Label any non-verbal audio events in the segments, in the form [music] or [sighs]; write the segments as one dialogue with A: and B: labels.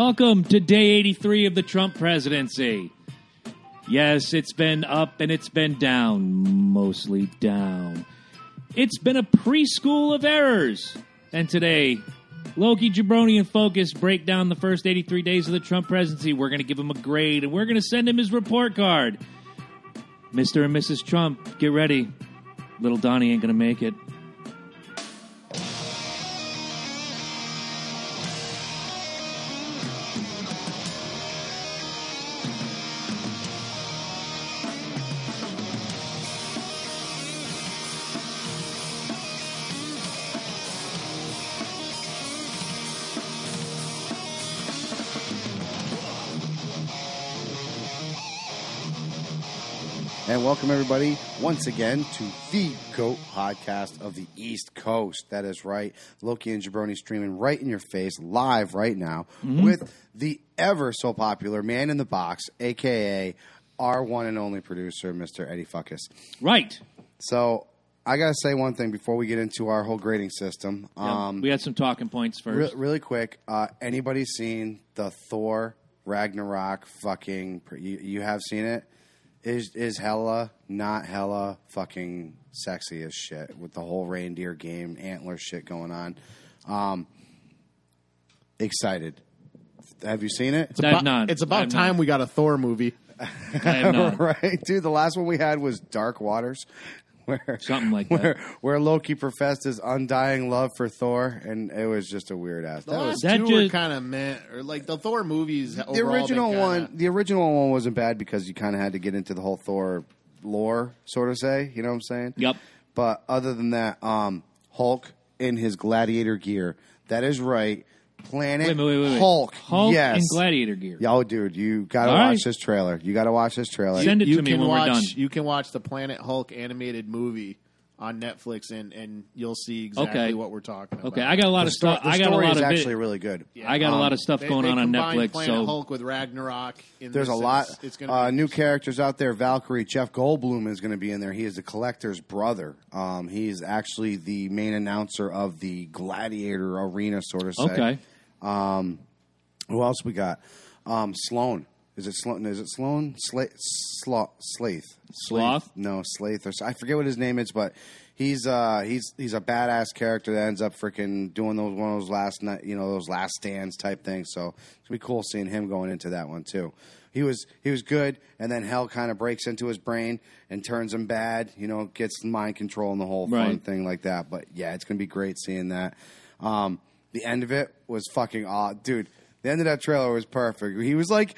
A: Welcome to day 83 of the Trump presidency. Yes, it's been up and it's been down, mostly down. It's been a preschool of errors. And today, Loki, Jabroni, and Focus break down the first 83 days of the Trump presidency. We're going to give him a grade and we're going to send him his report card. Mr. and Mrs. Trump, get ready. Little Donnie ain't going to make it.
B: And welcome, everybody, once again to the GOAT podcast of the East Coast. That is right. Loki and Jabroni streaming right in your face, live right now, with the ever so popular man in the box, aka our one and only producer, Mr. Eddie Fuckus.
A: Right.
B: So I got to say one thing before we get into our whole grading system. Um,
A: we had some talking points first.
B: Re- really quick, uh, anybody seen the Thor Ragnarok fucking? pr- You, you have seen it. Is is hella not hella fucking sexy as shit with the whole reindeer game antler shit going on. Um, excited. Have you seen [laughs] it?
A: I have not.
C: It's
A: I
C: about
A: have
C: time we got a Thor movie.
A: Not. I
C: [laughs]
A: have not.
B: right, dude. The last one we had was Dark Waters, [laughs] where
A: Something like that.
B: where, where Loki professed his undying love for Thor, and it was just a weird ass.
C: The
B: that was
C: last
A: that
C: two
A: just-
C: were kind of meh, or like the Thor movies.
B: the original one the original one wasn't bad because you kind of had to get into the whole thor lore sort of say you know what i'm saying
A: Yep.
B: but other than that um hulk in his gladiator gear that is right planet
A: Wait, wait, wait, wait, wait.
B: hulk
A: Hulk
B: yes
A: and Gladiator gear.
B: Yo, dude, you gotta
A: All
B: watch
A: right.
B: this trailer. You gotta watch this trailer.
A: Send it
C: you
A: to me
C: can
A: when
C: watch,
A: we're done.
C: You can watch the Planet Hulk animated movie on Netflix, and and you'll see exactly
A: Okay.
C: what we're talking about.
A: Okay, I got a lot of
B: Sto-
A: stuff.
B: the
A: I got a
B: story
A: lot
B: is
A: of vid-
B: actually Um, really good.
A: I got a lot of stuff
C: They-
A: going
C: they
A: on on
C: combined
A: Netflix.
C: Planet
A: So
C: Hulk with Ragnarok. In
B: There's a
C: this, and
B: lot.
C: It's, it's gonna
B: uh,
C: be
B: new characters out there. Valkyrie, Jeff Goldblum is going to be in there. He is the collector's brother. Um, he is actually the main announcer of the Gladiator Arena, sort of. Say.
A: okay,
B: Who else we got? Um, Sloan. Is it Sloan? Is it Sloan? Sla- Sla- Slaith.
A: Sloth?
B: No, Slaith. Or I forget what his name is, but he's uh, he's he's a badass character that ends up freaking doing those one of those last night, you know, those last stands type things. So it's gonna be cool seeing him going into that one too. He was he was good, and then hell kind of breaks into his brain and turns him bad. You know, gets mind control and the whole fun
A: Right.
B: thing like that. But yeah, it's gonna be great seeing that. Um, the end of it was fucking aw, dude. The end of that trailer was perfect. He was like,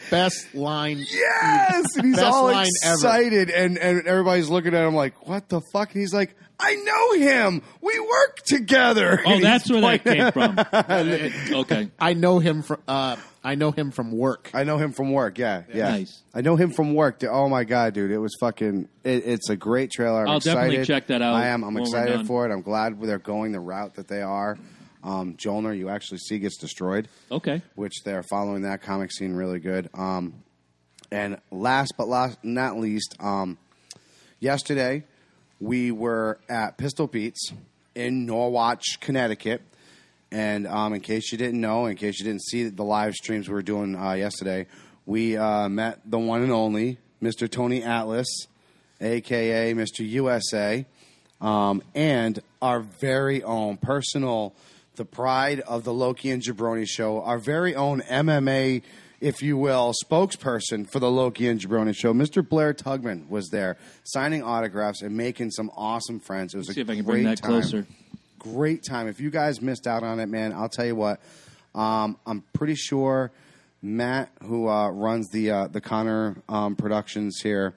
B: [laughs]
C: best line.
B: "Yes!" and he's
C: Best
B: all
C: line ever.
B: excited, and and everybody's looking at him like, "What the fuck?" And he's like, "I know him. We work together."
A: oh,
B: And he's
A: that's where that
B: pointing- [laughs]
A: came from. okay,
C: I know him from. Uh, I know him from work.
B: I know him from work. Yeah, yeah.
A: Nice.
B: I know him from work. dude. Oh my god, dude! It was fucking. It, it's a great trailer. I'm
A: I'll
B: excited.
A: definitely check that out
B: I am. I'm
A: when we're
B: excited
A: done.
B: for it. I'm glad they're going the route that they are. Um, Jolner, you actually see gets destroyed.
A: okay.
B: which they're following that comic scene really good. Um, and last but last, not least, um, yesterday we were at Pistol Beats in Norwalk, Connecticut. And um, in case you didn't know, in case you didn't see the live streams we were doing uh, yesterday, we uh, met the one and only Mr. Tony Atlas, aka Mr. USA, um, and our very own personal, the pride of the Loki and Jabroni show, our very own MMA, if you will, spokesperson for the Loki and Jabroni show, Mr. Blair Tugman was there signing autographs and making some awesome friends. It was a
A: See if I can
B: great
A: bring that
B: time
A: closer.
B: great time. If you guys missed out on it, man, I'll tell you what. Um, I'm pretty sure Matt, who uh, runs the uh, the Connor um, Productions here,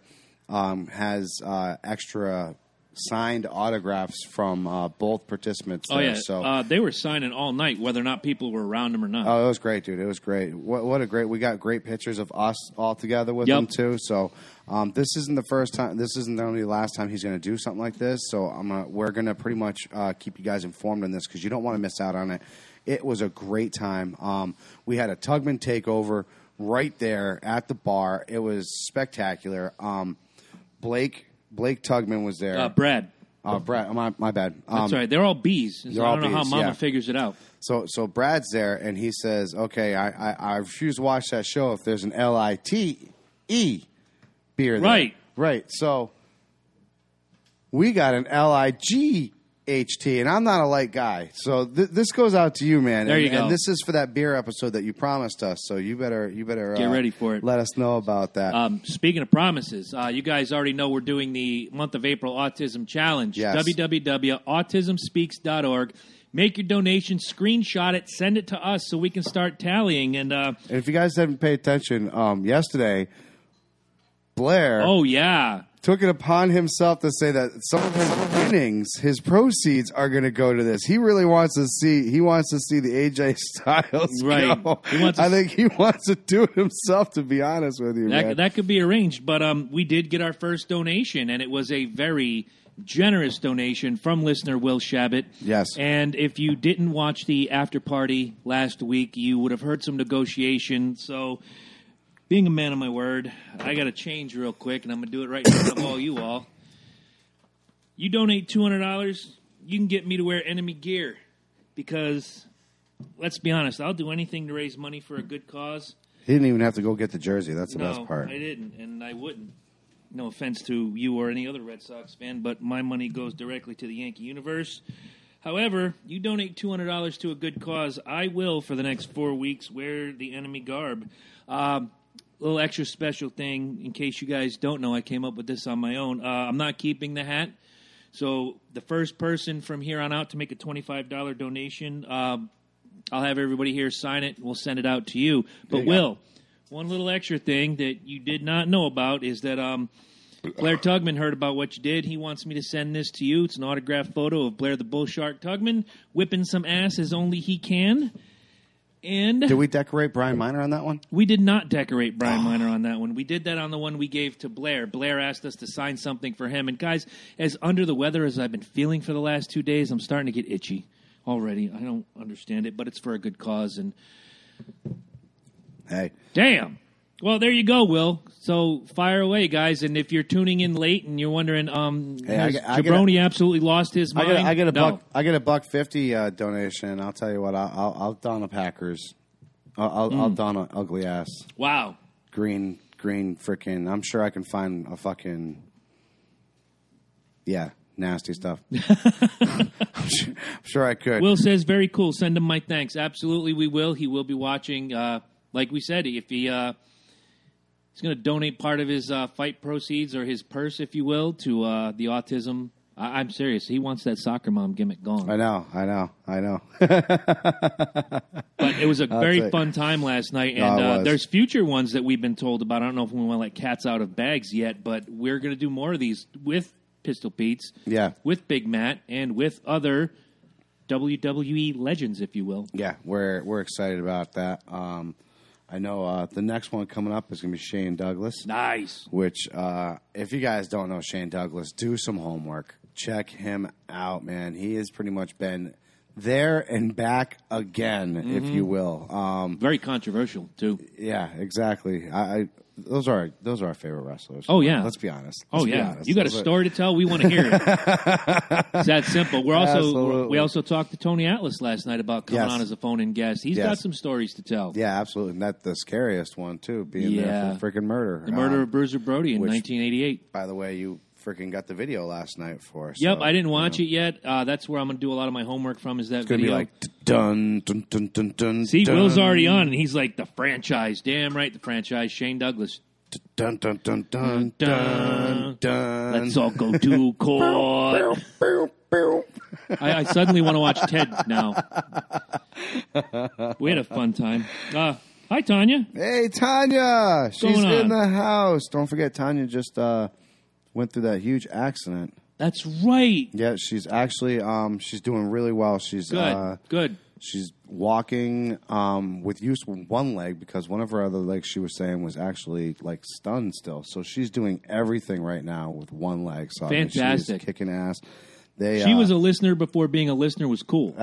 B: um, has uh, extra signed autographs from uh, both participants.
A: Oh
B: there,
A: yeah,
B: so.
A: uh, they were signing all night, whether or not people were around them or not.
B: Oh, it was great, dude. It was great. What, what a great. We got great pictures of us all together with
A: Yep.
B: him too. So um, this isn't the first time. This isn't the only last time he's going to do something like this. So I'm gonna, we're going to pretty much uh, keep you guys informed on this because you don't want to miss out on it. It was a great time. Um, we had a Tugman takeover right there at the bar. It was spectacular. Um, Blake Blake Tugman was there.
A: uh, Brad,
B: Uh, Brad, my, my bad. Um,
A: That's right. They're all B's. So
B: they're
A: I
B: all
A: don't know how
B: Bs,
A: Mama
B: yeah.
A: figures it out.
B: So so Brad's there and he says, "Okay, I I, I refuse to watch that show if there's an L I T E beer there."
A: Right.
B: Right. So we got an L I G H T, and I'm not a light guy. So th- this goes out to you, man.
A: There
B: and,
A: you go.
B: And this is for that beer episode that you promised us. So you better you better
A: Get
B: uh,
A: ready for it.
B: Let us know about that.
A: Um, speaking of promises, uh, you guys already know we're doing the month of April Autism Challenge.
B: Yes.
A: www.autismspeaks.org. Make your donation, screenshot it, send it to us so we can start tallying. And uh,
B: and if you guys didn't pay attention, um, yesterday Blair
A: oh yeah,
B: took it upon himself to say that some of his winnings, his proceeds, are going to go to this. He really wants to see. He wants to see the AJ
A: [laughs]
B: Styles
A: Right.
B: go.
A: He wants to-
B: I think he wants to do it himself. To be honest with you,
A: that
B: man.
A: that could be arranged. But um, we did get our first donation, and it was a very generous donation from listener Will Shabbat.
B: Yes.
A: And if you didn't watch the after party last week, you would have heard some negotiation. So, being a man of my word, I got to change real quick, and I'm gonna do it right in front of all you all. You donate two hundred dollars, you can get me to wear enemy gear, because. Let's be honest. I'll do anything to raise money for a good cause.
B: he didn't even have to go get the jersey. That's the best part.
A: I didn't, and I wouldn't. No offense to you or any other Red Sox fan, but my money goes directly to the Yankee universe. However, you donate two hundred dollars to a good cause, I will for the next four weeks wear the enemy garb. Um, little extra special thing in case you guys don't know, I came up with this on my own. Uh, I'm not keeping the hat. So the first person from here on out to make a twenty-five dollar donation, um, I'll have everybody here sign it. and We'll send it out to you. But
B: you go.
A: Will, one little extra thing that you did not know about is that um, Blair Tugman heard about what you did. He wants me to send this to you. It's an autographed photo of Blair the Bull Shark Tugman whipping some ass as only he can. And
B: Did we decorate Brian Miner on that one?
A: we did not decorate
B: Ah.
A: Brian Miner on that one. We did that on the one we gave to Blair. Blair asked us to sign something for him. And guys, as under the weather as I've been feeling for the last two days, I'm starting to get itchy already. I don't understand it, but it's for a good cause. And
B: Hey,
A: Damn. Well, there you go, Will. So fire away, guys. And if you're tuning in late and you're wondering, um,
B: Hey, I
A: has
B: get- I get
A: Jabroni absolutely lost his
B: I
A: mind?
B: get a, I get a
A: no.
B: buck. I get a buck fifty uh, donation. I'll tell you what. I'll I'll, I'll don a Packers. I'll I'll,
A: Mm.
B: I'll don an ugly ass
A: Wow.
B: green green freaking. I'm sure I can find a fucking yeah nasty stuff. I'm, sure, I'm sure I could.
A: Will says very cool. Send him my thanks. Absolutely, we will. He will be watching. Uh, like we said, if he uh, he's going to donate part of his uh, fight proceeds or his purse, if you will, to uh, the autism. I- I'm serious. He wants that soccer mom gimmick gone.
B: I know, I know, I know. [laughs]
A: But it was a very
B: take-
A: fun time last night,
B: No,
A: and
B: it
A: uh,
B: was.
A: there's future ones that we've been told about. I don't know if we want to let cats out of bags yet, but we're going to do more of these with Pistol Pete's,
B: Yeah.
A: with Big Matt, and with other WWE legends, if you will.
B: yeah, we're we're excited about that. Um, I know uh, the next one coming up is going to be Shane Douglas,
A: Nice.
B: which uh, if you guys don't know Shane Douglas, do some homework. Check him out, man. He has pretty much been there and back again, if you will. Um,
A: Very controversial too.
B: Yeah, exactly. I, I those are those are our favorite wrestlers.
A: Oh, yeah.
B: let's be honest.
A: Oh
B: Let's be
A: yeah,
B: honest.
A: you got a
B: Those are-
A: story to tell. We want to hear it. it's that simple. We're also
B: Absolutely.
A: we also talked to Tony Atlas last night about coming
B: Yes.
A: on as a phone-in guest. He's
B: Yes.
A: got some stories to tell.
B: Yeah, absolutely. And that the scariest one too, being
A: Yeah.
B: there for freaking murder.
A: The murder of Bruiser Brody in
B: which-
A: 1988.
B: by the way, you freaking got the video last night for. So,
A: Yep, I didn't watch it yet. Uh, that's where I'm going to do a lot of my homework from is that
B: It's gonna
A: video.
B: be like dun dun dun dun dun.
A: See,
B: dun,
A: Will's already on, and he's like the franchise. Damn right, the franchise. Shane Douglas.
B: Dun dun dun dun
A: Dun,
B: dun dun.
A: Let's all go to court. I, I suddenly want to watch Ted now. We had a fun time. Uh, hi, Tanya.
B: Hey Tanya, she's
A: going on?
B: in the house. Don't forget, Tanya just uh, went through that huge accident.
A: That's right.
B: Yeah, she's actually um she's doing really well. She's
A: Good.
B: uh
A: Good.
B: she's walking um with use of one leg because one of her other legs she was saying was actually like stunned still. So she's doing everything right now with one leg. So I mean, she's
A: Fantastic.
B: kicking ass. They
A: She
B: uh,
A: was a listener before being a listener was
B: [laughs]
A: cool.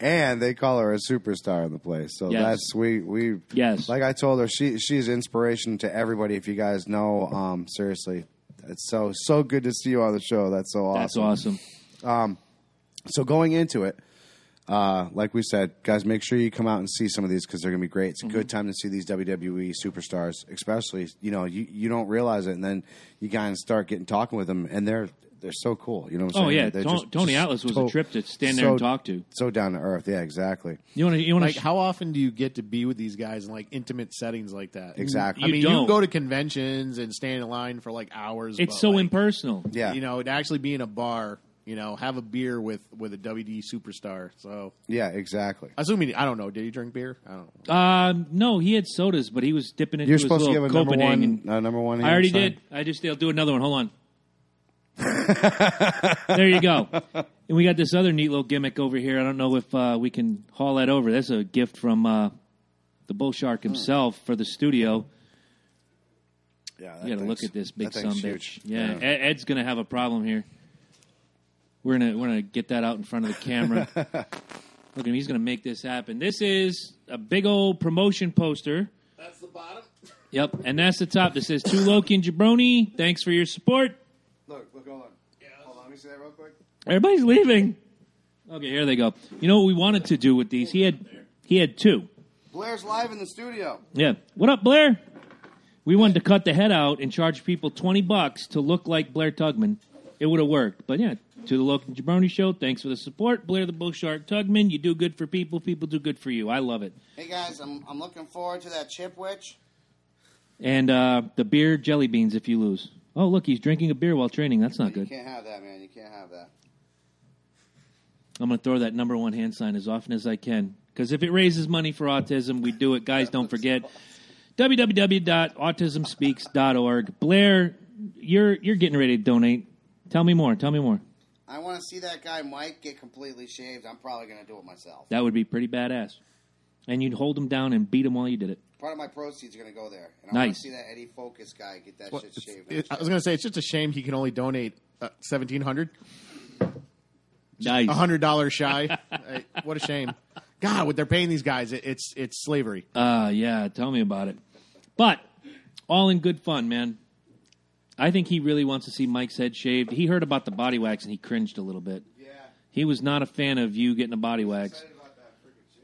B: and they call her a superstar in the place. So
A: Yes.
B: that's we we
A: Yes.
B: Like I told her, she she's inspiration to everybody. If you guys know, um, seriously, It's so so good to see you on the show. That's so awesome.
A: That's
B: [laughs]
A: awesome.
B: So going into it, uh, like we said, guys, make sure you come out and see some of these because they're going to be great. It's a good
A: Mm-hmm.
B: time to see these WWE superstars, especially you know you, you don't realize it, and then you guys start getting talking with them, and they're they're so cool. You know what I'm
A: Oh,
B: saying?
A: yeah.
B: They're
A: Ton- Tony Atlas was a trip to stand there and talk to.
B: So down to earth, yeah, exactly.
A: You want to? You want
C: Like,
A: to?
C: how often do you get to be with these guys in like intimate settings like that?
B: Exactly.
C: I
A: You
C: mean,
A: don't.
C: you go to conventions and stand in line for like hours.
A: it's
C: but,
A: so
C: like,
A: impersonal.
B: Yeah,
C: You know, to actually be in a bar, you know, have a beer with with a WD superstar. So,
B: yeah, exactly.
C: assuming I don't know, did he drink beer? I don't know.
A: Uh, no, he had sodas, but he was dipping into
B: You're
A: his
B: supposed to
A: little
B: give a number
A: Copenhagen.
B: one. Uh, number one.
A: I already
B: hand sign.
A: did. I just I'll do another one. Hold
B: [laughs]
A: on. there you go. And we got this other neat little gimmick over here. I don't know if uh, we can haul that over. That's a gift from uh, the bull shark himself for the studio.
B: Yeah, that
A: You got to look
B: thing's-
A: at this big
B: that thing's
A: son
B: huge.
A: bitch. Yeah, Ed- Ed's gonna have a problem here. We're gonna we're gonna get that out in front of the
B: [laughs]
A: camera. Look at him. He's gonna make this happen. This is a big old promotion poster.
C: That's the bottom.
A: Yep, and that's the top. That says to Loki and Jabroni. Thanks for your support.
B: Look, look, hold on. Hold on, let me see that real quick.
A: Everybody's leaving. Okay, here they go. You know what we wanted to do with these? He had he had two.
B: Blair's live in the studio.
A: Yeah. What up, Blair? We wanted to cut the head out and charge people twenty bucks to look like Blair Tugman. It would have worked, but yeah. To the local Jabroni show, thanks for the support, Blair the Bull Shark Tugman. You do good for people. People do good for you. I love it.
D: Hey guys, I'm I'm looking forward to that chip witch.
A: And uh, the beer, jelly beans, if you lose. Oh, look, he's drinking a beer while training. That's not
D: You
A: good.
D: can't have that, man. You can't have that.
A: I'm going to throw that number one hand sign as often as I can. Because if it raises money for autism, we do it. Guys, don't forget www.autismspeaks.org. Blair, you're you're getting ready to donate. Tell me more. Tell me more.
D: I want to see that guy Mike get completely shaved. I'm probably gonna do it myself.
A: That would be pretty badass. And you'd hold him down and beat him while you did it.
D: Part of my proceeds are gonna go there. And I want
A: Nice.
D: to see that Eddie Focus guy get that shit shaved.
C: I was gonna say it's just a shame he can only donate uh, seventeen hundred,
A: Nice.
C: a hundred
A: [laughs]
C: dollars shy. Like, what a shame. God, what they're paying these guys, it, it's it's slavery.
A: Uh, yeah, tell me about it. But all in good fun, man. I think he really wants to see Mike's head shaved. He heard about the body wax and he cringed a little bit. Yeah. He was not a fan of you getting a body wax.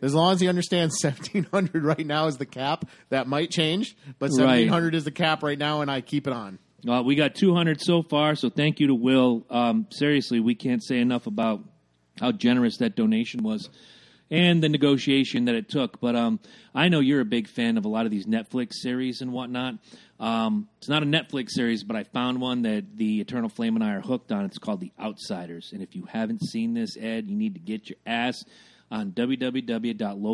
C: As long as he understands [laughs] seventeen hundred right now is the cap, that might change, but
A: Right.
C: seventeen hundred is the cap right now, and I keep it on.
A: Uh, we got 200 so far, so thank you to Will. Um, seriously, we can't say enough about how generous that donation was and the negotiation that it took. But um, I know you're a big fan of a lot of these Netflix series and whatnot. Um, it's not a Netflix series, but I found one that the Eternal Flame and I are hooked on. It's called The Outsiders. And if you haven't seen this, Ed, you need to get your ass on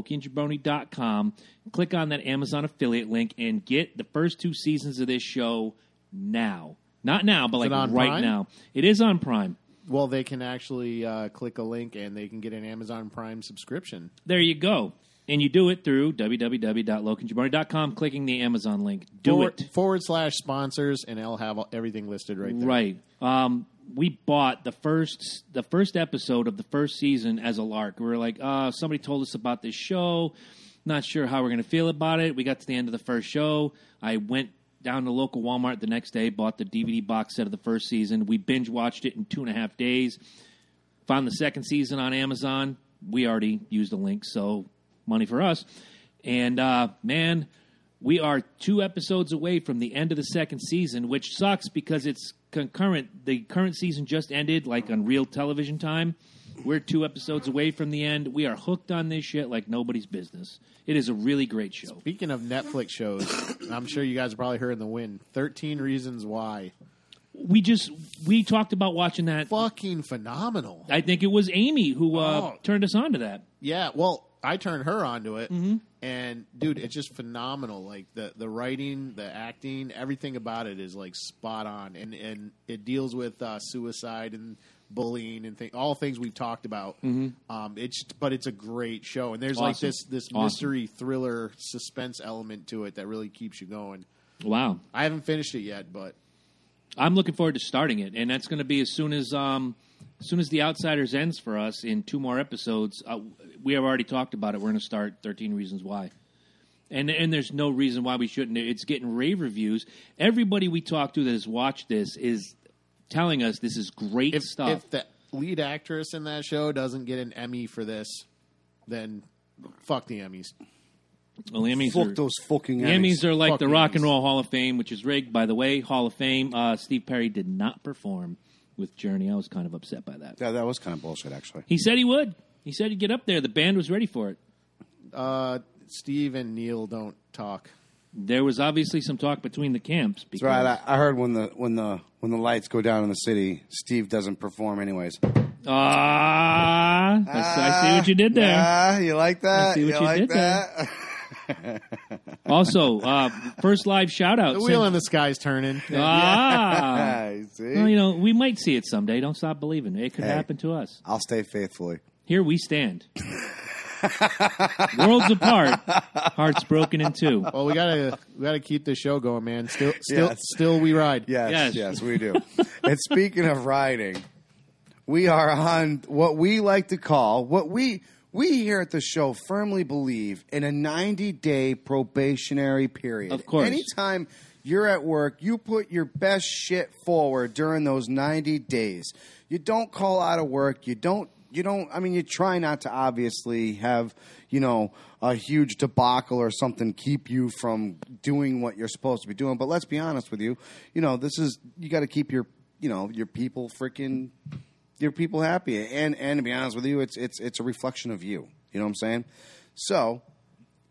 A: www.lokiandjabroni.com. Click on that Amazon affiliate link and get the first two seasons of this show now. Not now, but
C: it
A: like
C: on
A: right
C: Prime?
A: now. It is on Prime.
C: Well, they can actually uh, click a link and they can get an Amazon Prime subscription.
A: There you go. And you do it through www.locanjabroni.com, clicking the Amazon link. Do
C: forward,
A: it.
C: forward slash sponsors, and I'll have everything listed right there.
A: Right. Um, we bought the first the first episode of the first season as a lark. We were like, uh, somebody told us about this show. Not sure how we're going to feel about it. We got to the end of the first show. I went down to local Walmart the next day, bought the DVD box set of the first season. We binge watched it in two and a half days. Found the second season on Amazon. We already used a link, so money for us. And uh, man, we are two episodes away from the end of the second season, which sucks because it's concurrent. The current season just ended, like on real television time. We're two episodes away from the end. We are hooked on this shit like nobody's business. It is a really great show.
C: Speaking of Netflix shows, [coughs] I'm sure you guys are probably hearing the wind. 13 Reasons Why.
A: We just we talked about watching that.
C: Fucking phenomenal.
A: I think it was Amy who uh,
C: Oh.
A: turned us on to that.
C: Yeah, well, I turned her onto it.
A: Mm-hmm.
C: And, dude, it's just phenomenal. Like, the, the writing, the acting, everything about it is, like, spot on. And, and it deals with uh, suicide and bullying and thing, all things we've talked about. Um, it's But it's a great show. And there's, like,
A: Mm-hmm. Awesome.
C: this, this
A: Awesome.
C: mystery, thriller, suspense element to it that really keeps you going.
A: Wow,
C: I haven't finished it yet, but
A: I'm looking forward to starting it, and that's going to be as soon as um, as soon as the Outsiders ends for us in two more episodes. Uh, we have already talked about it. We're going to start 13 Reasons Why. and and there's no reason why we shouldn't. It's getting rave reviews. Everybody we talk to that has watched this is telling us this is great
C: if
A: stuff.
C: if the lead actress in that show doesn't get an Emmy for this, then fuck the Emmys.
A: well, Emmys
B: Fuck
A: are,
B: those fucking
A: the Emmys
B: Emmys.
A: are like
C: Fuck
A: the
C: the
A: Rock and
C: Emmys.
A: Roll Hall of Fame, which is rigged, by the way. Hall of Fame. Uh, Steve Perry did not perform with Journey. I was kind of upset by that.
B: Yeah, that was kind of bullshit, actually.
A: He said he would. He said he'd get up there. The band was ready for it.
C: Uh, Steve and Neil don't talk.
A: There was obviously some talk between the camps. Because,
B: That's right. I, I heard when the when the when the lights go down in the city, Steve doesn't perform anyways.
A: Ah, I, see- I see what you did there.
B: Ah, you like that?
A: see what you
B: like
A: did there.
B: that?
A: Also, uh, first live shout out.
C: The wheel in the sky's turning.
B: [laughs]
A: Ah.
B: You see?
A: [laughs] Well, you know, we might see it someday. Don't stop believing. It could
B: Hey.
A: happen to us.
B: I'll stay faithfully.
A: Here we
B: [laughs]
A: stand. Worlds apart, hearts broken in two.
C: Well, we gotta we gotta keep the show going, man. Still, still,
B: Yes.
C: still, we ride.
B: Yes,
A: Yes.
B: yes,
A: [laughs]
B: we do. and speaking of riding, we are on what we like to call what we we here at the show firmly believe in a 90 day probationary period.
A: Of course.
B: Anytime you're at work, you put your best shit forward during those 90 days. You don't call out of work, you don't you don't I mean you try not to obviously have, you know, a huge debacle or something keep you from doing what you're supposed to be doing, but let's be honest with you, you know, this is you got to keep your, you know, your people freaking your people happy. And and to be honest with you, it's it's it's a reflection of you. You know what I'm saying? So,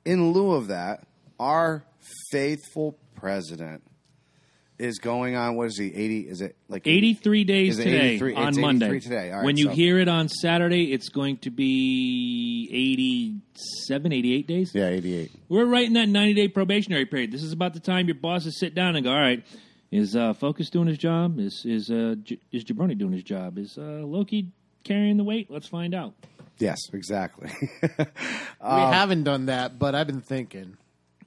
B: in lieu of that, our faithful president is going on. What is he? Eighty? Is it like
A: 83 days
B: Is it
A: today
B: 83?
A: on
B: It's 83
A: Monday.
B: today. All right,
A: when you
B: so-
A: hear it on Saturday, it's going to be 87, 88 days.
B: Yeah, eighty-eight.
A: We're right in that 90 day probationary period. This is about the time your bosses sit down and go, all right, is uh, Focus doing his job? Is is uh, J- is Jabroni doing his job? Is uh, Loki carrying the weight? Let's find out.
B: Yes, exactly. [laughs] Uh,
C: we haven't done that, but I've been thinking.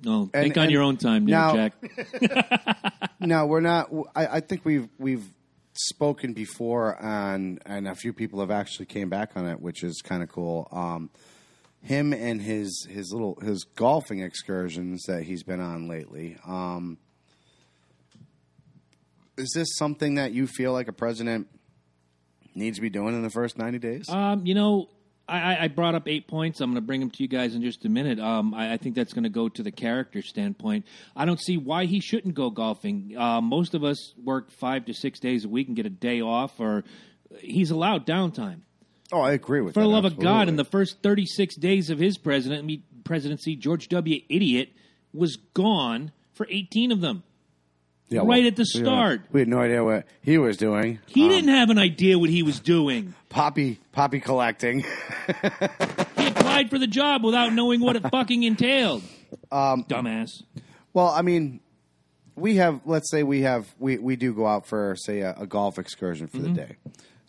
A: No,
B: And-
A: think on
B: and
A: your own time,
B: now-
A: now, Jack.
B: no, we're not. I, I think we've we've spoken before on, and a few people have actually came back on it, which is kind of cool. Um, him and his his little his golfing excursions that he's been on lately. Um, is this something that you feel like a president needs to be doing in the first ninety days?
A: Um, you know, I, I- I brought up eight points. I'm going to bring them to you guys in just a minute. Um, I, I think that's going to go to the character standpoint. I don't see why he shouldn't go golfing. Uh, most of us work five to six days a week and get a day off, or uh, he's allowed downtime.
B: oh, I agree with
A: For
B: that,
A: the love of God,
B: absolutely.
A: in the first 36 days of his president, I mean, presidency, George W. Idiot was gone for 18 of them.
B: Yeah, Um,
A: right at the
B: we had-
A: start.
B: we had no idea what he was doing.
A: He didn't have an idea what he was doing.
B: Poppy, poppy collecting. [laughs]
A: He applied for the job without knowing what it fucking entailed.
B: Um,
A: Dumbass.
B: Well, I mean, we have. Let's say we have. We, we do go out for say a, a golf excursion for
A: Mm-hmm.
B: the day.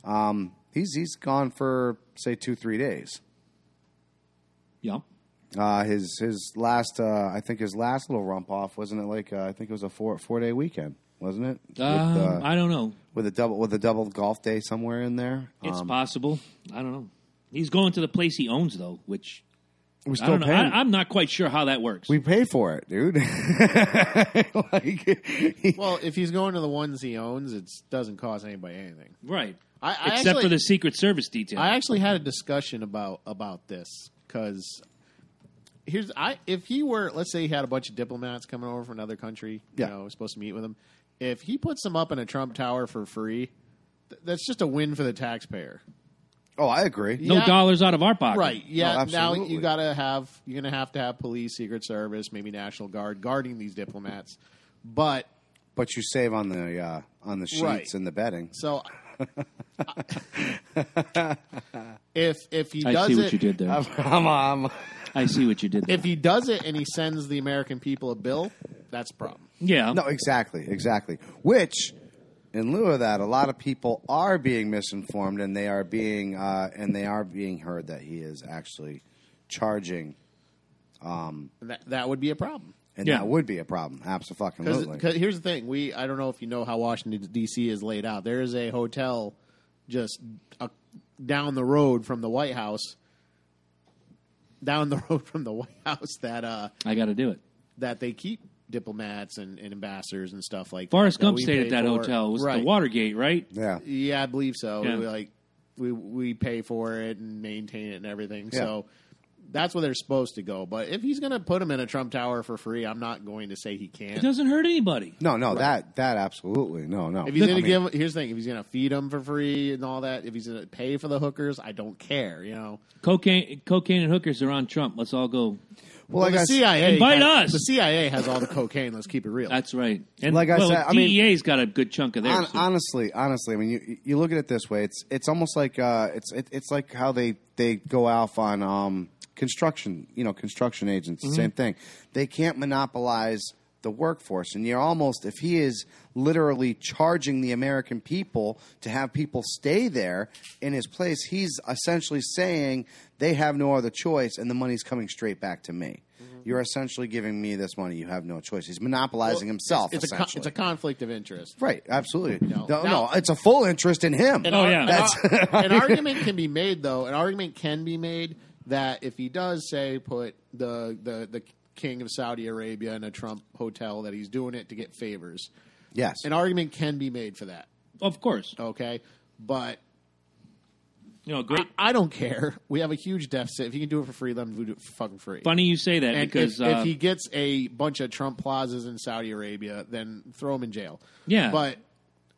B: Um, he's he's gone for say two three days.
A: Yeah.
B: Uh, his his last. Uh, I think his last little rump off wasn't it like uh, I think it was a four four day weekend, wasn't it? With,
A: Um,
B: uh,
A: I don't know.
B: with a double with a double golf day somewhere in there.
A: It's
B: Um,
A: possible. I don't know. He's going to the place he owns, though, which
B: we
A: I
B: still
A: don't know.
B: paying-
A: I, I'm not quite sure how that works.
B: we pay for it, dude. [laughs] like,
C: Well, if he's going to the ones he owns, it doesn't cost anybody anything.
A: right.
C: I, I
A: Except
C: actually,
A: for the Secret Service detail.
C: I actually had a discussion about about this because here's I if he were let's say he had a bunch of diplomats coming over from another country,
B: Yeah.
C: you know, supposed to meet with him. If he puts them up in a Trump Tower for free, th- that's just a win for the taxpayer.
B: oh, I agree.
A: no
C: yeah.
A: dollars out of our pocket.
C: Right. Yeah. now
B: absolutely.
C: you gotta have you're gonna have to have police, secret service, maybe national guard guarding these diplomats. But
B: But you save on the uh, on the sheets
C: Right.
B: and the bedding.
C: so if if he
A: I
C: does
A: see
C: it,
A: what you did there.
B: I'm, I'm, I'm-
A: I see what you did there.
C: if he does it and he sends the American people a bill, that's a problem.
A: yeah.
B: No, exactly, exactly. Which, in lieu of that, a lot of people are being misinformed, and they are being uh, and they are being heard that he is actually charging,
C: That, that would be a problem.
B: and
A: Yeah.
B: that would be a problem. Absolutely.
C: Because here's the thing: we I don't know if you know how Washington D.C. is laid out. There is a hotel just uh down the road from the White House down the [laughs] road from the White House that uh,
A: I got to do it.
C: that they keep diplomats and, and ambassadors and stuff like
A: Forrest
C: that. that
A: Gump
C: we
A: stayed at
C: pay
A: that
C: for.
A: hotel. It was
C: right.
A: the Watergate, right?
B: Yeah.
C: Yeah, I believe so.
A: Yeah.
C: We like we we pay for it and maintain it and everything. So that's where they're supposed to go. But if he's going to put him in a Trump Tower for free, I'm not going to say he
A: It
C: can't.
A: doesn't hurt anybody.
B: No, no, that that absolutely. No, no.
C: If he's
B: I
C: going to
B: mean,
C: give, here's the thing: if he's going to feed them for free and all that, if he's going to pay for the hookers, I don't care. You know,
A: Cocaine, cocaine, and hookers are on Trump. Let's all go.
B: well, like
C: the
B: I s-
C: CIA
A: Invite
C: has-
A: us.
C: The CIA has all the cocaine. Let's keep it real.
A: That's right. And
B: Like I
A: well,
B: said, I mean-
A: DEA's got a good chunk of theirs.
B: Hon-
A: too.
B: honestly, honestly, I mean, you you look at it this way. It's it's almost like uh, it's it, it's like how they they go off on um, construction. You know, construction agents. the
C: Mm-hmm.
B: Same thing. They can't monopolize the workforce, and you're almost if he is literally charging the American people to have people stay there in his place. He's essentially saying they have no other choice, and the money's coming straight back to me.
C: Mm-hmm.
B: You're essentially giving me this money. You have no choice. He's monopolizing himself.
C: it's a con-
B: essentially.
C: it's a conflict of interest.
B: Right, absolutely. No, no,
C: Now-
B: it's a full interest in him.
C: An
A: Oh,
C: ar-
A: yeah.
C: an
B: That's- [laughs]
C: ar- an argument can be made, though. An argument can be made that if he does say put the the the king of Saudi Arabia in a Trump hotel, that he's doing it to get favors.
B: yes.
C: An argument can be made for that.
A: of course.
C: Okay, but
A: You know, great.
C: I don't care. We have a huge deficit. If you can do it for free, let him do it for fucking free.
A: Funny you say that
C: And
A: because
C: if,
A: uh,
C: if he gets a bunch of Trump plazas in Saudi Arabia, then throw him in jail.
A: Yeah.
C: but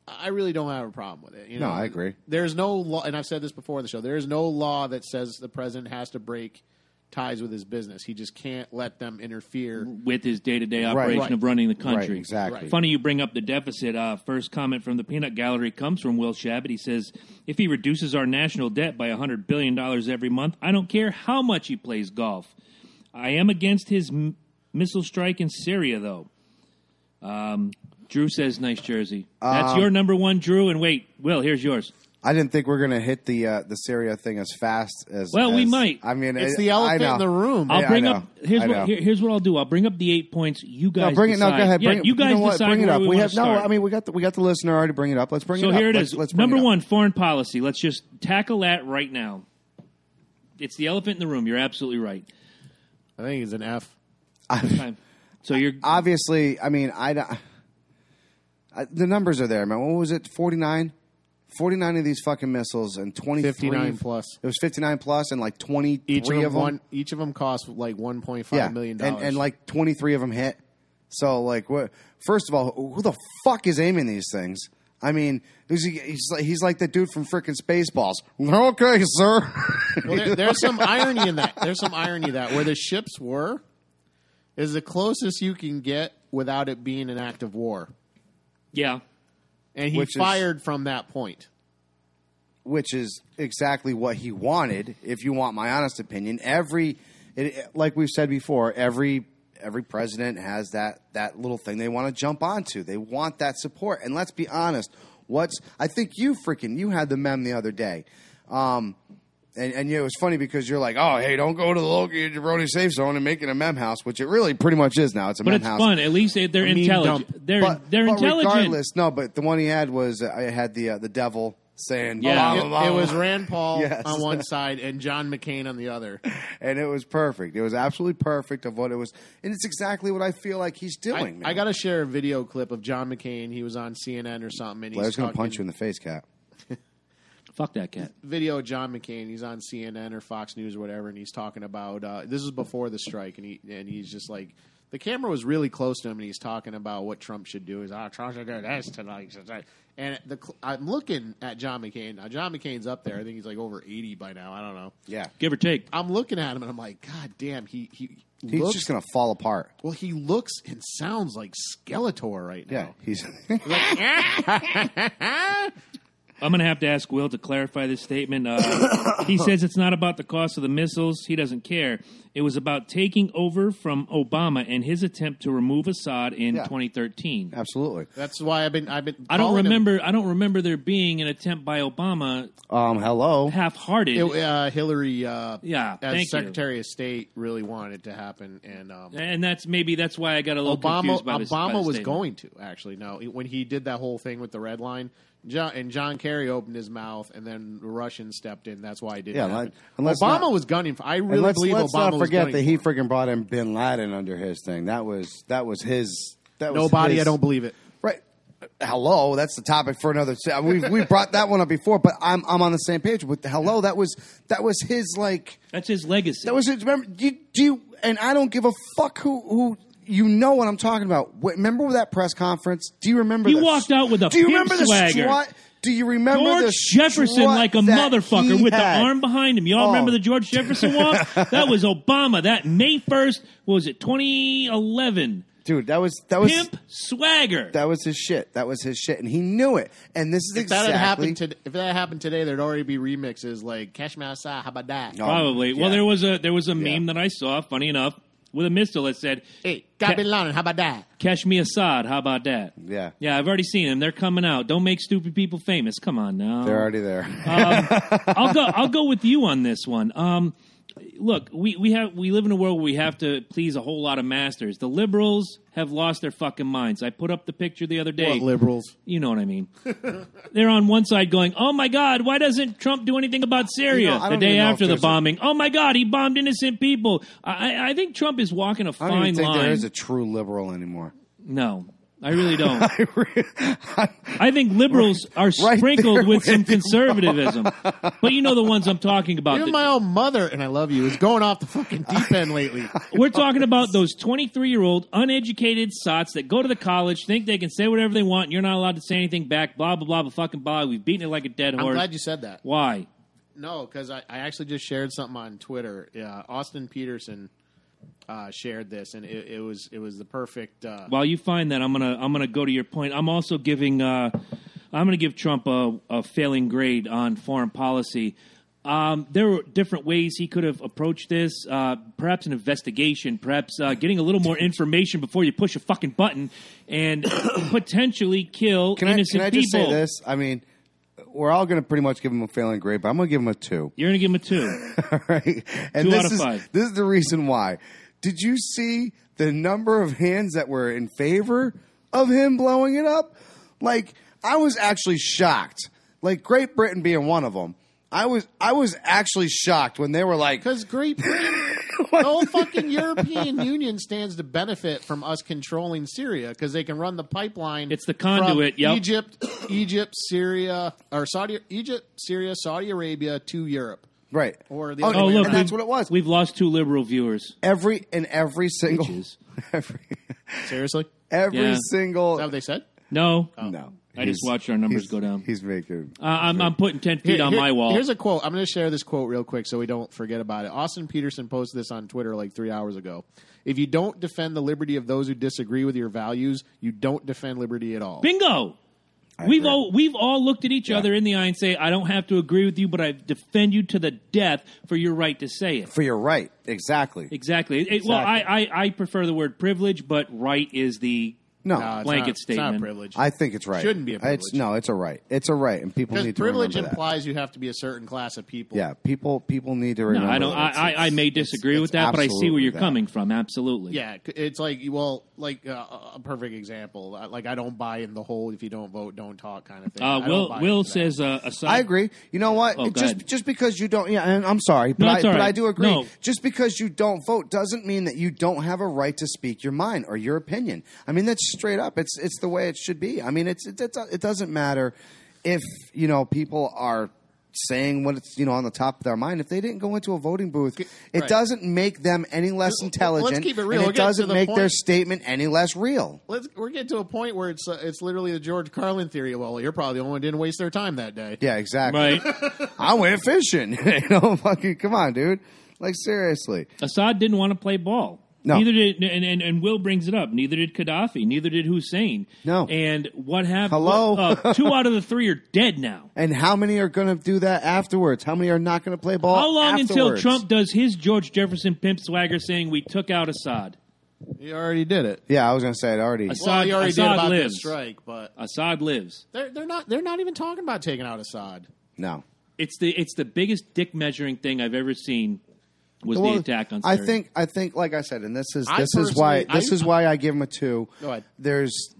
C: I really don't have a problem with it. You
B: No,
C: know?
B: I agree.
C: There's no law, and I've said this before on the show. There is no law that says the president has to break ties with his business. He just can't let them interfere.
A: with his day to day operation
C: right.
A: of running the country.
B: Right, exactly.
C: Right.
A: Funny you bring up the deficit. Uh, first comment from the Peanut Gallery comes from Will Shabbat. He says, "If he reduces our national debt by hundred billion dollars every month, I don't care how much he plays golf. I am against his m- missile strike in Syria, though." Um, Drew says, "Nice jersey." That's
B: Um,
A: your number one, Drew. And wait, Will, here's yours.
B: I didn't think we are going to hit the uh, the Syria thing as fast as.
A: Well, we
B: as-
A: might.
B: I mean,
C: It's
B: I-
C: the elephant
B: I know.
C: in the room.
A: I'll
B: Yeah, I
A: bring
B: know.
A: up here's
B: I know.
A: what here- here's what I'll do. I'll bring up the eight points. You guys
B: No, bring it. No,
A: decide.
B: go ahead.
A: Yeah,
B: Bring it.
A: you guys
B: know what?
A: decide
B: Bring it
A: where
B: up.
A: we,
B: We
A: wanna
B: have no.
A: start.
B: I mean, we got the, we got the listener already bringing it up. Let's bring
A: So
B: it up.
A: here it
B: Let's-
A: is.
B: let's bring
A: Number
B: it up.
A: one, foreign policy. Let's just tackle that right now. It's the elephant in the room. You're absolutely right.
C: I think it's an F.
A: Time. So you're
B: Obviously, I mean, I, don't- I the numbers are there, man. What was it? Forty nine. 49 of these fucking missiles and 23
C: 59 plus.
B: It was 59 plus and like 23
C: Each of them,
B: of them
C: One, each of them costs like one point
B: yeah.
C: five million
B: and,
C: dollars.
B: and like 23 of them hit. So like, what? First of all, who the fuck is aiming these things? I mean, is he, he's like he's like the dude from freaking Spaceballs. [laughs] Okay, sir. [laughs]
C: Well, there, there's some irony in that. There's some irony in that where the ships were is the closest you can get without it being an act of war,
A: yeah.
C: and he
B: Which is-
C: fired from that point.
B: Which is exactly what he wanted. If you want my honest opinion, every it, like we've said before, every every president has that that little thing they want to jump onto. They want that support. And let's be honest, what's I think you freaking you had the mem the other day. Um, and, and yeah, it was funny because you're like, oh, hey, don't go to the local jabroni safe zone and make it a mem house, which it really pretty much is now. It's a
A: But
B: mem
A: it's
B: house.
A: fun. At least they- they're
C: A meme
A: intelligent.
C: dump.
A: They're
B: But,
A: they're
B: but
A: intelligent.
B: regardless, no. But the one he had was uh, I had the uh, the devil saying,
A: Yeah.
B: "Blah,
C: It,
B: blah, blah,
C: it was
B: blah,"
C: Rand Paul
B: Yes.
C: on one side and John McCain on the other.
B: and it was perfect. It was absolutely perfect of what it was, and it's exactly what I feel like he's
C: I,
B: doing. man.
C: I got to share a video clip of John McCain. He was on CNN or something, and
B: Blair's
C: he's
B: gonna
C: talking
B: punch you in the face, cat.
A: Fuck that cat.
C: video of John McCain. He's on CNN or Fox News or whatever, and he's talking about uh, this is before the strike, and he and he's just like the camera was really close to him, and he's talking about what Trump should do. He's ah, Trump should do this tonight, tonight." and the cl- I'm looking at John McCain. Now John McCain's up there. I think he's like over eighty by now. I don't know.
B: Yeah,
A: Give or take.
C: I'm looking at him, and I'm like, God damn, he he
B: he's
C: looks
B: just gonna fall apart.
C: well. He looks and sounds like Skeletor right
B: Yeah,
C: now. [laughs]
B: he's. [laughs]
A: I'm going to have to ask Will to clarify this statement.
B: [coughs]
A: Uh, he says it's not about the cost of the missiles. He doesn't care. It was about taking over from Obama and his attempt to remove Assad in
B: Yeah.
A: 2013.
B: Absolutely.
C: That's why I've been I've been.
A: I don't
C: calling him-
A: remember. I don't remember there being an attempt by Obama,
B: Um, hello.
A: half-hearted.
C: It, uh, Hillary, uh,
A: Yeah, thank you.
C: as Secretary of State, really wanted it to happen, and um,
A: and that's maybe that's why I got a little
C: Obama
A: confused by this. by
C: Obama
A: this
C: was
A: statement.
C: going to actually. No, when he did that whole thing with the red line, John, and John Kerry opened his mouth, and then the Russians stepped in. That's why it didn't.
B: Yeah,
C: happen.
B: like- and let's
C: Obama
B: not-
C: was gunning. For, I really
B: and let's,
C: believe
B: let's
C: Obama
B: not
C: was
B: forget
C: gunning
B: that he
C: for him.
B: freaking brought in Bin Laden under his thing. That was that was his. That was
C: Nobody,
B: his-
C: I don't believe it.
B: Right. Hello, that's the topic for another. se- We we brought that one up before, but I'm I'm on the same page with the hello. That was that was his like
A: That's his legacy.
B: that was his. Remember, you, do you and I don't give a fuck who who you know what I'm talking about. Wh- Remember that press conference? Do you remember?
A: He
B: the
A: walked out with a
B: Do you
A: pimp
B: remember the
A: swagger.
B: strut? Do you remember the
A: George Jefferson,
B: strut
A: like a
B: that
A: motherfucker,
B: he
A: with
B: had?
A: the arm behind him. Y'all
B: Oh.
A: remember the George Jefferson
B: [laughs]
A: walk? that was Obama. That May first was it 2011?
B: dude? That was that was
A: Pimp swagger.
B: that was his shit. That was his shit, and he knew it. And this is
C: If that
B: exactly
C: had happened to, if that happened today, there'd already be remixes like "Cash Me Outside," "How About That,"
B: No.
A: Probably. Well,
B: Yeah.
A: there was a there was a meme
B: Yeah.
A: that I saw, funny enough, with a missile that said,
C: "Hey, Got
A: Ca-
C: Bin Laden," "How About That."
A: "Catch me Assad." How about that?
B: Yeah.
A: yeah. I've already seen them. They're coming out. Don't make stupid people famous. Come on now.
B: They're already there.
A: I'll go. I'll go with you on this one. Um, look, we, we have we live in a world where we have to please a whole lot of masters. The liberals have lost their fucking minds. I put up the picture the other day.
C: What liberals?
A: you know what I mean? They're on one side going, "Oh my God, why doesn't Trump do anything about Syria?"
B: You know,
A: the
B: I don't
A: day
B: even know
A: after
B: if
A: the
B: there's a-
A: bombing, "Oh my God, he bombed innocent people." I, I- I think Trump is walking a
B: I
A: fine
B: don't even think
A: line.
B: there is a true liberal anymore. [laughs]
A: no, I really don't. I
B: [laughs]
A: think liberals are
B: right
A: sprinkled
B: there
A: with some conservatism, but you know Uh, the ones I'm talking about.
C: Even
A: that-
C: my own mother, and I love you, is going off the fucking deep end lately.
B: [laughs]
A: We're talking about those 23 year old uneducated sots that go to the college, think they can say whatever they want, you're not allowed to say anything back, blah, blah, blah, blah fucking blah. We've beaten it like a dead
C: I'm
A: horse.
C: glad you said that.
A: Why?
C: No, because I, I actually just shared something on Twitter. Uh, Austin Peterson uh, shared this, and it, it was it was the perfect. Uh,
A: While you find that, I'm gonna I'm gonna go to your point. I'm also giving uh, I'm gonna give Trump a, a failing grade on foreign policy. Um, there were different ways he could have approached this. Uh, perhaps an investigation. Perhaps uh, getting a little more information before you push a fucking button and [coughs] potentially kill
B: Can I,
A: innocent
B: can I just
A: people.
B: say this? I mean, we're all going to pretty much give him a failing grade, but I'm going to give him a two.
A: You're gonna give him a
B: [laughs]
A: two.
B: All right. And
A: Two
B: this
A: out of
B: is
A: five.
B: this is the reason why. Did you see the number of hands that were in favor of him blowing it up? Like I was actually shocked. Like Great Britain being one of them. I was I was actually shocked when they were like
C: Because
A: [laughs]
C: Great Britain, the whole fucking European Union stands to benefit from us controlling Syria because they can run the pipeline.
A: It's the conduit,
C: from
A: yep.
C: Egypt, Egypt, Syria, or Saudi, Egypt, Syria, Saudi Arabia to Europe.
B: right
C: Or the
B: oh,
C: other
A: Oh
C: way
A: look,
B: and that's
A: we've-
B: what it was.
A: We've lost two liberal viewers.
B: Every in every single
A: Bitches.
B: [laughs] every
C: Seriously, is
B: every
A: Yeah.
B: single
C: that what they said?
A: No,
B: no.
A: I just
B: He's-
A: watched our numbers
B: he's-
A: go down.
B: He's making
A: uh, I'm I'm putting ten feet
C: Here-
A: on
C: here-
A: my wall.
C: Here's a quote. I'm going to share this quote real quick so we don't forget about it. Austin Peterson posted this on Twitter like three hours ago. If you don't defend the liberty of those who disagree with your values, you don't defend liberty at all.
A: Bingo. We've
B: agree.
A: all we've all looked at each
B: Yeah.
A: other in the eye and say, "I don't have to agree with you, but I defend you to the death for your right to say it."
B: for your right. Exactly.
A: Exactly. It- Well, I, I I prefer the word privilege, but right is the
B: No.
C: No, it's
A: Blanket
C: not- It's not
A: statement.
C: a privilege.
B: I think it's right.
C: Shouldn't be a
B: It's,
C: privilege.
B: no, it's a right. It's a right, and people
C: Because
B: need to
C: privilege
B: remember that.
C: implies you have to be a certain class of people.
B: Yeah, people people need to remember.
A: I don't.
B: that.
A: I,
B: It's-
A: I, I may
B: it's-
A: disagree
B: it's
A: with that, but I see where
B: absolutely
A: you're
B: that.
A: coming from. Absolutely.
C: Yeah, c- it's like well, like uh, a perfect example. Uh, Like I don't buy in the whole "if you don't vote, don't talk" kind of thing. I
A: Uh,
C: don't buy
A: Will
C: into
A: Will
C: that.
A: says uh, aside.
B: I agree. You know what?
A: Oh,
B: It
A: go
B: just
A: ahead.
B: just because you don't, yeah, and I'm sorry, but,
A: No,
B: I,
A: it's all
B: but I
A: right.
B: do agree.
A: No.
B: Just because you don't vote doesn't mean that you don't have a right to speak your mind or your opinion. I mean, that's straight up. It's it's the way it should be. I mean, it's it, it, it doesn't matter if you know people are saying what it's you know on the top of their mind. If they didn't go into a voting booth, it
C: right.
B: doesn't make them any less
C: Let's keep it
B: intelligent.
C: real.
B: And
C: We'll
B: it
C: get to
B: doesn't
C: the
B: make their
C: point.
B: statement any less real.
C: Let's, we're getting to a point where it's uh, it's literally the George Carlin theory. Well, you're probably the only one who didn't waste their time that day.
B: Yeah, exactly. [laughs]
A: Right.
B: I went fishing. [laughs] you know, fucking come on, dude. Like seriously.
A: Assad didn't want to play ball.
B: No.
A: Neither did and, and, and Will brings it up. Neither did Gaddafi. Neither did Hussein.
B: No.
A: And what happened?
B: Hello?
A: uh, two out of the three are dead
B: [laughs]
A: now.
B: And how many are going to do that afterwards? How many are not going to play ball?
A: How long until
B: afterwards?
A: Trump does his George Jefferson pimp swagger saying we took out Assad?
C: You already did it.
B: Yeah, I was going to say it already.
A: Assad,
C: Well, you already
A: Assad
C: did about
A: lives.
C: the strike, but
A: Assad lives.
C: they're they're not they're not even talking about taking out Assad.
B: No.
A: It's the it's the biggest dick measuring thing I've ever seen. Was
B: Well,
A: the attack on?
B: I
A: Syria.
B: think I think like I said, and this is
C: I
B: this is why
C: personally-
B: this
C: I-
B: is why I give him a two.
C: Go ahead.
B: There's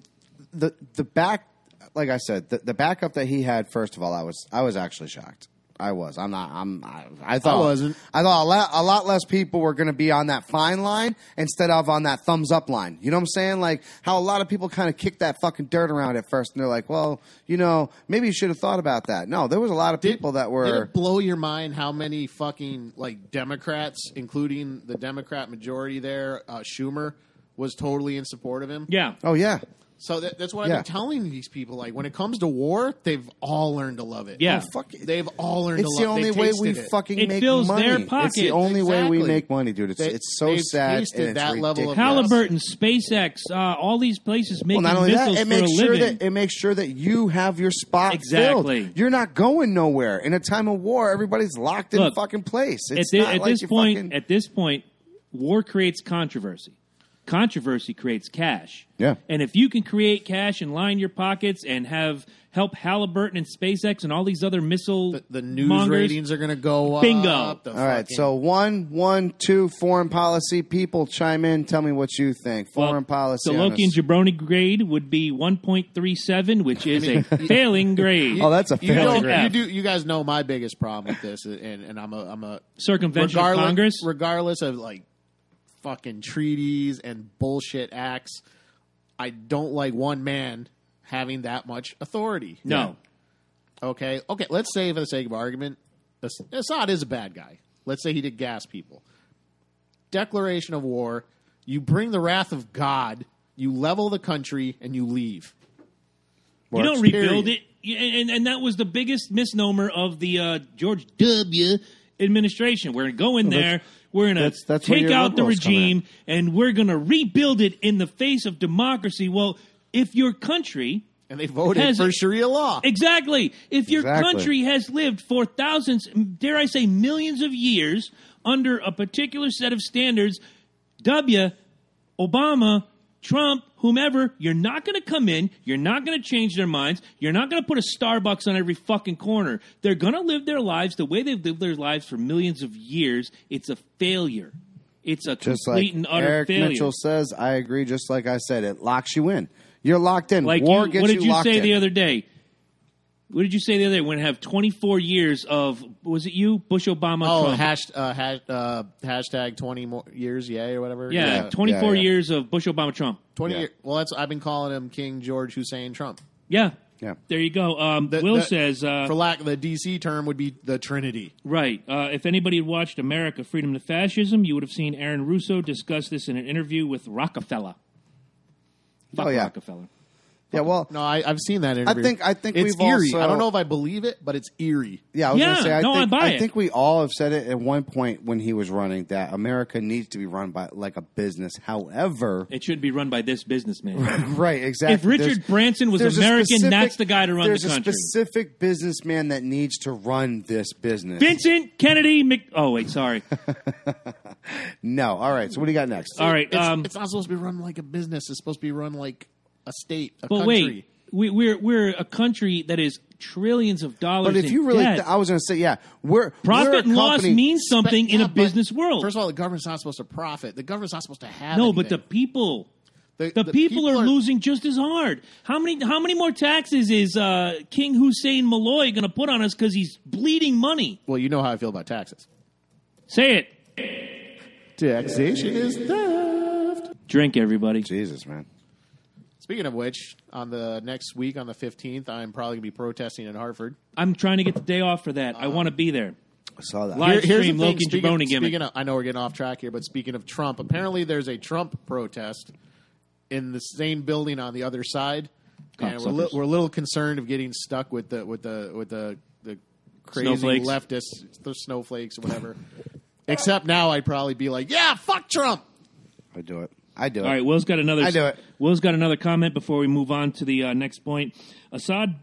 B: the the back like I said, the, the backup that he had. First of all, I was I was actually shocked. I was. I'm not. I'm. I, I thought.
C: I wasn't.
B: I thought a lot, a lot less people were going to be on that fine line instead of on that thumbs up line. You know what I'm saying? Like how a lot of people kind of kick that fucking dirt around at first, and they're like, "Well, you know, maybe you should have thought about that." No, there was a lot of people that
C: Did
B: were.
C: it blow your mind how many fucking like Democrats, including the Democrat majority there, uh, Schumer was totally in support of him.
A: Yeah.
B: oh yeah,
C: So that, that's what
B: Yeah.
C: I've been telling these people. Like when it comes to war, they've all learned to love it.
A: Yeah.
B: Oh, fuck it.
C: they've all learned.
B: it's
C: to
B: the
C: love
B: only
C: it. They
B: way
C: tasted
B: we
C: it.
B: fucking
A: It
B: make
A: fills
B: money.
A: their
B: It's the
A: pockets.
B: only way we
C: Exactly.
B: make money, dude. It's
C: They-
B: it's so
C: they've
B: sad
C: tasted
B: and it's
C: that level
B: ridiculous.
C: of
A: Halliburton, SpaceX, uh, all these places making
B: Well, not only that,
A: missiles
B: it
A: for
B: makes
A: a
B: sure
A: living.
B: that it makes sure that you have your spot
A: Exactly.
B: filled. You're not going nowhere. In a time of war, everybody's locked in
A: Look,
B: fucking place. It's
A: at, thi-
B: not
A: at
B: like
A: this
B: you
A: point,
B: fucking-
A: at this point, war creates controversy. Controversy creates cash.
B: Yeah.
A: And if you can create cash and line your pockets and have help Halliburton and SpaceX and all these other missile
C: The, the news
A: mongers-
C: ratings are going to go
A: Bingo.
C: up. the
B: all right,
C: fucking-
B: so one, one, two. Foreign policy. People chime in. Tell me what you think.
A: Well,
B: Foreign policy.
A: The
B: on
A: Loki and
B: this-
A: Jabroni grade would be 1.37, which is
C: [laughs]
A: a failing grade.
B: Oh, that's a
C: you,
B: failure.
C: don't,
A: Telegraph.
C: you do. You guys know my biggest problem with this, and, and I'm a I'm a
A: Circumvention of
C: regardless,
A: Congress?
C: regardless of like fucking treaties and bullshit acts. I don't like one man having that much authority.
A: No.
C: Okay. Okay. Let's say, for the sake of argument, As- Assad is a bad guy. Let's say he did gas people. Declaration of war. You bring the wrath of God. You level the country and you leave.
A: You don't
C: Works,
A: rebuild
C: period.
A: it. You- And, and that was the biggest misnomer of the uh, George W. administration. We're going to go in there,
B: that's-
A: we're going
B: that's-
A: to
B: that's where
A: take
B: your
A: out the
B: liberals come in.
A: regime, and we're going to rebuild it in the face of democracy. Well, if your country.
C: And they voted
A: Has-
C: for Sharia law.
A: Exactly. If your
B: Exactly.
A: country has lived for thousands, dare I say millions of years under a particular set of standards, W, Obama, Trump, whomever, you're not going to come in. You're not going to change their minds. You're not going to put a Starbucks on every fucking corner. They're going to live their lives the way they've lived their lives for millions of years. It's a failure. It's a
B: just
A: complete
B: like
A: and utter
B: Eric
A: failure.
B: Mitchell says, I agree. Just like I said, it locks you in. You're locked in.
A: Like
B: War
A: you,
B: gets
A: what did you,
B: locked
A: say
B: in.
A: the other day? What did you say the other day? We're gonna have 24 years of was it you Bush Obama
C: Oh,
A: Trump?
C: hash, uh, hash, uh, hashtag twenty more years, yay or whatever.
A: yeah,
B: yeah,
A: 24
B: yeah.
A: years of Bush Obama Trump.
C: twenty.
B: Yeah.
C: Year, well, that's I've been calling him King George Hussein Trump.
A: Yeah,
B: Yeah.
A: There you go. Um,
C: The-
A: Will
C: the-
A: says uh,
C: for lack of the DC term, would be the Trinity.
A: Right. Uh, if anybody had watched America, Freedom to Fascism, you would have seen Aaron Russo discuss this in an interview with Rockefeller. Fuck
B: Oh, yeah.
A: Rockefeller.
B: Yeah, well,
C: No, I, I've seen that interview.
B: think- I think
C: it's
B: we've
C: eerie.
B: also-
C: I don't know if I believe it, but it's eerie.
B: Yeah, I was
A: Yeah,
B: gonna say. I
A: no, I
B: think,
A: buy
B: I
A: it.
B: think we all have said it at one point when he was running that America needs to be run by like a business. However,
A: It shouldn't be run by this businessman.
B: [laughs] right,
A: [laughs]
B: exactly.
A: If Richard Branson was
B: there's a
A: American, that's the guy to run the
B: there's
A: country.
B: a specific businessman that needs to run this business.
A: Vincent Kennedy. Mc- oh wait,
B: [laughs]
A: sorry.
B: no, all right. So what do you got next?
A: All right.
C: It's,
A: um,
C: it's not supposed to be run like a business. It's supposed to be run like a state, a
A: But
C: country.
A: wait, we, we're we're a country that is trillions of dollars.
B: But if
A: in
B: you really,
A: debt.
B: th- I was going to say, yeah, we're
A: profit
B: we're a
A: and loss
B: company-
A: means something
C: But-
A: in
C: yeah,
A: a
C: but
A: business world.
C: First of all, the government's not supposed to profit. The government's not supposed to have
A: no, but the
C: anything.
A: people,
C: The-
A: the,
C: the
A: people,
C: people
A: are,
C: are-
A: losing just as hard. How many how many more taxes is uh, King Hussein Malloy going to put on us because he's bleeding money?
C: well, you know how I feel about taxes.
A: Say it.
C: Taxation is theft.
A: Drink, everybody.
B: Jesus, man.
C: Speaking of which, on the next week, on the fifteenth, I'm probably gonna be protesting in Hartford.
A: I'm trying to get the day off for that. I want to be there.
B: I saw that.
A: Live
C: Here- here's
A: stream
C: the thing,
A: Loki and
C: speaking-
A: Jabroni gimmick.
C: speaking of- I know we're getting off track here, but speaking of Trump, apparently there's a Trump protest in the same building on the other side,
A: Oh,
C: and we're, li-
A: Cocksuckers.
C: we're a little concerned of getting stuck with the with the with the the crazy
A: Snowflakes.
C: leftists, the snowflakes, or whatever. Except now, I'd probably be like, "Yeah, fuck Trump."
B: I do it. I do it.
A: All right, Will's got another.
B: I do it.
A: Will's got another comment before we move on to the uh, next point. Assad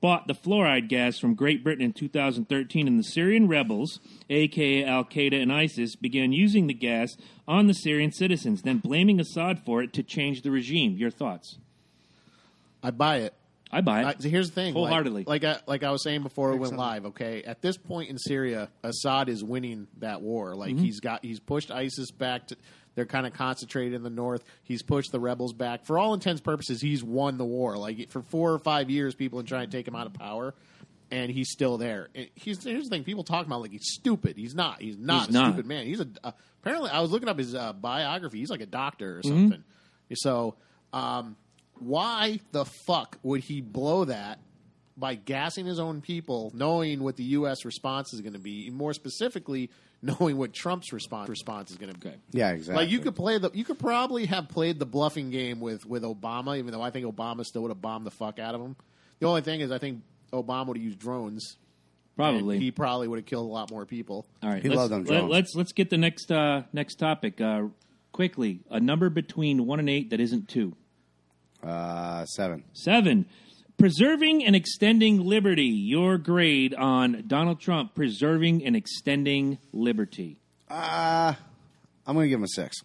A: bought the fluoride gas from Great Britain in 2013, and the Syrian rebels, aka Al Qaeda and ISIS, began using the gas on the Syrian citizens, then blaming Assad for it to change the regime. Your thoughts?
C: I buy it.
A: I buy
B: Uh,
A: it.
C: I, so here's the thing, like-
A: Wholeheartedly.
C: Like, I, like I was saying before we went live. Okay, at this
A: Mm-hmm.
C: point in Syria, Assad is winning that war. Like he's got he's pushed ISIS back to They're kind of concentrated in the north. He's pushed the rebels back. For all intents and purposes, he's won the war. Like for four or five years, people have been trying to take him out of power, and he's still there. And he's, here's the thing: people talk about like he's stupid. He's not. He's not
A: He's
C: a
A: not.
C: stupid man. He's a uh, apparently. I was looking up his uh, biography. He's like a doctor or
A: Mm-hmm.
C: something. So, um, why the fuck would he blow that by gassing his own people, knowing what the U.S. response is going to be, and more specifically, knowing what Trump's response response is going to be?
B: Yeah, exactly.
C: Like you could play the, you could probably have played the bluffing game with with Obama, even though I think Obama still would have bombed the fuck out of him. The only thing is, I think Obama would have used drones. and
A: Probably.
C: he probably would have killed a lot more people.
A: All right,
B: He
A: let's,
B: loved them
A: Let,
B: drones.
A: let's let's get the next uh, next topic uh, quickly. A number between one and eight that isn't two.
B: uh, seven.
A: Seven. Preserving and extending liberty. Your grade on Donald Trump preserving and extending liberty.
B: Uh, I'm going to give him a six.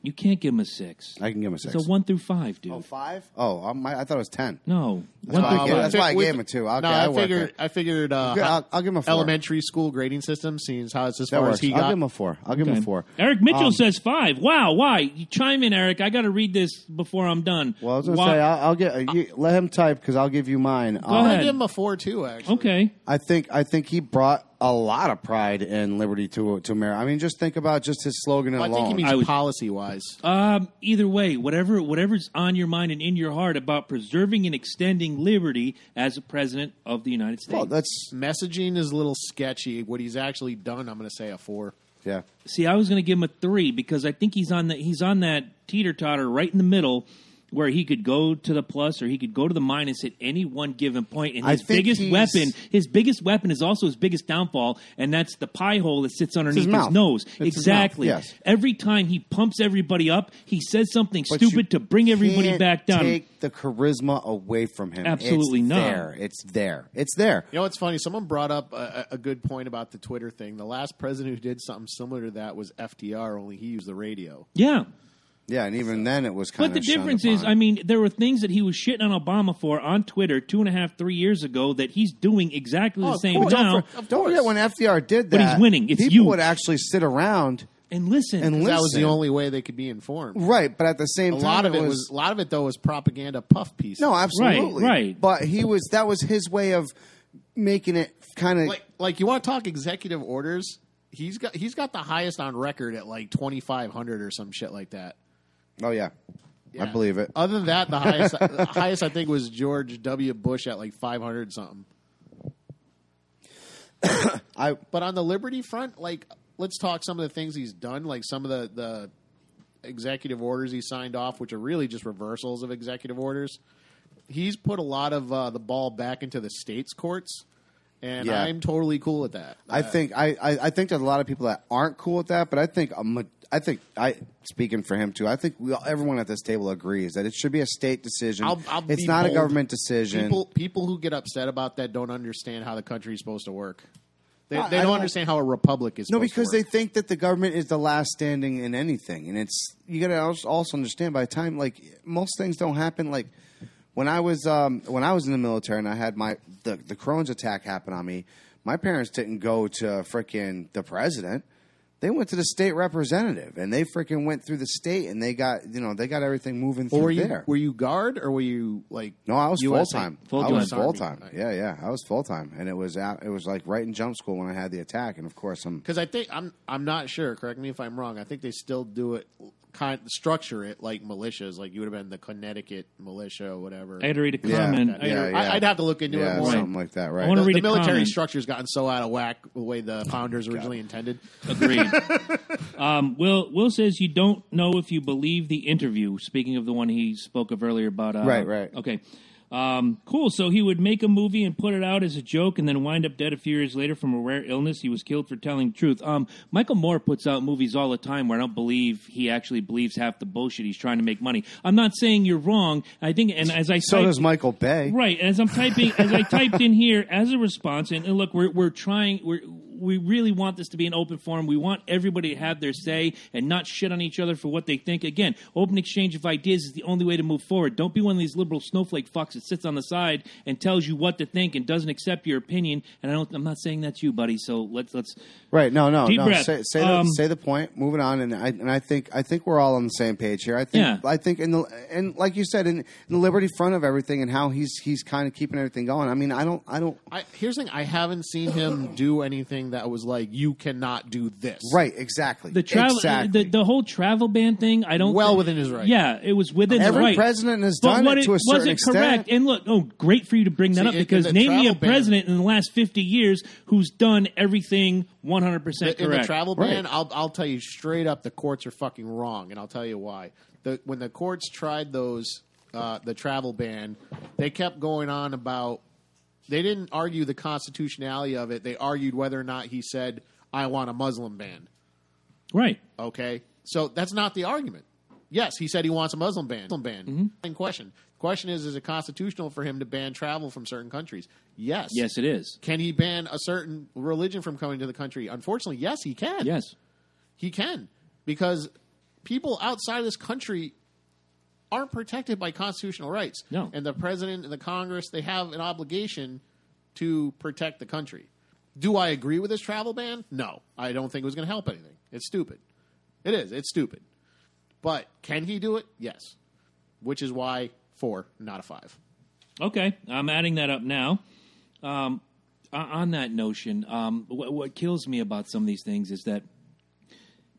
A: You can't give him a six.
B: I can give him a six.
A: It's a one through five, dude.
D: Oh, five?
A: [laughs]
B: oh, um, I, I thought it was ten.
A: No,
B: That's why,
A: one
B: I
A: through
B: gave,
C: but-
A: five.
B: that's why I
C: with-
B: gave him a two. Okay,
C: Um, no,
B: I,
C: I
B: worked
C: figured.
B: it.
C: I figured. Uh,
B: Good, I'll- I'll give him a four.
C: elementary school grading system. Seeing how it's as
B: That
C: far
B: works.
C: as he
B: I'll
C: got.
B: give him a four. I'll give him a four.
A: Eric Mitchell
B: Um,
A: says five. Wow, why? You chime in, Eric. I got to read this before I'm done.
B: Well, I was going to
A: Why-
B: say I'll, I'll get uh, you, let him type because I'll give you mine. Uh,
A: Go
C: I
A: ahead.
C: give him a four too. Actually,
A: okay.
B: I think I think he brought a lot of pride and liberty to to America. I mean, just think about just his slogan
C: I
B: alone.
C: think he
A: I
C: means
A: would-
C: policy wise.
A: Um, either way, whatever whatever's on your mind and in your heart about preserving and extending liberty as a president of the United States.
B: well, that's
C: Messaging is a little sketchy. What he's actually done, I'm going to say a four.
B: yeah.
A: See, I was going to give him a three because I think he's on that he's on that teeter totter right in the middle. Where he could go to the plus or he could go to the minus at any one given point, and
B: I
A: his
B: think
A: biggest
B: he's-
A: weapon, his biggest weapon is also his biggest downfall, and that's the pie hole that sits underneath
B: his
A: his,
B: mouth.
A: nose.
B: It's his
A: exactly.
B: mouth, yes.
A: Every time he pumps everybody up, he says something
B: But
A: stupid
B: you
A: to bring everybody
B: can't
A: back down.
B: Take the charisma away from him.
A: Absolutely
B: it's
A: not.
B: There, it's there. It's there.
C: You know what's funny? Someone brought up a, a a good point about the Twitter thing. The last president who did something similar to that was FDR, only he used the radio.
A: yeah.
B: Yeah, and even then it was kind
A: But
B: of.
A: the difference is, I mean, there were things that he was shitting on Obama for on Twitter two and a half, three years ago that he's doing exactly
B: Oh,
A: the same
B: don't,
A: now.
B: for- don't forget when FDR did that.
A: But he's winning. It's
B: people
A: huge.
B: would actually sit around
A: and listen,
B: and listen.
C: That was the only way they could be informed.
B: right, but at the same
C: A
B: time,
C: lot of it was a lot of it though was propaganda puff pieces.
B: no, absolutely
A: right.
B: But he was that was his way of making it kind of
C: like like you want to talk executive orders? He's got he's got the highest on record at like 2500 or some shit like that.
B: oh yeah, I
C: Yeah. Uh,
B: believe it.
C: Other than that, the highest [laughs] the highest I think was George W. Bush at like 500 something.
B: I
C: But on the liberty front, like let's talk some of the things he's done, like some of the the executive orders he signed off, which are really just reversals of executive orders. He's put a lot of uh, the ball back into the states' courts, and
B: Yeah.
C: I'm totally cool with that.
B: I think I, I, I think there's a lot of people that aren't cool with that, but I think a ma- I think I speaking for him too. I think we all, everyone at this table agrees that it should be a state decision.
C: I'll- I'll
B: it's
C: be
B: not a
C: bold.
B: government decision.
C: people people who get upset about that don't understand how the country is supposed to work. They,
B: I-
C: they
B: I
C: don't,
B: don't-
C: understand how a republic is.
B: no,
C: supposed to
B: because
C: work.
B: they think that the government is the last standing in anything, and it's you got to also understand by the time like most things don't happen like. When I was um, when I was in the military and I had my the, the Crohn's attack happen on me, my parents didn't go to frickin' the president. They went to the state representative and they frickin' went through the state and they got you know they got everything moving
C: Or
B: through
C: were you
B: there.
C: were you guard or were you like?
B: No, I was full
C: USA?
B: time. I
A: Full-time.
B: was
C: Army.
B: full time.
C: Right.
B: Yeah, yeah, I was full time, and it was out, it was like right in jump school when I had the attack, and of course I'm
C: because I think I'm I'm not sure. Correct me if I'm wrong. I think they still do it, kind structure it like militias, like you would have been the Connecticut militia or whatever.
A: I had to read a
B: Yeah,
A: comment. I,
B: yeah,
A: had to-
B: yeah.
C: I, would have to look into
B: yeah
C: it more.
B: something like that,
A: I
B: right?
A: wanna
C: The,
A: read
C: the
A: a
C: military
A: comment.
C: structure's gotten so out of whack the way the founders originally intended.
B: [laughs]
A: Agreed. um, Will Will says you don't know if you believe the interview. Speaking of the one he spoke of earlier about, uh,
B: Right, right.
A: okay, um, cool. So he would make a movie and put it out as a joke, and then wind up dead a few years later from a rare illness. He was killed for telling the truth. Um, Michael Moore puts out movies all the time where I don't believe he actually believes half the bullshit he's trying to make money. I'm not saying you're wrong. I think, and as I
B: So
A: typed-
B: does Michael Bay.
A: Right. As I'm typing, as I typed in here as a response, and, and look, we're we're trying. We're we really want this to be an open forum. We want everybody to have their say and not shit on each other for what they think. Again, open exchange of ideas is the only way to move forward. Don't be one of these liberal snowflake fucks that sits on the side and tells you what to think and doesn't accept your opinion. And I don't, I'm not saying that's you, buddy. So let's let's
B: Right. No. No.
A: Deep
B: no.
A: breath.
B: Say, say,
A: Um,
B: the, say the point. Moving on, and I and I think I think we're all on the same page here. I think
A: Yeah.
B: I think in the and like you said in, in the Liberty front of everything and how he's he's kind of keeping everything going. I mean, I don't I don't
C: I, here's the thing: I haven't seen him do anything that was like you cannot do this.
B: right exactly
A: the travel
B: exactly.
A: the, the whole travel ban thing. I don't
C: Well
A: think-
C: within his right.
A: Yeah, it was within the
B: Every
A: right.
B: president has
A: But
B: done
A: what
B: it to a certain
A: wasn't
B: extent.
A: correct. And look, oh, great for you to bring that
C: See,
A: up
C: it-
A: because
C: in the
A: name me a
C: travel ban-
A: president in the last fifty years who's done everything one hundred percent
C: In
A: correct.
C: the travel
B: Right.
C: ban, I'll I'll tell you straight up, the courts are fucking wrong, and I'll tell you why. The, when the courts tried those, uh, the travel ban, they kept going on about. They didn't argue the constitutionality of it. They argued whether or not he said, "I want a Muslim ban."
A: right.
C: Okay, so that's not the argument. Yes, he said he wants a Muslim ban. Muslim ban.
A: Mm-hmm.
C: In question. Question is: Is it constitutional for him to ban travel from certain countries? Yes.
A: Yes, it is.
C: Can he ban a certain religion from coming to the country? Unfortunately, yes, he can.
A: Yes.
C: He can because people outside of this country aren't protected by constitutional rights.
A: No.
C: And the president and the Congress, they have an obligation to protect the country. Do I agree with this travel ban? No. I don't think it was going to help anything. It's stupid. It is. It's stupid. But can he do it? Yes. Which is why four, not a five.
A: Okay, I'm adding that up now. Um, o- on that notion, um, what, what kills me about some of these things is that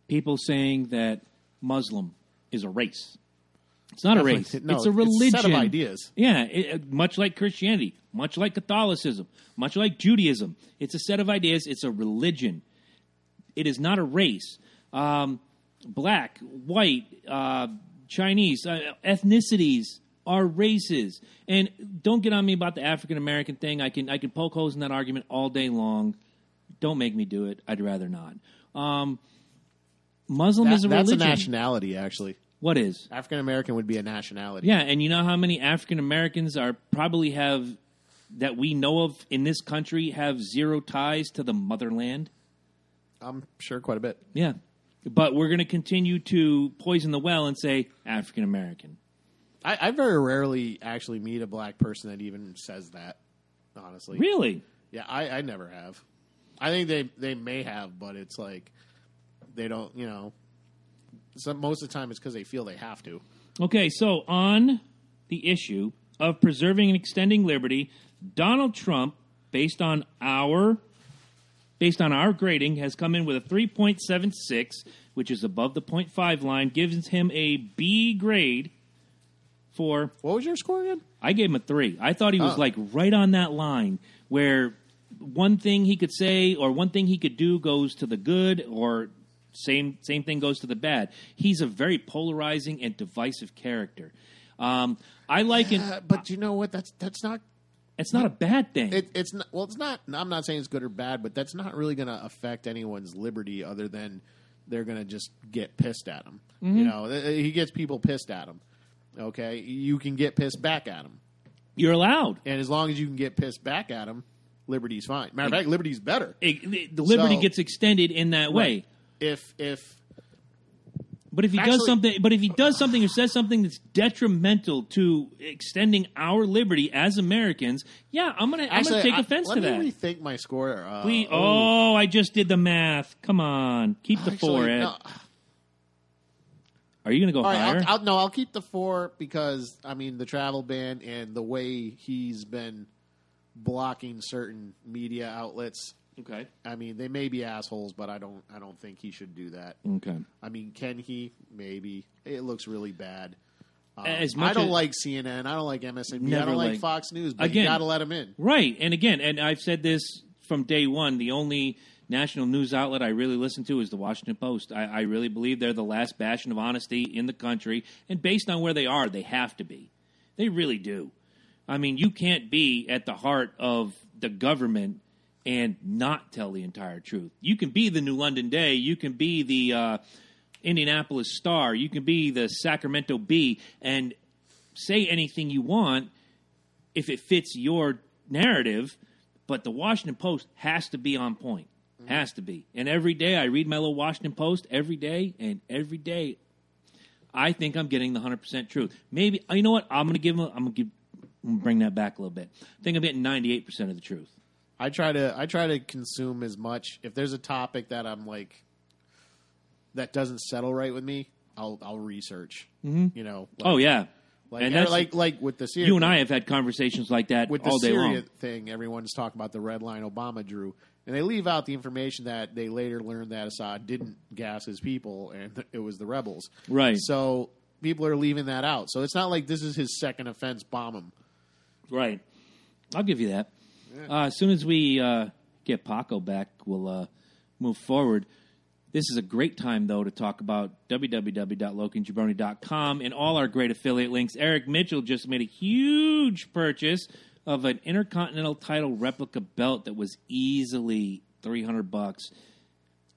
A: people saying that Muslim is a race. It's not a race.
C: [laughs] No,
A: it's a
C: it's
A: religion.
C: a set of ideas.
A: Yeah, it, uh, much like Christianity, much like Catholicism, much like Judaism. It's a set of ideas. It's a religion. It is not a race. Um, black, white, uh, Chinese, uh, ethnicities are races. And don't get on me about the African American thing. I can I can poke holes in that argument all day long. Don't make me do it. I'd rather not. Um, Muslim
C: That-
A: is a
C: that's a
A: religion.
C: nationality, actually.
A: What is?
C: African American would be a nationality.
A: Yeah, and you know how many African Americans are probably have that we know of in this country have zero ties to the motherland?
C: I'm sure quite a bit.
A: Yeah. But we're going to continue to poison the well and say African American.
C: I, I very rarely actually meet a black person that even says that. Honestly,
A: Really?
C: Yeah, I, I never have. I think they they may have, but it's like they don't. You know, some, most of the time it's because they feel they have to.
A: Okay, so on the issue of preserving and extending liberty, Donald Trump, based on our based on our grading, has come in with a 3.76, which is above the 0.5 line, gives him a B grade for
C: What was your score again?
A: I gave him a three. I thought he was
C: Oh.
A: like right on that line where one thing he could say or one thing he could do goes to the good or same same thing goes to the bad. He's a very polarizing and divisive character. Um, I like it.
C: Uh, but you know what? That's that's not.
A: It's not a bad thing.
C: It, it's not. Well, it's not. I'm not saying it's good or bad, but that's not really going to affect anyone's liberty other than they're going to just get pissed at him. You know, Th- th- he gets people pissed at him. Okay, you can get pissed back at him.
A: You're allowed.
C: And as long as you can get pissed back at him, liberty's fine. Matter of fact, liberty's better.
A: It- the- the liberty
C: So-
A: gets extended in that way.
C: If if
A: But if he does
C: Actually-
A: something, but if he does something or says something that's detrimental to extending our liberty as Americans, yeah, I'm gonna
C: actually,
A: I'm gonna
C: I-
A: take offense
C: let
A: to
C: me
A: that.
C: Rethink my score. Uh,
A: We,
C: ooh.
A: oh, I just did the math. Come on, keep the four,
C: Actually,
A: Ed.
C: no.
A: Are you going to go
C: All right,
A: higher?
C: I'll, I'll, no, I'll keep the four because I mean the travel ban and the way he's been blocking certain media outlets.
A: okay,
C: I mean, they may be assholes, but I don't. I don't think he should do that.
A: okay.
C: I mean, can he? Maybe it looks really bad. Um,
A: As much
C: I don't
A: as-
C: like CNN. I don't like MSNBC. I
A: Never
C: don't like
A: liked-
C: Fox News. But
A: Again-
C: you got to let him in.
A: Right, and again, and I've said this from day one. The only national news outlet I really listen to is the Washington Post. I, I really believe they're the last bastion of honesty in the country, and based on where they are, they have to be. They really do. I mean, you can't be at the heart of the government and not tell the entire truth. You can be the New London Day. You can be the uh, Indianapolis Star. You can be the Sacramento Bee, and say anything you want if it fits your narrative, but the Washington Post has to be on point.
C: Mm-hmm.
A: Has to be. And every day I read my little Washington Post every day, and every day I think I'm getting the hundred percent truth. Maybe you know what? I'm gonna give. 'em- I'm gonna give. I'm gonna bring that back a little bit. I think I'm getting ninety eight percent of the truth.
C: I try to I try to consume as much. If there's a topic that I'm like that doesn't settle right with me, I'll I'll research. You know. Like,
A: oh yeah,
C: Like
A: and
C: er-
A: that's
C: like like with the Syria,
A: you and I have had conversations like that
C: with the
A: all day
C: Syria
A: long.
C: thing. Everyone's talking about the red line Obama drew, and they leave out the information that they later learned that Assad didn't gas his people, and [laughs] th- it was the rebels.
A: Right.
C: So people are leaving that out. So it's not like this is his second offense. Bomb him.
A: Right. I'll give you that. Uh, as soon as we uh, get Paco back, we'll uh, move forward. This is a great time, though, to talk about www.locanjabroni.com and all our great affiliate links. Eric Mitchell just made a huge purchase of an Intercontinental title replica belt that was easily 300 bucks.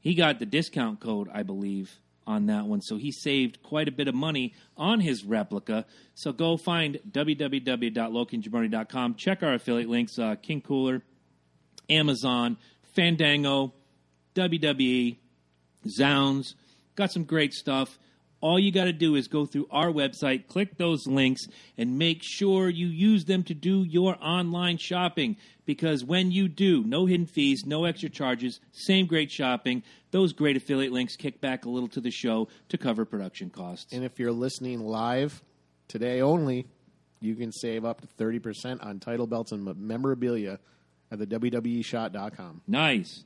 A: He got the discount code, I believe, on that one. So he saved quite a bit of money on his replica. So go find www.lokinjabroni.com. Check our affiliate links uh, King Cooler, Amazon, Fandango, WWE, Zounds. Got some great stuff. All you got to do is go through our website, click those links, and make sure you use them to do your online shopping. Because when you do, no hidden fees, no extra charges, same great shopping. Those great affiliate links kick back a little to the show to cover production costs.
C: And if you're listening live today only, you can save up to 30% on title belts and memorabilia at the E WWEshot.com.
A: Nice.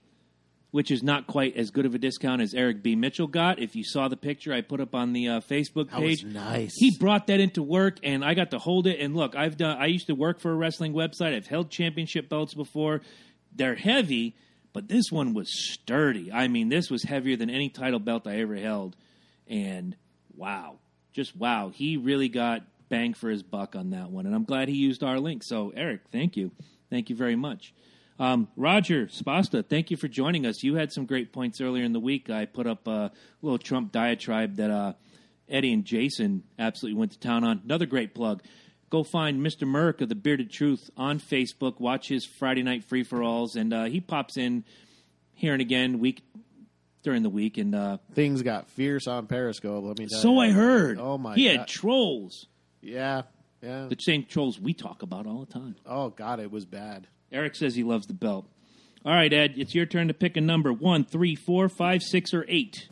A: Which is not quite as good of a discount as Eric B. Mitchell got. If you saw the picture I put up on the uh, Facebook
C: That was
A: page,
C: nice.
A: he brought that into work, and I got to hold it. And look, I've done. I used to work for a wrestling website. I've held championship belts before. They're heavy, but this one was sturdy. I mean, this was heavier than any title belt I ever held. And wow, just wow, he really got bang for his buck on that one. And I'm glad he used our link. So Eric, thank you, thank you very much. Um, Roger Spasta, thank you for joining us. You had some great points earlier in the week. I put up a little Trump diatribe that uh, Eddie and Jason absolutely went to town on. Another great plug. Go find Mr. Merrick of the Bearded Truth on Facebook. Watch his Friday night free for alls, and uh, he pops in here and again week during the week. And uh,
C: Things got fierce on Periscope. Let me tell
A: so
C: you.
A: I heard.
C: Oh my
A: He had
C: God.
A: trolls.
C: Yeah. Yeah.
A: The same trolls we talk about all the time.
C: Oh god, it was bad.
A: Eric says he loves the belt. All right, Ed, it's your turn to pick a number one, three, four, five, six, or eight.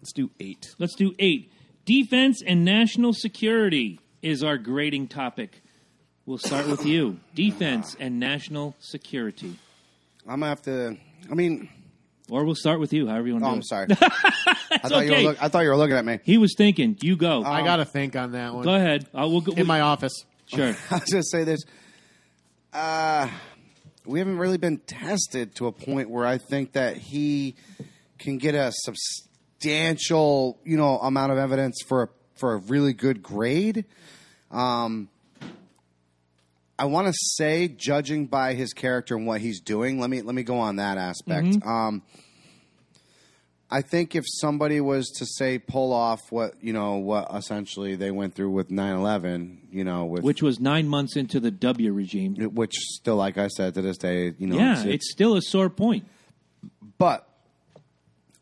C: Let's do 8.
A: Let's do eight. Defense and national security is our grading topic. We'll start with you. Defense and national security.
B: I'm gonna have to. I mean,
A: Or we'll start with you, however you want to
B: oh,
A: do
B: I'm
A: it.
B: sorry. I thought you were.
A: okay.
B: Look, Oh, I thought you were looking at me.
A: He was thinking. You go.
C: I got to think on that one.
A: Um, go ahead. Uh, we'll go.
C: In my office.
B: [laughs]
A: sure.
B: I was gonna say this. Uh, we haven't really been tested to a point where I think that he can get a substantial, you know, amount of evidence for a, for a really good grade. Um, I want to say, judging by his character and what he's doing, let me let me go on that aspect.
A: Mm-hmm.
B: Um, I think if somebody was to say pull off what you know what essentially they went through with 9-11, you know, with
A: Which was nine months into the W regime.
B: which still, like I said, to this day, you know,
A: yeah, it's still a sore point.
B: but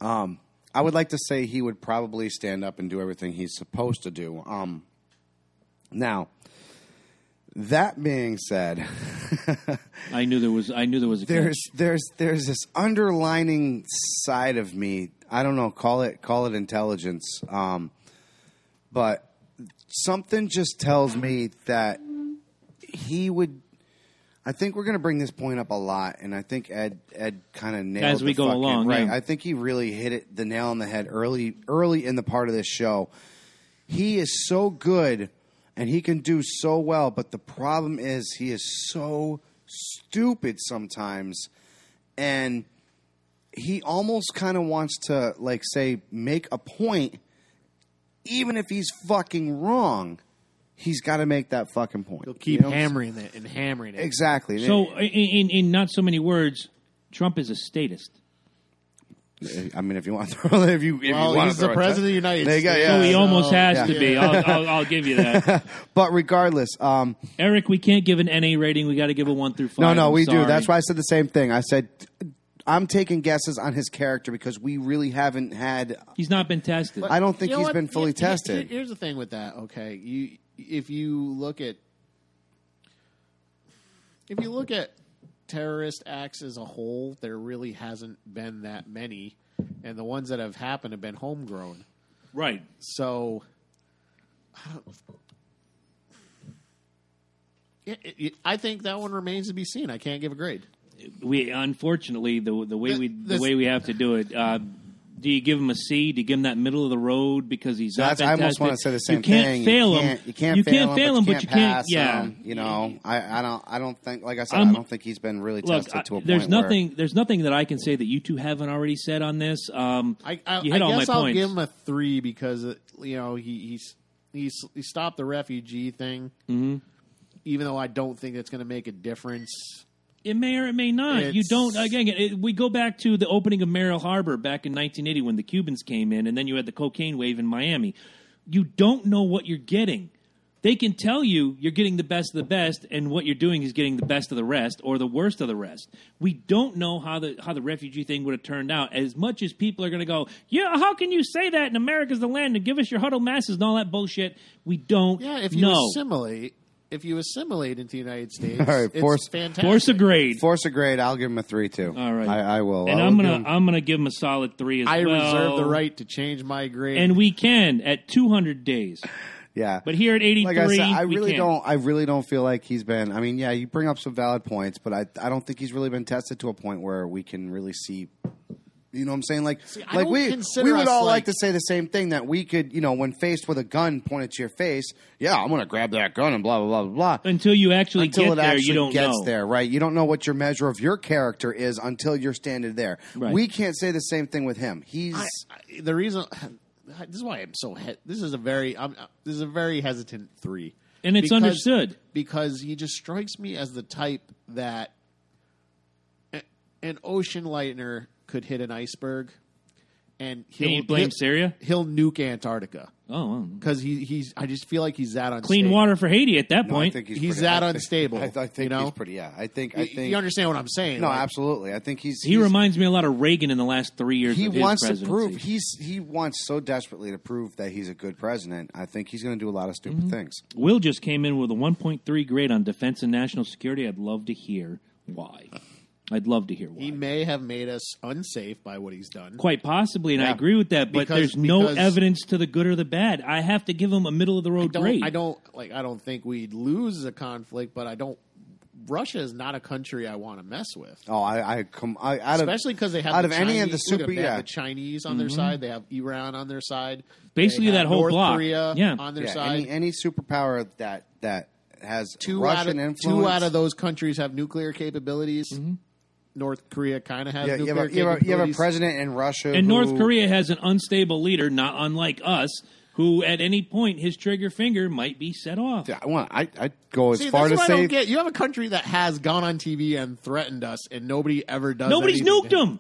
B: um, I would like to say he would probably stand up and do everything he's supposed to do. Um, now, that being said, [laughs]
A: I knew there was. I knew there was a.
B: there's there's there's this underlining side of me. I don't know. Call it call it intelligence, um, but something just tells me that he would. I think we're going to bring this point up a lot, and I think Ed Ed kind of nailed
A: As we
B: the
A: go
B: fucking-
A: along,
B: Right,
A: yeah.
B: I think he really hit it the nail on the head early early in the part of this show. He is so good, and he can do so well, but the problem is he is so stupid sometimes, and he almost kind of wants to like say make a point even if he's fucking wrong he's got to make that fucking point
C: He'll keep
B: You know?
C: hammering it and hammering it.
B: exactly
A: So, in, in, in not so many words, Trump is a statist.
B: i mean if you want to [laughs] throw if you if
C: Well,
B: you want
C: Oh, he's
B: to throw
C: the
B: it,
C: president of the United
B: there you
C: States.
B: go,
A: So
B: yeah.
A: he
B: so-
A: almost has
B: yeah.
A: to be. I'll, I'll, I'll give you
B: [laughs]
A: that.
B: but regardless um
A: Eric, we can't give an NA rating. We got to give a one through five.
B: no no
A: I'm
B: we do
A: sorry.
B: that's why i said the same thing i said I'm taking guesses on his character because we really haven't had.
A: He's not been tested.
B: I don't think
C: You know
B: he's
C: what?
B: been fully
C: Here- here-
B: tested.
C: Here's the thing with that. Okay, you if you look at if you look at terrorist acts as a whole, there really hasn't been that many, and the ones that have happened have been homegrown.
A: right.
C: So, [sighs] Yeah, it- it- I think that one remains to be seen. I can't give a grade.
A: We unfortunately the the way we the
C: This-
A: way we have to do it. Uh, do you give him a C? Do you give him that middle of the road because he's not
B: That's,
A: been
B: I almost
A: tested?
B: want to say the same
A: You can't
B: thing.
A: fail
B: you
A: him.
B: Can't, you can't fail him, but you can't.
A: can't.
B: pass
A: Yeah,
B: him, you know, I, I don't. I don't think. Like I said,
A: I'm-
B: I don't think he's been really
A: Look,
B: tested
A: I-
B: to a point.
A: there's
B: where-
A: nothing. There's nothing that I can say that you two haven't already said on this. Um,
C: I, I,
A: you hit
C: I
A: all
C: guess
A: my
C: I'll
A: points.
C: give him a three because uh, you know he he's, he's he stopped the refugee thing. Mm-hmm. Even though I don't think that's going to make a difference.
A: It may or it may not. you
C: It's-
A: don't. Again, it, we go back to the opening of Merrill Harbor back in 1980 when the Cubans came in, and then you had the cocaine wave in Miami. You don't know what you're getting. They can tell you you're getting the best of the best, and what you're doing is getting the best of the rest or the worst of the rest. We don't know how the how the refugee thing would have turned out. As much as people are going to go, yeah, how can you say that? And America's the land, and give us your huddle masses and all that bullshit. We don't.
C: Yeah, if you
A: know.
C: assimilate, if you assimilate into the United States,
B: right,
C: it's
B: force-
C: fantastic.
A: force a grade.
B: Force a grade. I'll give him a three too.
A: All right,
B: I, I will.
A: And
B: I
A: I'm
B: will give
A: gonna
B: him-
A: I'm gonna give him a solid three as
C: I
A: well.
C: reserve the right to change my grade.
A: and we can at 200 days.
B: yeah.
A: But here at 83,
B: like I said, I
A: we
B: really
A: can't.
B: don't. I really don't feel like he's been. I mean, yeah, you bring up some valid points, but I, I don't think he's really been tested to a point where we can really see. You know what I'm saying? Like,
C: I
B: like
C: don't
B: we
C: consider
B: we would
C: us
B: all like,
C: like-
B: to say the same thing that we could. You know, when faced with a gun pointed to your face, yeah, I'm going to grab that gun and blah blah blah blah. blah.
A: Until you actually
B: Until
A: get
B: it
A: there,
B: actually
A: you don't
B: gets
A: know.
B: there, right? You don't know what your measure of your character is until you're standing there.
A: Right.
B: We can't say the same thing with him. He's
C: I, I, the reason [sighs] this is why I'm so he- this is a very I'm, uh, this is a very hesitant three,
A: And it's understood.
C: because he just strikes me as the type that a- an ocean lightner could hit an iceberg, and he'll
A: Can you blame
C: he'll-
A: Syria?
C: He'll nuke Antarctica
A: Oh, well.
C: because he, he's I just feel like he's that unstable.
A: clean water for Haiti at that
B: no, I
A: point.
B: think he's,
C: He's
B: pretty-
C: that
B: I think-
C: unstable,
B: I, I think
C: you know?
B: he's pretty. Yeah, I think. I
C: You-
B: think
C: you understand what I'm saying?
B: No,
C: Like,
B: absolutely. I think he's
A: he
B: he's-
A: reminds me a lot of Reagan in the last three years.
B: he
A: of his
B: wants to
A: presidency.
B: prove he's he wants so desperately to prove that he's a good president. I think he's going to do a lot of stupid
C: Mm-hmm.
B: things.
A: Will just came in with a 1.3 grade on defense and national security. I'd love to hear why. I'd love to hear why.
C: He may have made us unsafe by what he's done.
A: Quite possibly, and I
B: Yeah.
A: agree with that. But
C: Because-
A: there's no
C: because-
A: evidence to the good or the bad. I have to give him a middle of the road
C: don't,
A: grade.
C: I don't like. I don't think we'd lose the conflict, but I don't. Russia is not a country I want to mess with,
B: Oh, I, I come I, out of
C: especially because they have
B: out
C: the
B: of any of the
C: Chinese- look at
B: super
C: them, they
B: yeah.
C: have the Chinese on their side. They have Iran on their side.
A: Mm-hmm. Basically
C: They
A: that
C: have
A: whole
C: North
A: block.
C: Korea
A: Yeah.
C: on their
B: yeah,
C: side.
B: Any, any superpower that that has
C: two
B: Russian
C: out of,
B: influence.
C: Two out of those countries have nuclear capabilities.
A: Mm-hmm.
C: North Korea kind of has
B: yeah, you
C: nuclear
B: have, a, you, have a,
C: capabilities.
B: you have a president in Russia
A: And
B: who,
A: North Korea has an unstable leader, not unlike us, who at any point his trigger finger might be set off.
B: Yeah, I want. I I go as
C: See,
B: far
C: that's
B: to
C: what I
B: say
C: don't get. You have a country that has gone on TV and threatened us, and nobody ever does.
A: Nobody's
C: anything
A: nuked
C: to-
A: him.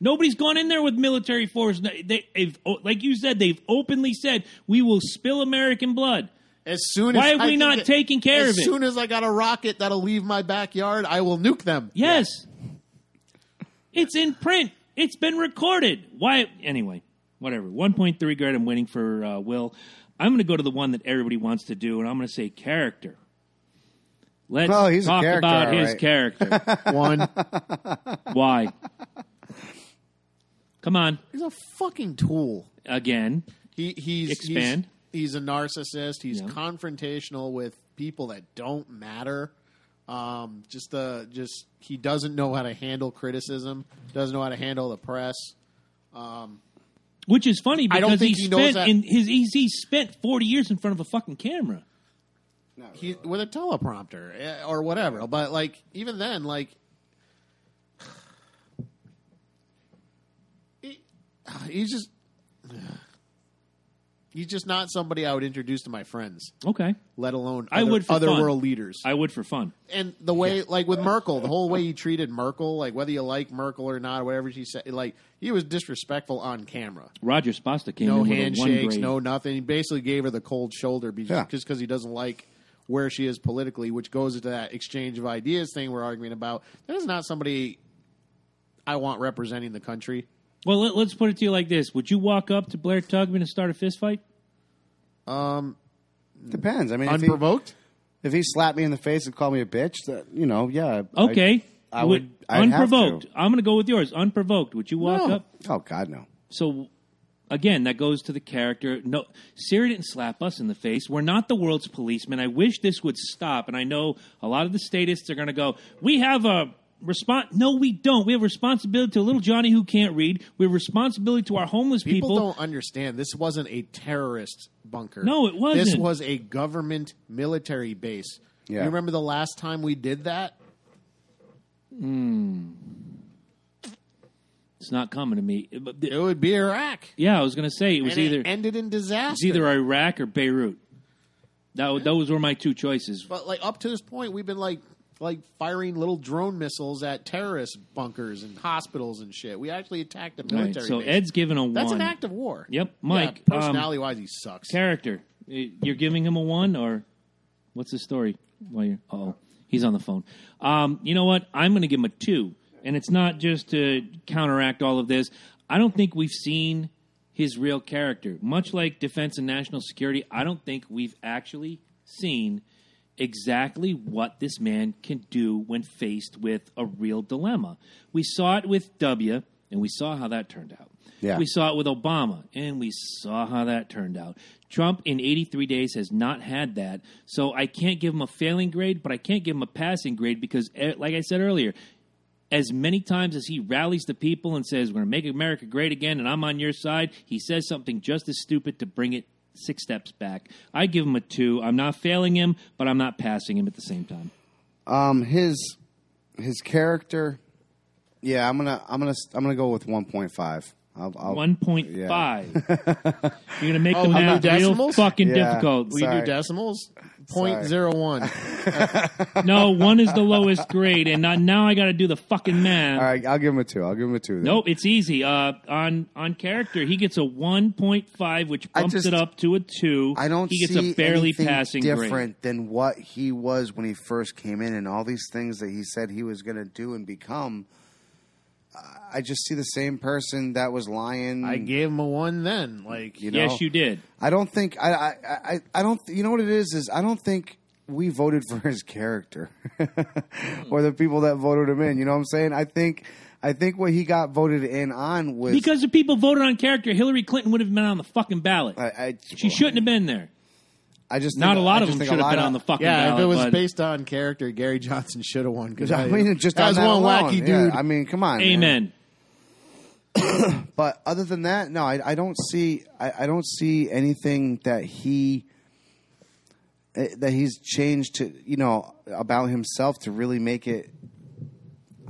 A: Nobody's gone in there with military force. They, they've, oh, like you said, they've openly said we will spill American blood.
C: As soon as
A: Why have
C: I
A: we
C: can
A: not
C: get-
A: taken care
C: as
A: of it?
C: soon as I got a rocket that'll leave my backyard, I will nuke them.
A: Yes, it's in print. It's been recorded. Why? Anyway, whatever. One point three grade. I'm waiting for uh, Will. I'm going to go to the one that everybody wants to do, and I'm going to say character. Let's
B: Oh, he's a
A: talk
B: character,
A: about
B: all
A: his
B: right. [laughs]
A: character.
C: [laughs] One,
A: Why? Come on,
C: he's a fucking tool.
A: again.
C: He he's
A: Expand.
C: He's, he's a narcissist. He's
A: Yeah.
C: confrontational with people that don't matter. Um, just the just he doesn't know how to handle criticism. Doesn't know how to handle the press.
A: Which is funny because
C: I don't think
A: he,
C: he
A: spent
C: knows that-
A: in his he's, he spent forty years in front of a fucking camera.
C: He with a teleprompter eh, or whatever. But like even then, like [sighs] he- [sighs] he's just [sighs] he's just not somebody I would introduce to my friends,
A: Okay,
C: let alone
A: I
C: other,
A: would for
C: other
A: fun.
C: world leaders.
A: I would for fun.
C: and the way like with Merkel, the whole way he treated Merkel, like whether you like Merkel or not, whatever she said, like he was disrespectful on camera.
A: Roger Sposta came
C: No
A: in with a one
C: handshakes,
A: grade.
C: no nothing. He basically gave her the cold shoulder be-
B: Yeah.
C: just because he doesn't like where she is politically, which goes into that exchange of ideas thing we're arguing about. That is not somebody I want representing the country.
A: Well, let, let's put it to you like this: Would you walk up to Blair Tugman and start a fist fight?
B: Depends. I mean, if he,
C: Unprovoked?
B: if he slapped me in the face and called me a bitch, that you know, yeah. I-
A: Okay,
B: I, would. I'd have to.
A: unprovoked. I'm going to go with yours. Unprovoked. Would you walk
C: No.
A: up?
B: Oh God, no.
A: So again, that goes to the character. No, Siri didn't slap us in the face. We're not the world's policemen. I wish this would stop. And I know a lot of the statists are going to go, "We have a response." No, we don't. We have responsibility to little Johnny who can't read. We have responsibility to our homeless
C: People,
A: people.
C: don't understand. This wasn't a terrorist bunker.
A: No, it
C: This
A: wasn't.
C: was a government military base.
B: Yeah.
C: You remember the last time we did that?
A: It's not coming to me. But
C: It would be Iraq.
A: yeah, I was going to say it was
C: and
A: either
C: it ended in disaster.
A: it's either Iraq or Beirut. That, wa- those were my two choices.
C: But like up to this point, we've been like like firing little drone missiles at terrorist bunkers and hospitals and shit. We actually attacked a
A: All
C: military.
A: right, so
C: base.
A: Ed's given a one.
C: that's an act of war.
A: Yep,
C: Yeah,
A: Mike, um,
C: personality wise, he sucks.
A: character. Y- You're giving him a one, or what's the story? While you're oh, he's on the phone. Um, you know what? I'm going to give him a two, and it's not just to counteract all of this. I don't think we've seen his real character. Much like defense and national security, I don't think we've actually seen exactly what this man can do when faced with a real dilemma. We saw it with W, and we saw how that turned out.
B: Yeah.
A: We saw it with Obama, and we saw how that turned out. Trump in 83 days has not had that, so I can't give him a failing grade, but I can't give him a passing grade because, eh, like I said earlier, as many times as he rallies the people and says, We're going to make America great again and I'm on your side, he says something just as stupid to bring it six steps back. I give him a two. I'm not failing him, but I'm not passing him at the same time.
B: Um, his his character. Yeah, I'm gonna I'm gonna I'm gonna go with one point five. I'll, I'll,
A: 1.5. You're going to make the
C: we do
A: math real
C: decimals?
A: fucking
B: Yeah.
A: difficult.
C: We do
B: Sorry.
C: decimals. Point
B: [laughs]
C: zero one.
A: No, one is the lowest grade, and not, now I got to do the fucking math.
B: All right, I'll give him a two. I'll give him a two. then.
A: Nope, it's easy. Uh, on on character, he gets a one point five, which
B: I
A: bumps
B: just-
A: it up to a two.
B: I don't
A: He gets
B: see
A: a barely
B: anything
A: passing
B: different
A: grade.
B: than what he was when he first came in, and all these things that he said he was going to do and become. I- I just see the same person that was lying.
C: I gave him a one then. Like
B: You know?
A: Yes, you did.
B: I don't think I I I, I don't you know what it is is I don't think we voted for [laughs] his character or the people that voted him in. You know what I'm saying? I think I think what he got voted in on was
A: Because if people voted on character, Hillary Clinton would have been on the fucking ballot.
B: I, I,
A: she shouldn't have been there.
B: I just
A: Not
B: think-
A: a lot
B: I
A: of them
B: just think
A: should
B: a
A: have
B: lot
A: been
B: of-
A: on the fucking
C: yeah,
A: ballot.
C: if it was
A: but-
C: based on character, Gary Johnson should have won.
B: [laughs]
C: Cause
B: I
C: [laughs]
B: mean, just
C: that's
B: on that
C: one
B: alone,
C: wacky
B: yeah.
C: dude.
B: I mean, come on, man.
A: amen.
B: But other than that, no, I, I don't see I, I don't see anything that he eh, that he's changed to you know about himself to really make it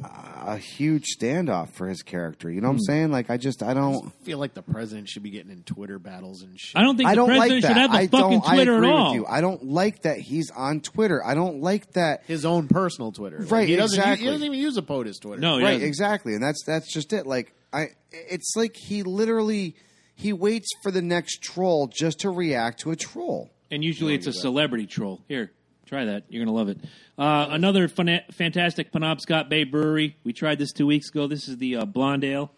B: a a huge standoff for his character. You know what I'm saying? Like I just I don't
C: I feel like the president should be getting in Twitter battles and shit.
A: I don't think
B: I
A: the
B: don't like
A: president
B: that.
A: should have a
B: I
A: fucking
B: don't
A: Twitter
B: I agree
A: at all.
B: with you. I don't like that he's on Twitter. I don't like that
C: his own personal Twitter. Like,
B: Right,
C: he doesn't.
B: exactly.
C: He, doesn't even use a POTUS Twitter.
A: No, he
B: right
A: doesn't.
B: exactly and that's that's just it like i it's like he literally he waits for the next troll just to react to a troll
A: And usually it's a celebrity troll. Here, try that. You're going to love it. Uh, another fana- fantastic Penobscot Bay brewery. We tried this two weeks ago. This is the uh, Blonde Ale.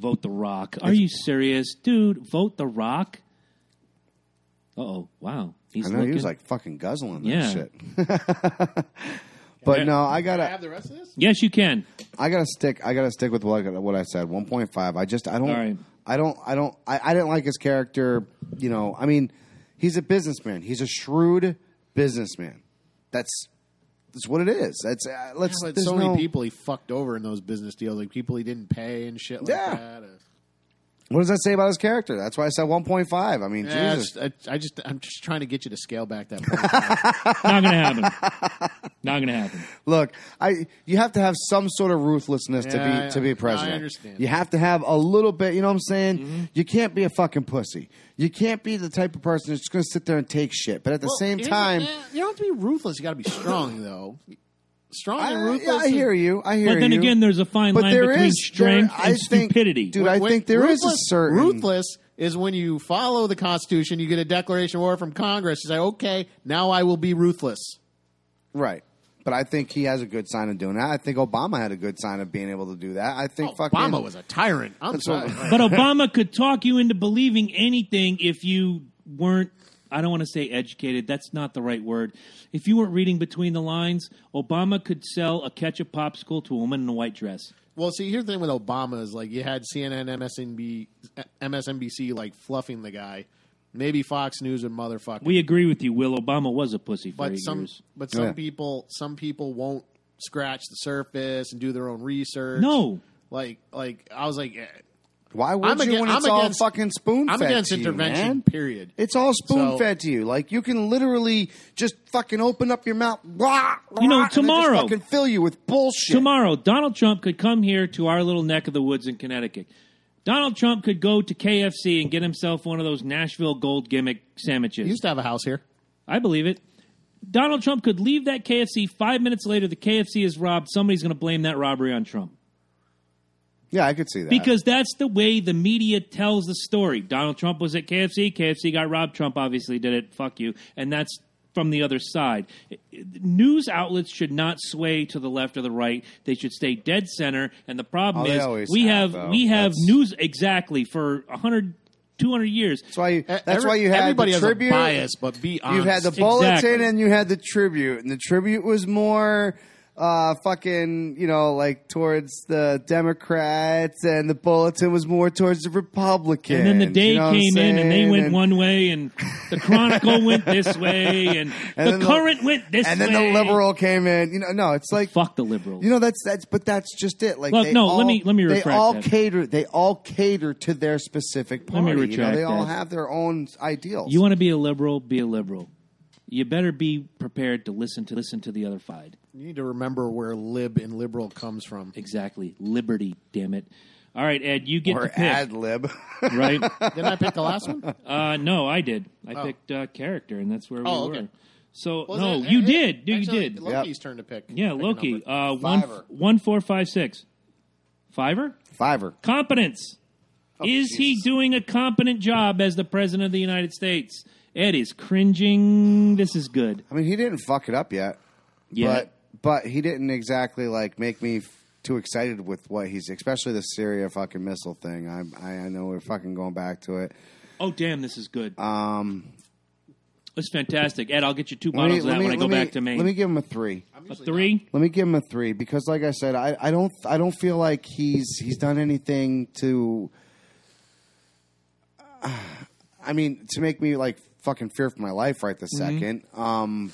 A: Vote the Rock. Are you serious? Dude, vote the Rock? Uh oh. Wow. He's
B: i know he
A: looking-
B: was like fucking guzzling that
A: Yeah.
B: shit [laughs] but no i
C: I
B: gotta
C: have the rest of this.
A: Yes, you can.
B: i gotta stick i gotta stick with what I, what I said 1.5 i just i don't
A: All right.
B: i don't i don't I, I didn't like his character you know i mean he's a businessman he's a shrewd businessman that's that's what it is that's uh, let's
C: But
B: there's
C: so
B: no-
C: many people he fucked over in those business deals, like people he didn't pay and shit like
B: Yeah.
C: that. Uh,
B: What does that say about his character? That's why I said 1.5. I mean,
C: yeah,
B: Jesus.
C: I, I just, I'm just trying to get you to scale back that.
B: [laughs]
C: point.
A: Not going to happen. Not going to happen.
B: Look, I you have to have some sort of ruthlessness
C: Yeah,
B: to
C: I-
B: be to be
C: I
B: president.
C: understand.
B: You have to have a little bit. You know what I'm saying? You can't be a fucking pussy. You can't be the type of person that's just going to sit there and take shit. But at the same
C: Well,
B: time,
C: you don't have to be ruthless. You got to be
B: [laughs]
C: strong though. Strong
B: I,
C: and ruthless.
B: yeah, I hear you. I hear you.
A: But then again, there's a fine
B: But
A: line
B: there
A: between
B: is-
A: strength
B: there- I
A: and
B: think-
A: stupidity.
B: dude, I think there
C: there
B: is
C: is
B: a certain-
C: ruthless is when you follow the Constitution. You get a declaration of war from Congress. You say, "Okay, now I will be ruthless."
B: right? But I think he has a good sign of doing that. I think Obama had a good sign of being able to do that. I think fucking
C: Oh, Obama was a tyrant. I'm
B: That's
C: sorry.
B: what-
A: But Obama could talk you into believing anything if you weren't. I don't want to say educated. That's not the right word. If you weren't reading between the lines, Obama could sell a ketchup popsicle to a woman in a white dress.
C: Well, see, here's the thing with Obama is like you had CNN, MSNB, MSNBC like fluffing the guy. Maybe Fox News would motherfuck.
A: We agree with you, Will. Obama was a pussy for
C: but
A: eight
C: some,
A: years.
C: but some
B: Yeah.
C: people, some people won't scratch the surface and do their own research.
A: No.
C: like, like I was like, eh,
B: [laughs] Why would
C: I'm
B: you
C: aga-
B: when it's
C: I'm
B: all
C: against-
B: fucking spoon
C: I'm
B: fed
C: against
B: to you,
C: intervention.
B: man?
C: Period.
B: It's all spoon fed to you. Like you can literally just fucking open up your mouth. Blah, blah,
A: You know,
B: and they just
A: tomorrow-
B: fucking fill you with bullshit.
A: Tomorrow, Donald Trump could come here to our little neck of the woods in Connecticut. Donald Trump could go to KFC and get himself one of those Nashville gold gimmick
C: You
A: sandwiches.
C: used to have a house here. E-,
A: I believe it. Donald Trump could leave that KFC. Five minutes later, the KFC is robbed. Somebody's going to blame that robbery on Trump.
B: Yeah, I could see that.
A: Because that's the way the media tells the story. Donald Trump was at KFC. KFC got robbed. Trump obviously did it. Fuck you. And that's from the other side. News outlets should not sway to the left or the right. They should stay dead center. And the problem
B: Oh, they
A: is
B: always
A: we have,
B: have, though.
A: we have
B: That's-
A: news exactly for 100, 200 years.
B: that's why you, that's
C: E-, Every-
B: why you had
C: everybody
B: the
C: has
B: tribute.
C: a bias, but be honest.
B: you had the bulletin
A: Exactly.
B: and you had the tribute, and the tribute was more uh, fucking you know like towards the Democrats, and the bulletin was more towards the Republicans.
A: And then the day
B: you know what I'm
A: came in, and they
B: saying?
A: went one way, and the Chronicle went this way, and,
B: And
A: the
B: then the-
A: Current went this
B: and
A: way.
B: then the liberal came in. You know, no, it's like
A: fuck the liberals.
B: You know that's that's but that's just it. Like
A: Look,
B: they
A: no,
B: all,
A: let me- let me
B: They
A: retract
B: all
A: that.
B: cater. They all cater to their specific
A: Let
B: party.
A: me
B: you know,
A: retract
B: they all
A: that.
B: have their own ideals.
A: You want to be a liberal? Be a liberal. You better be prepared to listen to listen to the other side.
C: You need to remember where lib and liberal comes from.
A: Exactly. Liberty, damn it. All right, Ed, you get
B: or
A: to pick,
B: ad lib.
A: right?
C: Didn't I pick the last one?
A: uh, no, I did. I picked uh, character, and that's where
C: Oh,
A: we
C: okay.
A: were. So
C: Well,
A: no,
C: then,
A: you
C: eh, eh,
A: did. You
C: actually,
A: did.
C: Loki's turn to pick.
A: Yeah,
C: pick a
A: Loki.
C: number.
A: Uh, one,
B: Fiver.
A: one, four, five, six. Fiver.
B: [laughs] Fiverr.
A: Competence. is he doing a competent job as the president of the United States? Ed is cringing. This is good.
B: I mean, he didn't fuck it up yet.
A: Yeah.
B: But but he didn't exactly like make me f- too excited with what he's especially the Syria fucking missile thing. I I, I know we're fucking going back to it.
A: Oh damn, this is good. Um, it's fantastic, Ed. I'll get you two
B: Let me-
A: bottles of that
B: let me-
A: when I go
B: let me-
A: back to Maine.
B: Let me give him a three.
A: a three.
B: Let me give him a three because, like I said, I, I don't I don't feel like he's he's done anything to. [sighs] I mean, to make me like fucking fear for my life right this second. Um,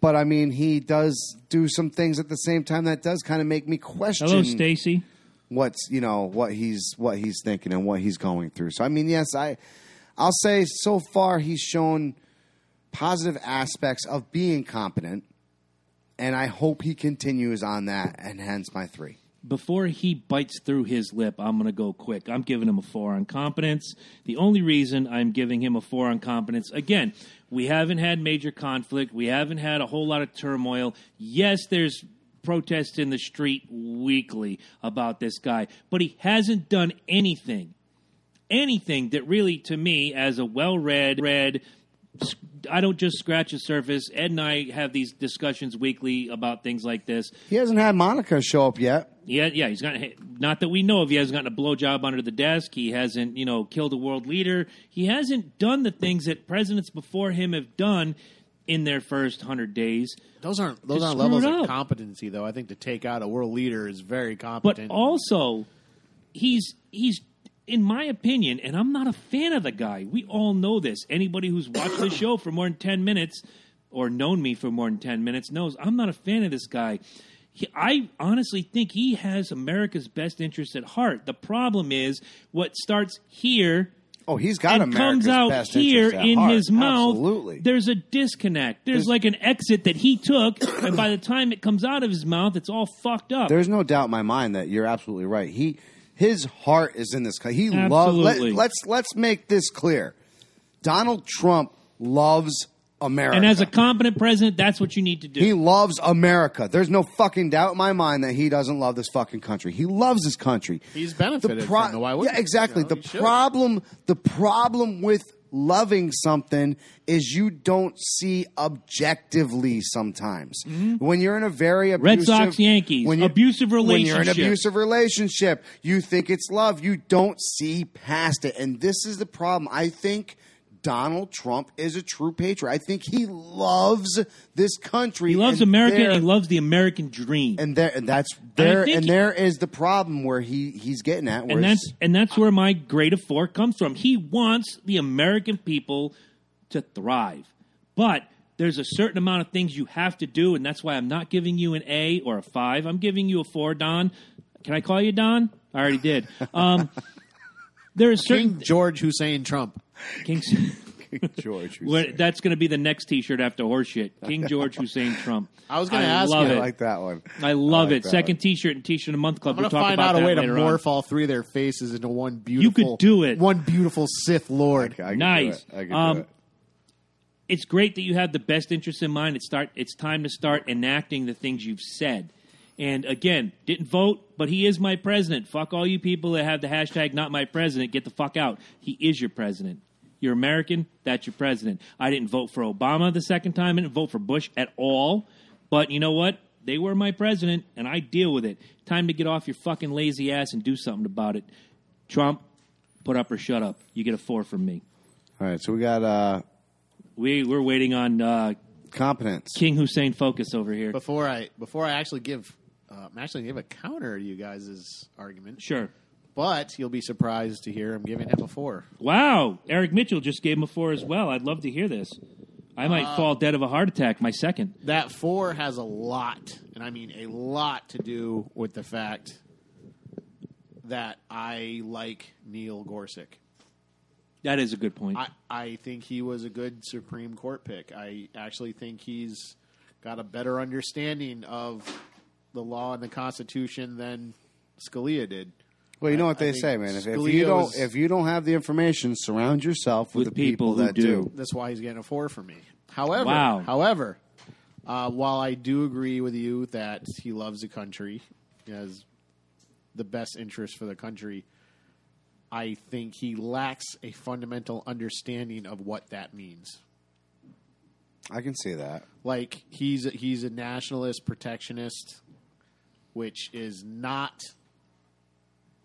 B: but I mean, he does do some things at the same time that does kind of make me question
A: Hello, Stacy.
B: what's you know what he's what he's thinking and what he's going through. So I mean, yes, I I'll say so far he's shown positive aspects of being competent, and I hope he continues on that. And hence my three.
A: Before he bites through his lip, I'm going to go quick. I'm giving him a four on competence. The only reason I'm giving him a four on competence, again, we haven't had major conflict. We haven't had a whole lot of turmoil. Yes, there's protests in the street weekly about this guy, but he hasn't done anything anything that really, to me, as a well-read, read, s- I don't just scratch the surface. Ed and I have these discussions weekly about things like this.
B: He hasn't had Monica show up yet.
A: Yeah, yeah, he's gotten not that we know of. He hasn't gotten a blowjob under the desk. He hasn't, you know, killed a world leader. He hasn't done the things that presidents before him have done in their first hundred days.
C: Those aren't those
A: Just
C: aren't
A: screw it
C: levels
A: up.
C: of competency, though. I think to take out a world leader is very
A: but
C: competent.
A: also he's he's in my opinion and i'm not a fan of the guy we all know this anybody who's watched this show for more than 10 minutes or known me for more than 10 minutes knows i'm not a fan of this guy he, i honestly think he has america's best interest at heart the problem is what starts here
B: Oh, he's got
A: and
B: America's
A: comes out
B: best
A: here
B: interest at
A: in
B: heart.
A: his mouth.
B: Absolutely.
A: There's a disconnect. There's, like an exit that he took, and by the time it comes out of his mouth, it's all fucked up.
B: There's no doubt in my mind that you're absolutely right. He his heart is in this. co- He loves.
A: Absolutely.
B: Let, let's let's make this clear. Donald Trump loves America.
A: And as a competent president, that's what you need to do.
B: He loves America. There's no fucking doubt in my mind that he doesn't love this fucking country. He loves this country.
C: He's benefited from it. Why wouldn't
B: yeah,
C: he?
B: exactly.
C: You know,
B: the
C: he should.
B: problem, the problem with loving something is you don't see objectively sometimes.
C: Mm-hmm.
B: When you're in a very abusive
A: Red Sox, Yankees, abusive
B: when you're in an
A: relationship.
B: abusive relationship, you think it's love, you don't see past it. And this is the problem. I think Donald Trump is a true patriot. I think he loves this country.
A: He loves
B: and
A: America and
B: there-
A: he loves the American dream.
B: and there and that's there
A: think
B: and
A: he-
B: there is the problem where he he's getting at where
A: and
B: it's-
A: that's and that's where my grade of four comes from. He wants the American people to thrive, but there's a certain amount of things you have to do, and that's why I'm not giving you an A or a five. I'm giving you a four, Don. Can I call you Don? I already did. Um, [laughs] there are certain
C: King George Hussein Trump.
A: King's-
B: [laughs] George
A: [laughs] Well,
B: Hussein.
A: that's going to be the next T-shirt after horseshit. King George Hussein Trump.
C: I was gonna ask
A: love
C: you,
A: it.
B: I like that one.
A: I love
B: like
A: it.
B: that
A: Second
B: one.
A: T-shirt and T-shirt a month club.
C: I'm gonna
A: we'll talk
C: find
A: about
C: out a
A: that
C: way to
A: later on.
C: morph all three of their faces into one beautiful.
A: do it.
C: One beautiful Sith Lord.
B: I can do
A: Nice.
B: it. I can do
A: Um,
B: it.
A: it's great that you have the best interest in mind. It's start. It's time to start enacting the things you've said. And again, didn't vote, but he is my president. Fuck all you people that have the hashtag not my president. Get the fuck out. He is your president. You're American. That's your president. I didn't vote for Obama the second time. I didn't vote for Bush at all. But you know what? They were my president, and I deal with it. Time to get off your fucking lazy ass and do something about it. Trump, put up or shut up. You get a four from me.
B: All right, so we got uh,
A: We we're waiting on uh,
B: competence.
A: King Hussein focus over here.
C: Before I before I actually give, uh, I'm actually gonna give a counter to you guys' argument.
A: Sure.
C: But you'll be surprised to hear I'm giving him a four.
A: Wow, Eric Mitchell just gave him a four as well. I'd love to hear this. I might fall dead of a heart attack. My second.
C: That four has a lot, and I mean a lot, to do with the fact that I like Neil Gorsuch.
A: That is a good point.
C: I, I think he was a good Supreme Court pick. I actually think he's got a better understanding of the law and the Constitution than Scalia did.
B: Well, you know what
C: I- I
B: they
C: think
B: say, man. If, if
C: Scalia
B: you don't,
C: was-
B: if you don't have the information, surround yourself
A: With
B: with, the people,
A: people who
B: that
A: do.
B: do.
C: That's why he's getting a four for me. However,
A: Wow.
C: however, uh, while I do agree with you that he loves the country, he has the best interest for the country, I think he lacks a fundamental understanding of what that means.
B: I can see that.
C: Like he's he's a nationalist protectionist, which is not,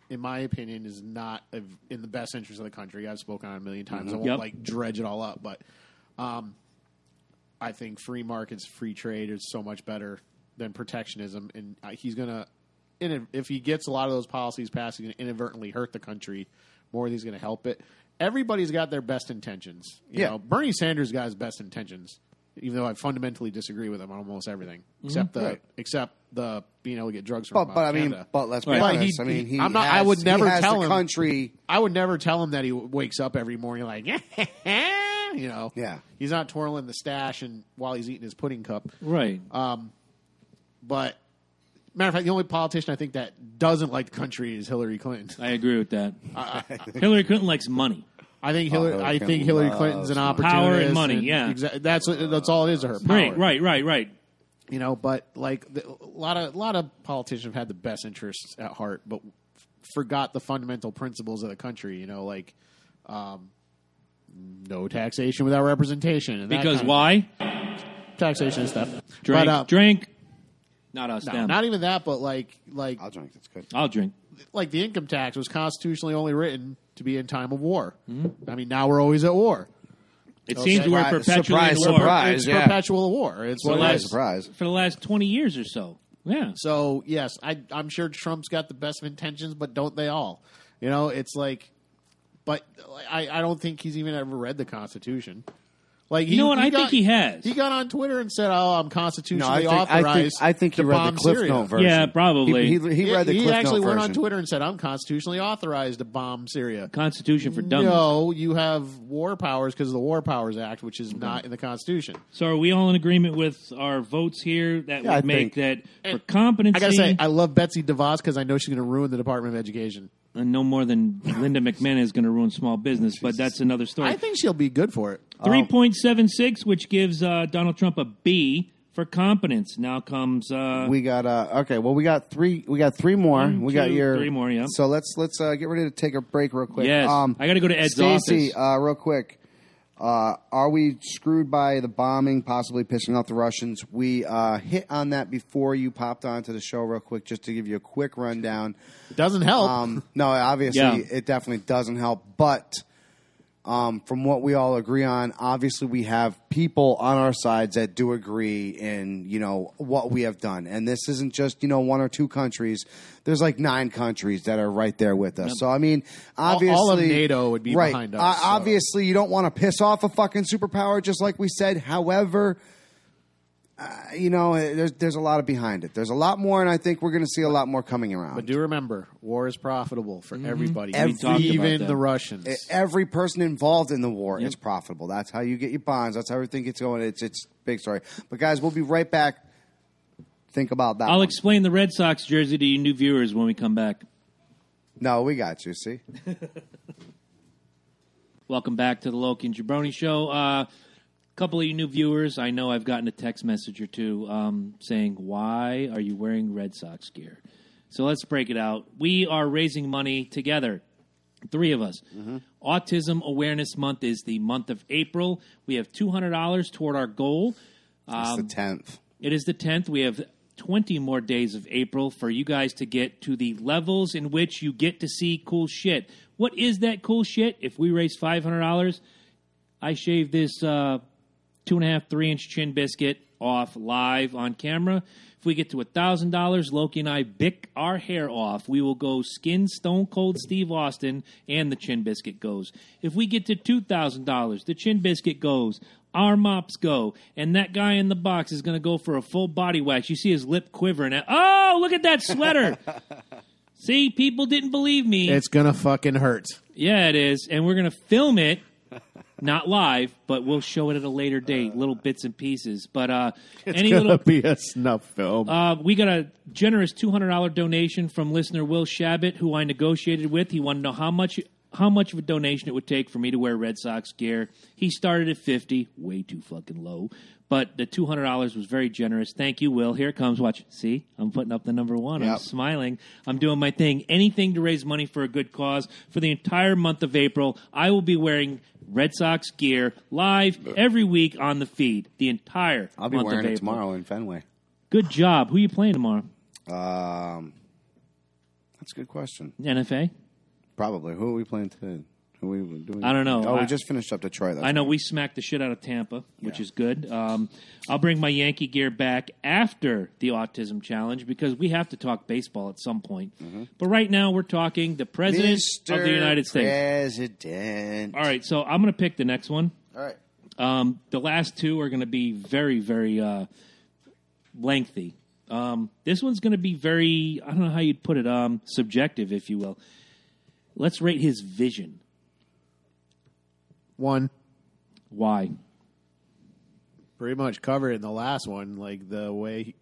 C: in my opinion, is not of in the best interest of the country. I've spoken on it a million times. I won't
A: Mm-hmm. Yep.
C: like dredge it all up, but um, I think free markets, free trade is so much better than protectionism, and uh, he's gonna. in- If he gets a lot of those policies passed, he's going to inadvertently hurt the country more than he's going to help it. Everybody's got their best intentions. You
B: Yeah.
C: know, Bernie Sanders got his best intentions, even though I fundamentally disagree with him on almost everything, except the
B: Mm-hmm. Right.
C: except the being able to get drugs from.
B: But, but I mean,
C: Canada.
B: but let's be
A: Right.
C: But he-
B: honest. I mean, he
C: I'm not- I
B: has-
C: would
B: he
C: never
B: has
C: tell
B: the
C: him.
B: country.
C: I would never tell him that he wakes up every morning like, [laughs] you know,
B: Yeah.
C: he's not twirling the stash and while he's eating his pudding cup.
A: right.
C: But matter of fact, the only politician I think that doesn't like the country is Hillary Clinton.
A: I agree with that. [laughs] Hillary Clinton likes money.
C: I think Hillary.
B: Hillary
C: I think
B: Clinton
C: Hillary
B: loves
C: Clinton's an opportunist.
A: Power and money, yeah.
C: exa- that's what- that's all it is to her. Power.
A: Right. Right. Right. Right.
C: you know but like the, a lot of a lot of politicians have had the best interests at heart but f- forgot the fundamental principles of the country you know like um, no taxation without representation and that
A: Because
C: kind of
A: why?
C: taxation and stuff
A: Drink.
C: but, uh,
A: drink. Not us.
C: no,
A: them.
C: not even that but like like
B: I'll drink. That's good.
A: I'll drink.
C: like the income tax was constitutionally only written to be in time of war
A: Hmm.
C: i mean now we're always at war
A: It seems we're
B: Surprise,
A: perpetually
B: surprise,
A: in war
B: surprise.
C: it's
B: yeah.
C: perpetual war it's what it
B: Surprise,
C: is.
B: surprise.
A: for the last twenty years or so. Yeah.
C: So yes, I, I'm sure Trump's got the best of intentions, but don't they all? You know, it's like, but I, I don't think he's even ever read the Constitution. Like
A: You know what? I think he has.
C: He got on Twitter and said, "Oh, I'm
B: No, I
C: constitutionally
B: think,
C: authorized."
B: I think I think
C: to
B: he read
C: bomb
B: the Cliff
C: Syria."
B: Note version.
A: Yeah, probably.
B: He, he, he read the
C: he
B: Cliff
C: actually
B: Note
C: went
B: version.
C: on Twitter and said, "I'm constitutionally authorized to bomb Syria."
A: Constitution for dummies.
C: No, you have war powers because of the War Powers Act, which is not in the Constitution.
A: So are we all in agreement with our votes here? That
B: Yeah,
A: would
B: I
A: make that for
C: And
A: competency.
C: Eh, I gotta say, I love Betsy DeVos because I know she's going to ruin the Department of Education.
A: and Uh, no more than Linda McMahon is going to ruin small business, but that's another
C: I
A: story.
C: think she'll be good for it.
B: Oh.
A: Three point seven six, which gives uh, Donald Trump a B for competence. Now comes uh,
B: We got uh okay. Well, we got three. We got three more.
C: Mm,
B: we got
A: two,
B: your
A: three more, yeah.
B: So let's let's uh, get ready to take a break real quick.
A: Yes. I gotta go to Ed's office.
B: Stacey, uh, real quick. Uh, are we screwed by the bombing, possibly pissing off the Russians? We uh, hit on that before you popped onto the show, real quick, just to give you a quick rundown.
C: Doesn't help.
B: Um, no, obviously
A: Yeah.
B: it definitely doesn't help. But um, from what we all agree on, obviously we have people on our sides that do agree in you know what we have done, and this isn't just you know one or two countries. There's like nine countries that are right there with us. So I mean,
C: all
B: obviously,
C: of NATO would be
B: right,
C: behind us,
B: Uh,
C: so.
B: Obviously, you don't want to piss off a fucking superpower, just like we said. However you know, eh, there's there's a lot of behind it. There's a lot more, and I think we're going to see a lot more coming around.
C: but do remember, war is profitable for everybody,
A: Mm-hmm. Every- talked about
C: even
A: that.
C: the Russians.
B: Eh, Every person involved in the war is profitable. That's how you get your bonds. That's how everything gets going. It's it's big story. But guys, we'll be right back. Think about that.
A: I'll
B: one.
A: explain the Red Sox jersey to you new viewers when we come back.
B: no, we got you. See,
A: Welcome back to the Loki and Jabroni Show. A uh, couple of you new viewers, I know I've gotten a text message or two um, saying, Why are you wearing Red Sox gear? So let's break it out. We are raising money together, three of us. Autism Awareness Month is the month of April. We have $200 toward our goal.
B: it's
A: Um,
B: the tenth.
A: It is the 10th. We have 20 more days of April for you guys to get to the levels in which you get to see cool shit. What is that cool shit? If we raise $500, I shave this uh, two and a half, three inch chin biscuit off live on camera. If we get to $1,000, Loki and I bick our hair off. We will go skin stone cold Steve Austin and the chin biscuit goes. If we get to $2,000, the chin biscuit goes. Our mops go. And that guy in the box is going to go for a full body wax. You see his lip quivering. At, oh, look at that sweater. see, people didn't believe me.
B: eh.
C: it's gonna
A: [laughs]
C: fucking hurt.
A: Yeah, it is, and we're gonna film it, not live, but we'll show it at a later date, little bits and pieces. But uh,
C: It's
A: any
C: gonna
A: little,
C: be a snuff film.
A: uh, we got a generous two hundred dollar donation from listener Will Shabbat, who I negotiated with. He wanted to know how much how much of a donation it would take for me to wear Red Sox gear. He started at fifty, way too fucking low, but the two hundred dollars was very generous. Thank you, Will. Here it comes. Watch, see, I'm putting up the number one. I'm
B: Yep.
A: smiling. I'm doing my thing. Anything to raise money for a good cause. For the entire month of April, I will be wearing Red Sox gear live every week on the feed. The entire
B: I'll be
A: month of
B: wearing it
A: April.
B: tomorrow in Fenway.
A: Good job. Who are you playing tomorrow?
B: Um, that's a good question.
A: NFA.
B: Probably. Who are we playing today? Who are we doing?
A: I don't know.
B: Oh,
A: I-
B: we just finished up Detroit.
A: I know we smacked the shit out of Tampa, which is good. Um, I'll bring my Yankee gear back after the autism challenge because we have to talk baseball at some point. But right now, we're talking the president of the United States.
B: President.
A: All right, so I'm going to pick the next one.
B: All right.
A: Um, the last two are going to be very, very uh, lengthy. Um, this one's going to be very, I don't know how you'd put it, um, subjective, if you will. Let's rate his vision.
C: One
A: Why?
C: pretty much covered in the last one. Like the way, he,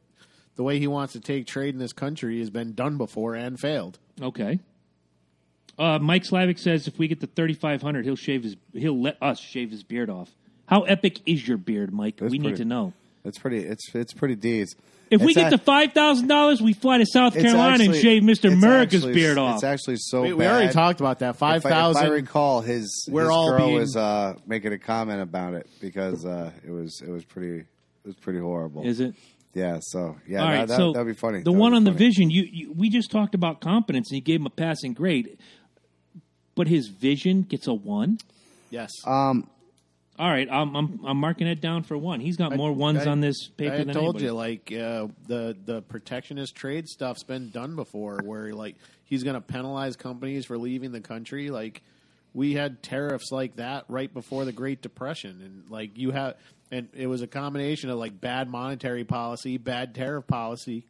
C: the way he wants to take trade in this country has been done before and failed.
A: Okay. Uh, Mike Slavic says if we get to thirty five hundred, he'll shave his he'll let us shave his beard off. How epic is your beard, Mike?
B: That's
A: we need
B: pretty-
A: to know.
B: It's pretty. It's it's pretty deez.
A: If we
B: It's
A: get to
B: a-
A: five thousand dollars, we fly to South
B: it's
A: Carolina and
B: actually-
A: shave Mister
B: it's
A: America's
B: actually-
A: beard off.
B: It's actually so
C: We,
B: bad.
C: we already talked about that. Five
B: If I, if I
C: thousand.
B: recall, his
C: We're
B: his
C: all
B: girl
C: being-
B: was uh, making a comment about it because uh, it was it was pretty it was pretty horrible.
A: is it?
B: Yeah. So yeah,
A: All right,
B: that, that,
A: so
B: that'd be funny.
A: The
B: That would
A: one
B: be
A: on the
B: funny.
A: vision, you, you we just talked about competence, and you gave him a passing grade, but his vision gets a one.
C: Yes.
B: Um,
A: All right, I'm I'm, I'm marking it down for one. He's got more ones
C: I-
A: on this paper
C: I
A: than
C: told
A: anybody.
C: you, like uh, the the protectionist trade stuff's been done before, where like he's going to penalize companies for leaving the country. Like we had tariffs like that right before the Great Depression, and like you have, and it was a combination of like bad monetary policy, bad tariff policy.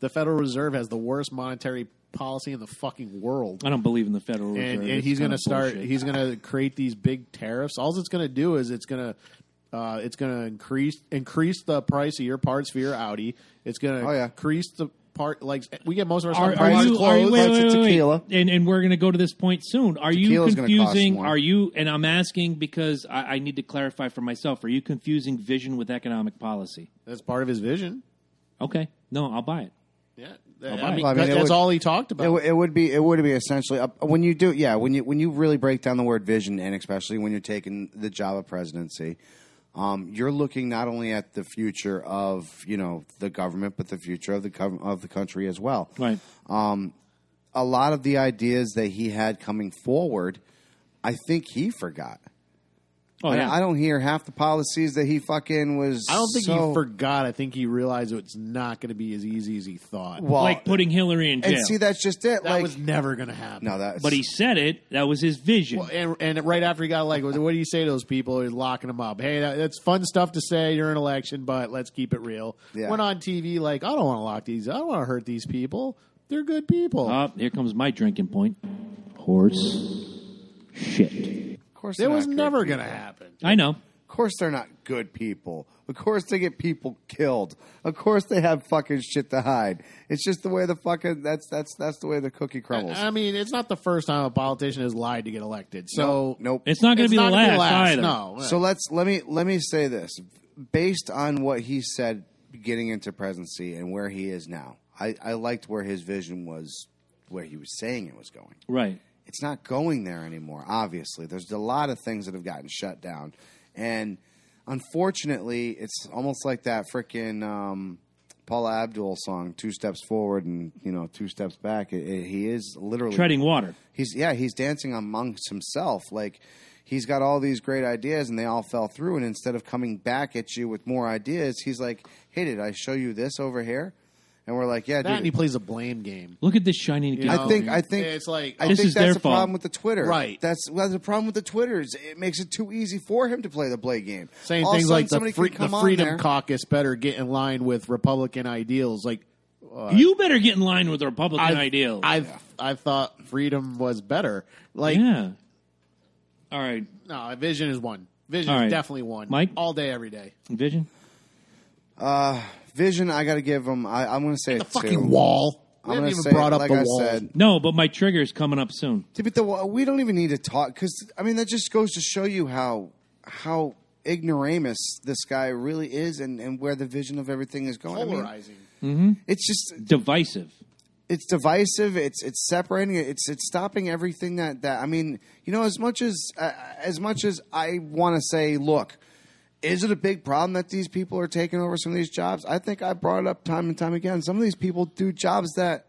C: The Federal Reserve has the worst monetary policy in the fucking world
A: I don't believe in the Federal Reserve.
C: and, and
A: It's
C: he's going
A: kinda
C: to start.
A: bullshit.
C: He's going to create these big tariffs. All it's going to do is it's going to. Uh, it's going to increase increase the price of your parts for your Audi. It's going to
B: Oh, yeah.
C: increase the part like we get most of our
A: are,
C: stuff
A: are
C: prices
A: you, are you
C: closed.
A: wait,
B: Lots
A: wait,
B: of
A: wait, wait.
B: tequila.
A: And, and we're going to go to this point soon. Are
B: Tequila's
A: you
B: gonna cost
A: confusing?
B: more.
A: Are you? And I'm asking because I, I need to clarify for myself. Are you confusing vision with economic policy?
C: That's part of his vision.
A: Okay, no, I'll buy it.
C: Yeah,
B: Oh, I
C: I mean,
B: mean,
C: that-
B: it would-
C: that's all he talked
B: It,
C: about.
B: w- it would be it would be essentially up, when you do yeah when you when you really break down the word vision and especially when you're taking the job of presidency, um, you're looking not only at the future of you know the government but the future of the gov- of the country as well.
A: Right.
B: A lot of the ideas that he had coming forward, I think he forgot.
A: Oh
B: I-
A: yeah.
B: I, don't hear half the policies that he fucking was.
C: I don't think
B: so-
C: he forgot. I think he realized it's not going to be as easy as he thought.
B: Well,
A: like putting Hillary in jail.
B: and see that's just it.
C: that
B: like
C: was never going to happen.
B: no, that's
A: but he said it. That was his vision.
C: Well, and, and right after he got elected, what do you say to those people who are locking him up? Hey, that, that's fun stuff to say during an election, but let's keep it real.
B: Yeah.
C: Went on TV like, I don't want to lock these. I don't want to hurt these people. They're good people.
A: Oh, here comes my drinking point. Horse shit.
B: of course
C: it
B: they're
C: was
B: not good
C: never
B: people.
C: going to happen.
A: I know.
B: Of course they're not good people. Of course they get people killed. Of course they have fucking shit to hide. It's just the way the fucking that's that's that's the way the cookie crumbles.
C: I mean, it's not the first time a politician has lied to get elected. So
B: nope.
A: It's not going to
C: it's
A: be the
C: not gonna
A: last, either.
C: No.
B: So let's let me let me say this. Based on what he said getting into presidency and where he is now, I, I liked where his vision was where he was saying it was going.
A: Right.
B: it's not going there anymore. Obviously, there's a lot of things that have gotten shut down, and unfortunately, it's almost like that freaking um, Paula Abdul song, two steps forward and you know two steps back. It- it- he is literally
A: Treading water.
B: He's yeah, he's dancing amongst himself. Like he's got all these great ideas, and they all fell through. And instead of coming back at you with more ideas, he's like, "Hey, did I show you this over here?" And we're like, "Yeah,
C: that and he
B: dude."
C: plays a blame game.
A: Look at this shining.
C: You
A: again.
B: I think I think
C: It's like,
B: I
A: This
B: think
A: is
B: that's
A: their
B: the
A: fault.
B: problem with the Twitter.
C: Right.
B: That's, that's the problem with the Twitters. It makes it too easy for him to play the play game.
C: saying
B: All of a
C: things
B: sudden,
C: like the,
B: somebody
C: free,
B: can come
C: the
B: on there.
C: Freedom Caucus better get in line with Republican ideals. Like
A: you better get in line with the Republican ideals.
C: I I thought freedom was better. Like
A: yeah. All right,
C: no, Vision is one. Vision
A: All right.
C: is definitely one.
A: Mike?
C: all day, every day.
A: vision.
B: Vision, I got to give him. I, I'm going to say
C: The
B: it
C: fucking
B: too.
C: wall.
B: I'm gonna
C: We haven't even
B: say,
C: brought up
B: like
C: the
B: I
C: wall.
B: said,
A: No, but my trigger is coming up soon.
B: Yeah, but the, we don't even need to talk because I mean that just goes to show you how how ignoramus this guy really is and, and where the vision of everything is going. I mean,
C: Polarizing.
B: it's just
A: Divisive.
B: it's divisive. It's it's separating. it, It's it's stopping everything that that I mean. You know, as much as uh, as much as I want to say, look, is it a big problem that these people are taking over some of these jobs? I think I brought it up time and time again. Some of these people do jobs that,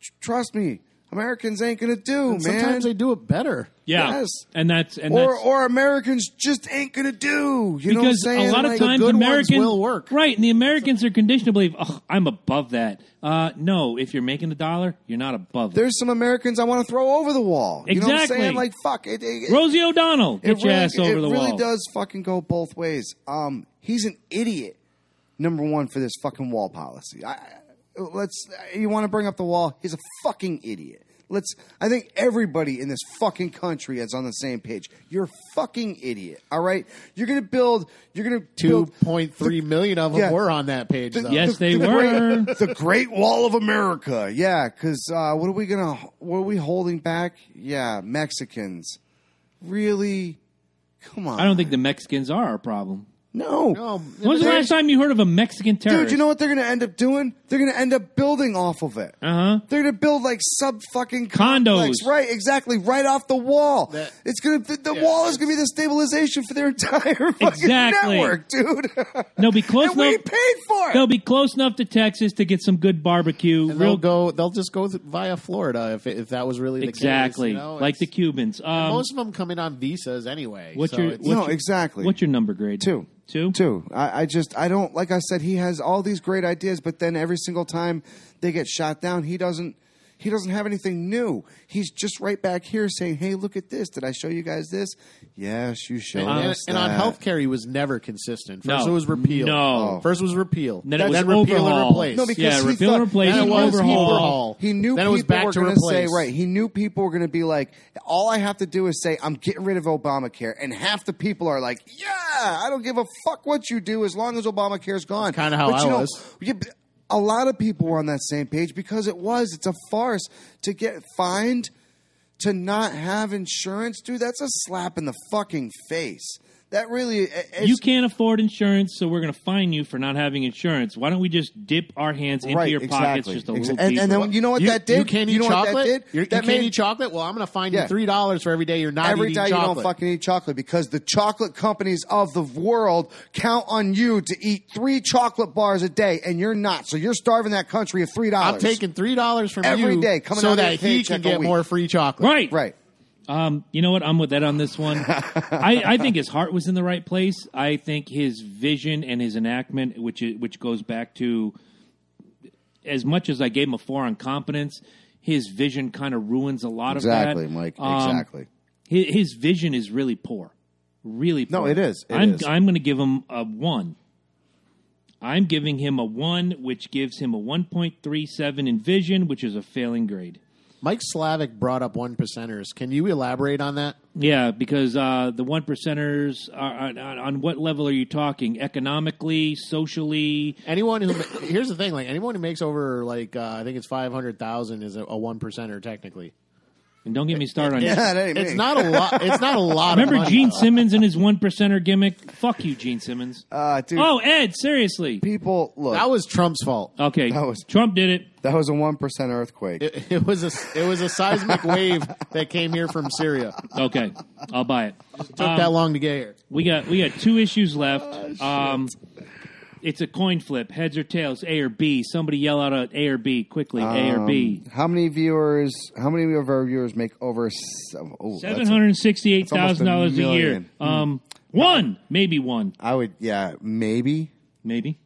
B: tr- trust me, Americans ain't gonna do, man.
C: Sometimes they do it better.
A: Yeah.
B: Yes.
A: And that's and
B: or
A: that's
B: or Americans just ain't gonna do. You know what I'm
A: because
B: saying?
A: a lot of
B: Like,
A: times
C: good ones
A: Americans
C: will work.
A: Right, and the Americans are conditioned to believe, oh, I'm above that. Uh, no, if you're making a dollar, you're not above it.
B: there's some Americans I want to throw over the wall. You know what I'm
A: Exactly.
B: saying? Like fuck it. it- it-
A: Rosie O'Donnell, get your ass over
B: it
A: the
B: really
A: wall.
B: does fucking go both ways. Um, he's an idiot. Number one for this fucking wall policy. I, I- let's. You want to bring up the wall? He's a fucking idiot. Let's. I think everybody in this fucking country is on the same page. You're a fucking idiot. All right. You're gonna build. You're gonna
C: Two
B: build
C: point three million of them
B: Yeah.
C: were on that page. Though.
A: Yes, they were.
B: Great, the Great Wall of America. Yeah, because uh, what are we gonna? What are we holding back? Yeah, Mexicans. Really? Come on.
A: I don't think the Mexicans are our problem.
B: No.
C: No,
A: When's the
C: they-
A: last time you heard of a Mexican terrorist?
B: Dude, you know what they're going to end up doing? They're going to end up building off of it.
A: Uh-huh.
B: They're going to build like sub fucking
A: Condos.
B: complex. Right, exactly, right off the wall.
C: That-
B: it's going to the
C: Yeah,
B: wall is
C: it's-
B: going to be the stabilization for their entire fucking
A: Exactly.
B: network, dude.
A: They'll be close
B: [laughs] and we
A: enough-
B: paid for it.
A: They'll be close enough to Texas to get some good barbecue.
C: And
A: real
C: they'll go. They'll just go th- via Florida if if that was really the
A: exactly
C: case, you know?
A: like the
C: It's-
A: Cubans. Um,
C: most of them coming on visas anyway.
A: What's
C: so
A: your-
C: it's-
A: what-
B: no, exactly.
A: what's your number grade?
B: Two.
A: two,
B: Two. I, I just I don't like I said he has all these great ideas, but then every single time they get shot down, he doesn't he doesn't have anything new. He's just right back here saying, "Hey, look at this! Did I show you guys this? Yes, you showed
C: And, and,
B: us
C: Uh, and on
B: that."
C: healthcare, he was never consistent. First
A: No.
C: it was repeal. Oh.
A: No.
C: First was repeal.
A: Then it was
C: repeal
A: overhaul.
C: and replace.
B: No, because
A: Yeah,
B: he
A: repeal
B: thought,
A: and replace,
B: He knew
A: overhaul.
B: people- He knew
C: Then it
B: people
C: was back
B: were
C: to
B: going to say
C: replace.
B: right. He knew people were going to be like, "All I have to do is say I'm getting rid of Obamacare," and half the people are like, "Yeah, I don't give a fuck what you do as long as Obamacare's gone."
C: kinda how
B: But
C: I
B: you know,
C: was.
B: you- a lot of people were on that same page because it was. It's a farce to get fined to not have insurance, dude. That's a slap in the fucking face. that really it- it's,
A: you can't afford insurance, so we're going to fine you for not having insurance. Why don't we just dip our hands into
B: Right,
A: your pockets
B: exactly.
A: just a
B: Exa-
A: little
B: and-
A: deeper?
B: and then you know what
C: you,
B: that did?
C: You can't eat
B: You know what that
C: chocolate.
B: did?
C: You're- you
B: That
C: can't
B: made-
C: eat chocolate. Well, I'm going to find
B: Yeah.
C: you three dollars for every day you're not
B: every
C: eating
B: day
C: chocolate.
B: you don't fucking eat chocolate because the chocolate companies of the world count on you to eat three chocolate bars a day, and you're not. So you're starving that country of three dollars.
C: I'm taking three dollars from
B: Every
C: you
B: day, coming out
C: so
B: of your
C: that he
B: paycheck
C: can
B: a
C: get
B: week.
C: more free chocolate.
A: right,
B: right.
A: Um, you know what? I'm with that on this
B: [laughs]
A: one. I, I think his heart was in the right place. I think his vision and his enactment, which is, which goes back to as much as I gave him a four on competence, his vision kind of ruins a lot
B: Exactly,
A: of that.
B: Mike.
A: Um,
C: [laughs]
B: exactly.
A: hi- His, vision is really poor, really. poor.
B: No, it is. It
A: I'm
B: is.
A: I'm going to give him a one. I'm giving him a one, which gives him a 1.37 in vision, which is a failing grade.
C: Mike Slavic brought up one percenters. Can you elaborate on that?
A: Yeah, because uh, the one percenters are on, on, on what level are you talking? Economically, socially,
C: Anyone who [laughs] here's the thing, like anyone who makes over like uh, I think it's five hundred thousand is a, a one percenter technically.
A: and don't get me started on.
B: Yeah, [laughs]
A: that.
B: that ain't
C: It's
B: me.
C: not a lot.
B: [laughs]
C: It's not a lot. of
A: Remember
C: money,
A: Gene
C: though.
A: Simmons and his one percenter gimmick? Fuck you, Gene
B: [laughs]
A: Simmons.
B: Uh, dude,
A: oh, Ed, seriously.
B: people, look.
C: That was Trump's fault.
A: Okay,
B: That was-
A: Trump did it.
B: That was a one percent earthquake.
C: It, it was a it was a seismic wave that came here from Syria.
A: Okay, I'll buy it.
C: Took that long to get here.
A: We got we got two issues left.
B: Ah,
A: um, it's a coin flip: heads or tails, A or B. Somebody yell out a A or B quickly. a or B.
B: How many viewers? How many of our viewers make over s- oh, that's a-
A: Seven hundred sixty-eight thousand
B: almost
A: dollars
B: a
A: a year.
B: million. Hmm.
A: Um, one, maybe one,
B: I would, yeah, maybe,
A: maybe.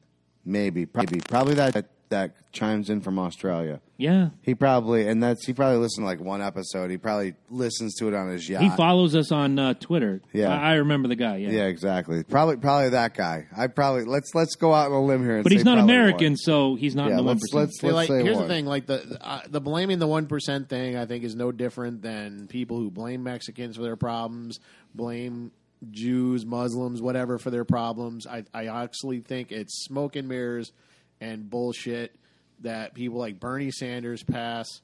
B: maybe, probably, probably that that, that chimes in from Australia.
A: Yeah,
B: He probably, and that's he probably listened to like one episode. He probably listens to it on his yacht.
A: he follows us on uh, Twitter.
B: Ah. Yeah.
A: I, I remember the guy. Yeah,
B: yeah, exactly. Probably, probably that guy. I probably let's let's go out on a limb here. And
A: but he's
B: say
A: not
B: probably
A: American,
B: one.
A: so he's not in
B: Yeah,
A: the one
B: let's
A: percent.
B: let's
C: See,
B: let's
C: like,
B: say
C: here's
B: one.
C: the thing: like the uh, the blaming the one percent thing, I think is no different than people who blame Mexicans for their problems, blame Jews, Muslims, whatever for their problems. I I actually think it's smoke and mirrors and bullshit that people like Bernie Sanders pass.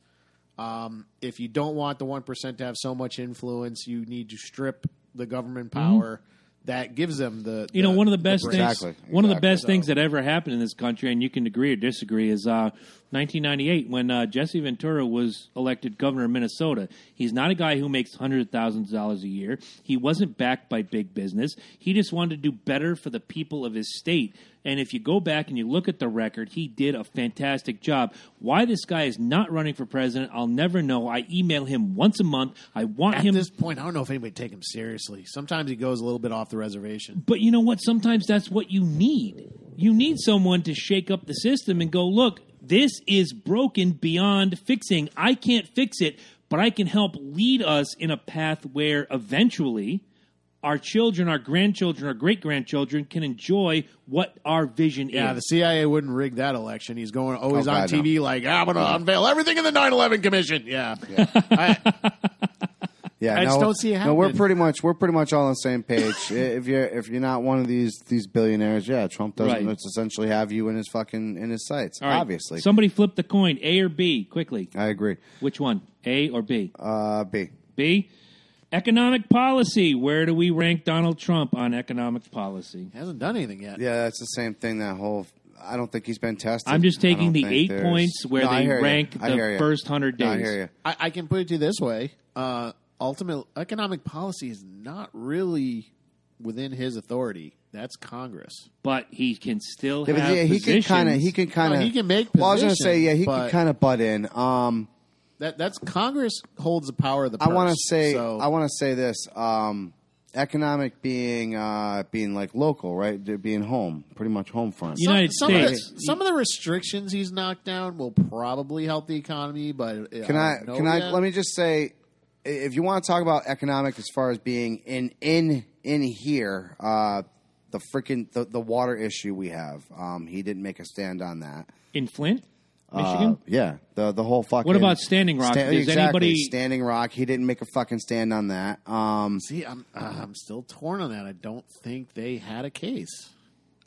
C: Um, if you don't want the one percent to have so much influence, you need to strip the government power that gives them the.
A: Mm-hmm. You know, one of the best things.
B: Exactly,
A: One of the
B: exactly.
A: best things that ever happened in this country, and you can agree or disagree, is uh, 1998 when uh, Jesse Ventura was elected governor of Minnesota. He's not a guy who makes hundreds of thousands of dollars a year. He wasn't backed by big business. He just wanted to do better for the people of his state. And if you go back and you look at the record, he did a fantastic job. Why this guy is not running for president, I'll never know. I email him once a month. I want
C: At
A: him
C: this point, I don't know if anybody take him seriously. Sometimes he goes a little bit off the reservation.
A: But you know what? Sometimes that's what you need. You need someone to shake up the system and go, look, this is broken beyond fixing. I can't fix it, but I can help lead us in a path where eventually our children, our grandchildren, our great grandchildren can enjoy what our vision
C: Yeah, the
A: is.
C: CIA wouldn't rig that election. He's going always
B: Oh, God,
C: on TV like, I'm going to unveil everything in the 9/11 Commission. Yeah, [laughs] I,
B: Yeah,
C: I
B: no,
C: just don't see it
B: No, we're
C: happening.
B: pretty much we're pretty much all on the same page. [laughs] I- if you're if you're not one of these these billionaires, yeah, Trump doesn't
A: Right.
B: essentially have you in his fucking in his sights.
A: All right.
B: Obviously,
A: Somebody flip the coin, A or B, quickly.
B: I agree.
A: Which one? A or B?
B: Uh, B.
A: B? Economic policy. Where do we rank Donald Trump on economic policy?
C: hasn't done anything yet.
B: Yeah, that's the same thing. That whole. I don't think he's been tested.
A: I'm just
B: I don't
A: taking the
B: think
A: eight
B: there's-
A: points where
B: No, I
A: they
B: hear ya.
A: rank
B: I
A: the
B: hear ya.
A: first 100
B: No, I
A: days.
B: hear ya.
C: I, I can put it to you this way: uh, ultimate economic policy is not really within his authority. That's Congress.
A: But he can still
B: Yeah, but
A: have
B: yeah, he can
A: positions.
B: kind of. He can kind of.
C: No, he can make
B: Well, I was gonna say,
C: positions,
B: yeah, he
C: but-
B: can kind of butt in. Um,
C: That that's Congress holds the power of the.
B: I
C: Purse,
B: want to say.
C: so-
B: I want to say this. Um, economic being uh, being like local, right? They're Being home, pretty much home front.
A: You know- United
C: some, some
A: States.
C: Of the, some of the restrictions he's knocked down will probably help the economy, but uh,
B: Can I? Can I? Let me just say, i- if you want to talk about economic as far as being in in in here, uh, the freaking the, the water issue we have. Um, he didn't make a stand on that.
A: in Flint,
B: Uh,
A: Michigan.
B: yeah, the the whole fucking.
A: What about Standing Rock?
B: Sta-
A: Does
B: exactly,
A: anybody-
B: Standing Rock? He didn't make a fucking stand on that. Um,
C: See, I'm uh, I'm still torn on that. I don't think they had a case.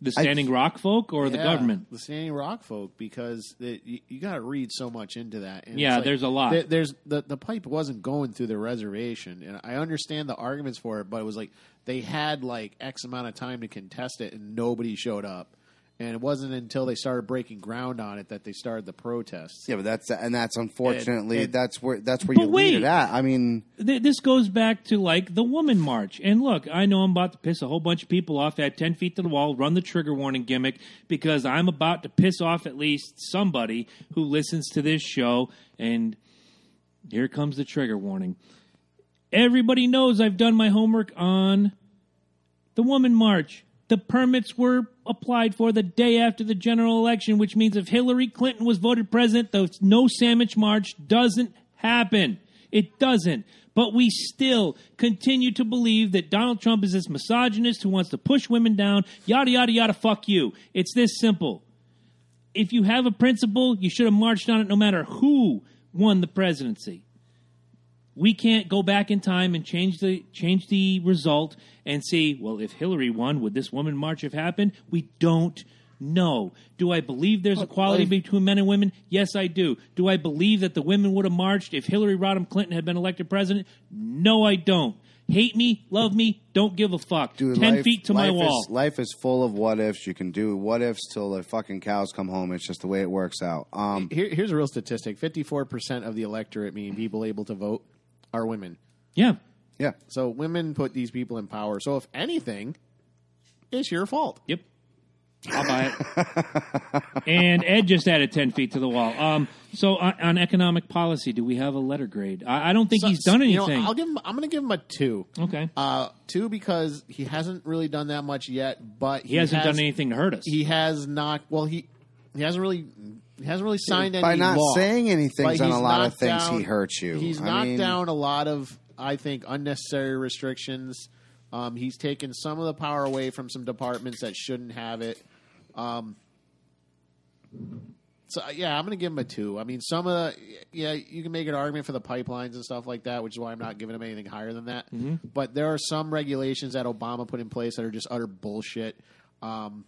A: the Standing Rock folk or the
C: Yeah,
A: government?
C: the Standing Rock folk, because it, you, you got to read so much into that. And
A: Yeah,
C: it's like,
A: there's a lot.
C: there- there's the the pipe wasn't going through the reservation, and I understand the arguments for it, but it was like they had like X amount of time to contest it, and nobody showed up. And it wasn't until they started breaking ground on it that they started the protests.
B: Yeah, but that's and that's unfortunately
C: And- and-
B: that's where that's where
A: But
B: you
A: wait.
B: lead it at. I mean,
A: Th- this goes back to like the woman march. And look, I know I'm about to piss a whole bunch of people off at 10 feet to the wall, run the trigger warning gimmick, because I'm about to piss off at least somebody who listens to this show. And here comes the trigger warning. Everybody knows I've done my homework on the woman march. The permits were applied for the day after the general election, which means if Hillary Clinton was voted president, the no sandwich march doesn't happen. It doesn't. But we still continue to believe that Donald Trump is this misogynist who wants to push women down, yada, yada, yada, fuck you. It's this simple. If you have a principle, you should have marched on it no matter who won the presidency we can't go back in time and change the change the result and see well if hillary won would this woman march have happened we don't know do i believe there's equality between men and women yes i do do i believe that the women would have marched if hillary rodham clinton had been elected president no i don't hate me love me don't give a fuck
B: dude,
A: 10
B: life-
A: feet to my
B: life
A: wall
B: Is, life is full of what ifs. You can do what ifs till the fucking cows come home. It's just the way it works out. Um,
C: Here, here's a real statistic: fifty-four percent of the electorate, meaning people able to vote, are women.
A: yeah
B: yeah,
C: So women put these people in power. So if anything, it's your fault.
A: yep I'll buy it. and Ed just added 10 feet to the wall. Um, so, on, on economic policy, do we have a letter grade? I, I don't think he's
C: So-
A: done
C: you
A: anything.
C: know, I'll give him. I'm going to give him a two.
A: Okay.
C: Uh, two because he hasn't really done that much yet, but he,
A: he hasn't
C: has-
A: done anything to hurt us.
C: He has not. Well, he he hasn't really he hasn't really signed
B: by
C: any
B: not
C: law.
B: saying anything
C: But
B: on
C: he's
B: a lot
C: knocked
B: of things,
C: down-
B: he hurts you.
C: He's
B: I
C: knocked
B: mean-
C: down a lot of, I think, unnecessary restrictions. Um, he's taken some of the power away from some departments that shouldn't have it. Um, So uh, yeah, I'm going to give him a two. I mean, some of the yeah, you can make an argument for the pipelines and stuff like that, which is why I'm not giving him anything higher than that.
B: Mm-hmm.
C: But there are some regulations that Obama put in place that are just utter bullshit. Um,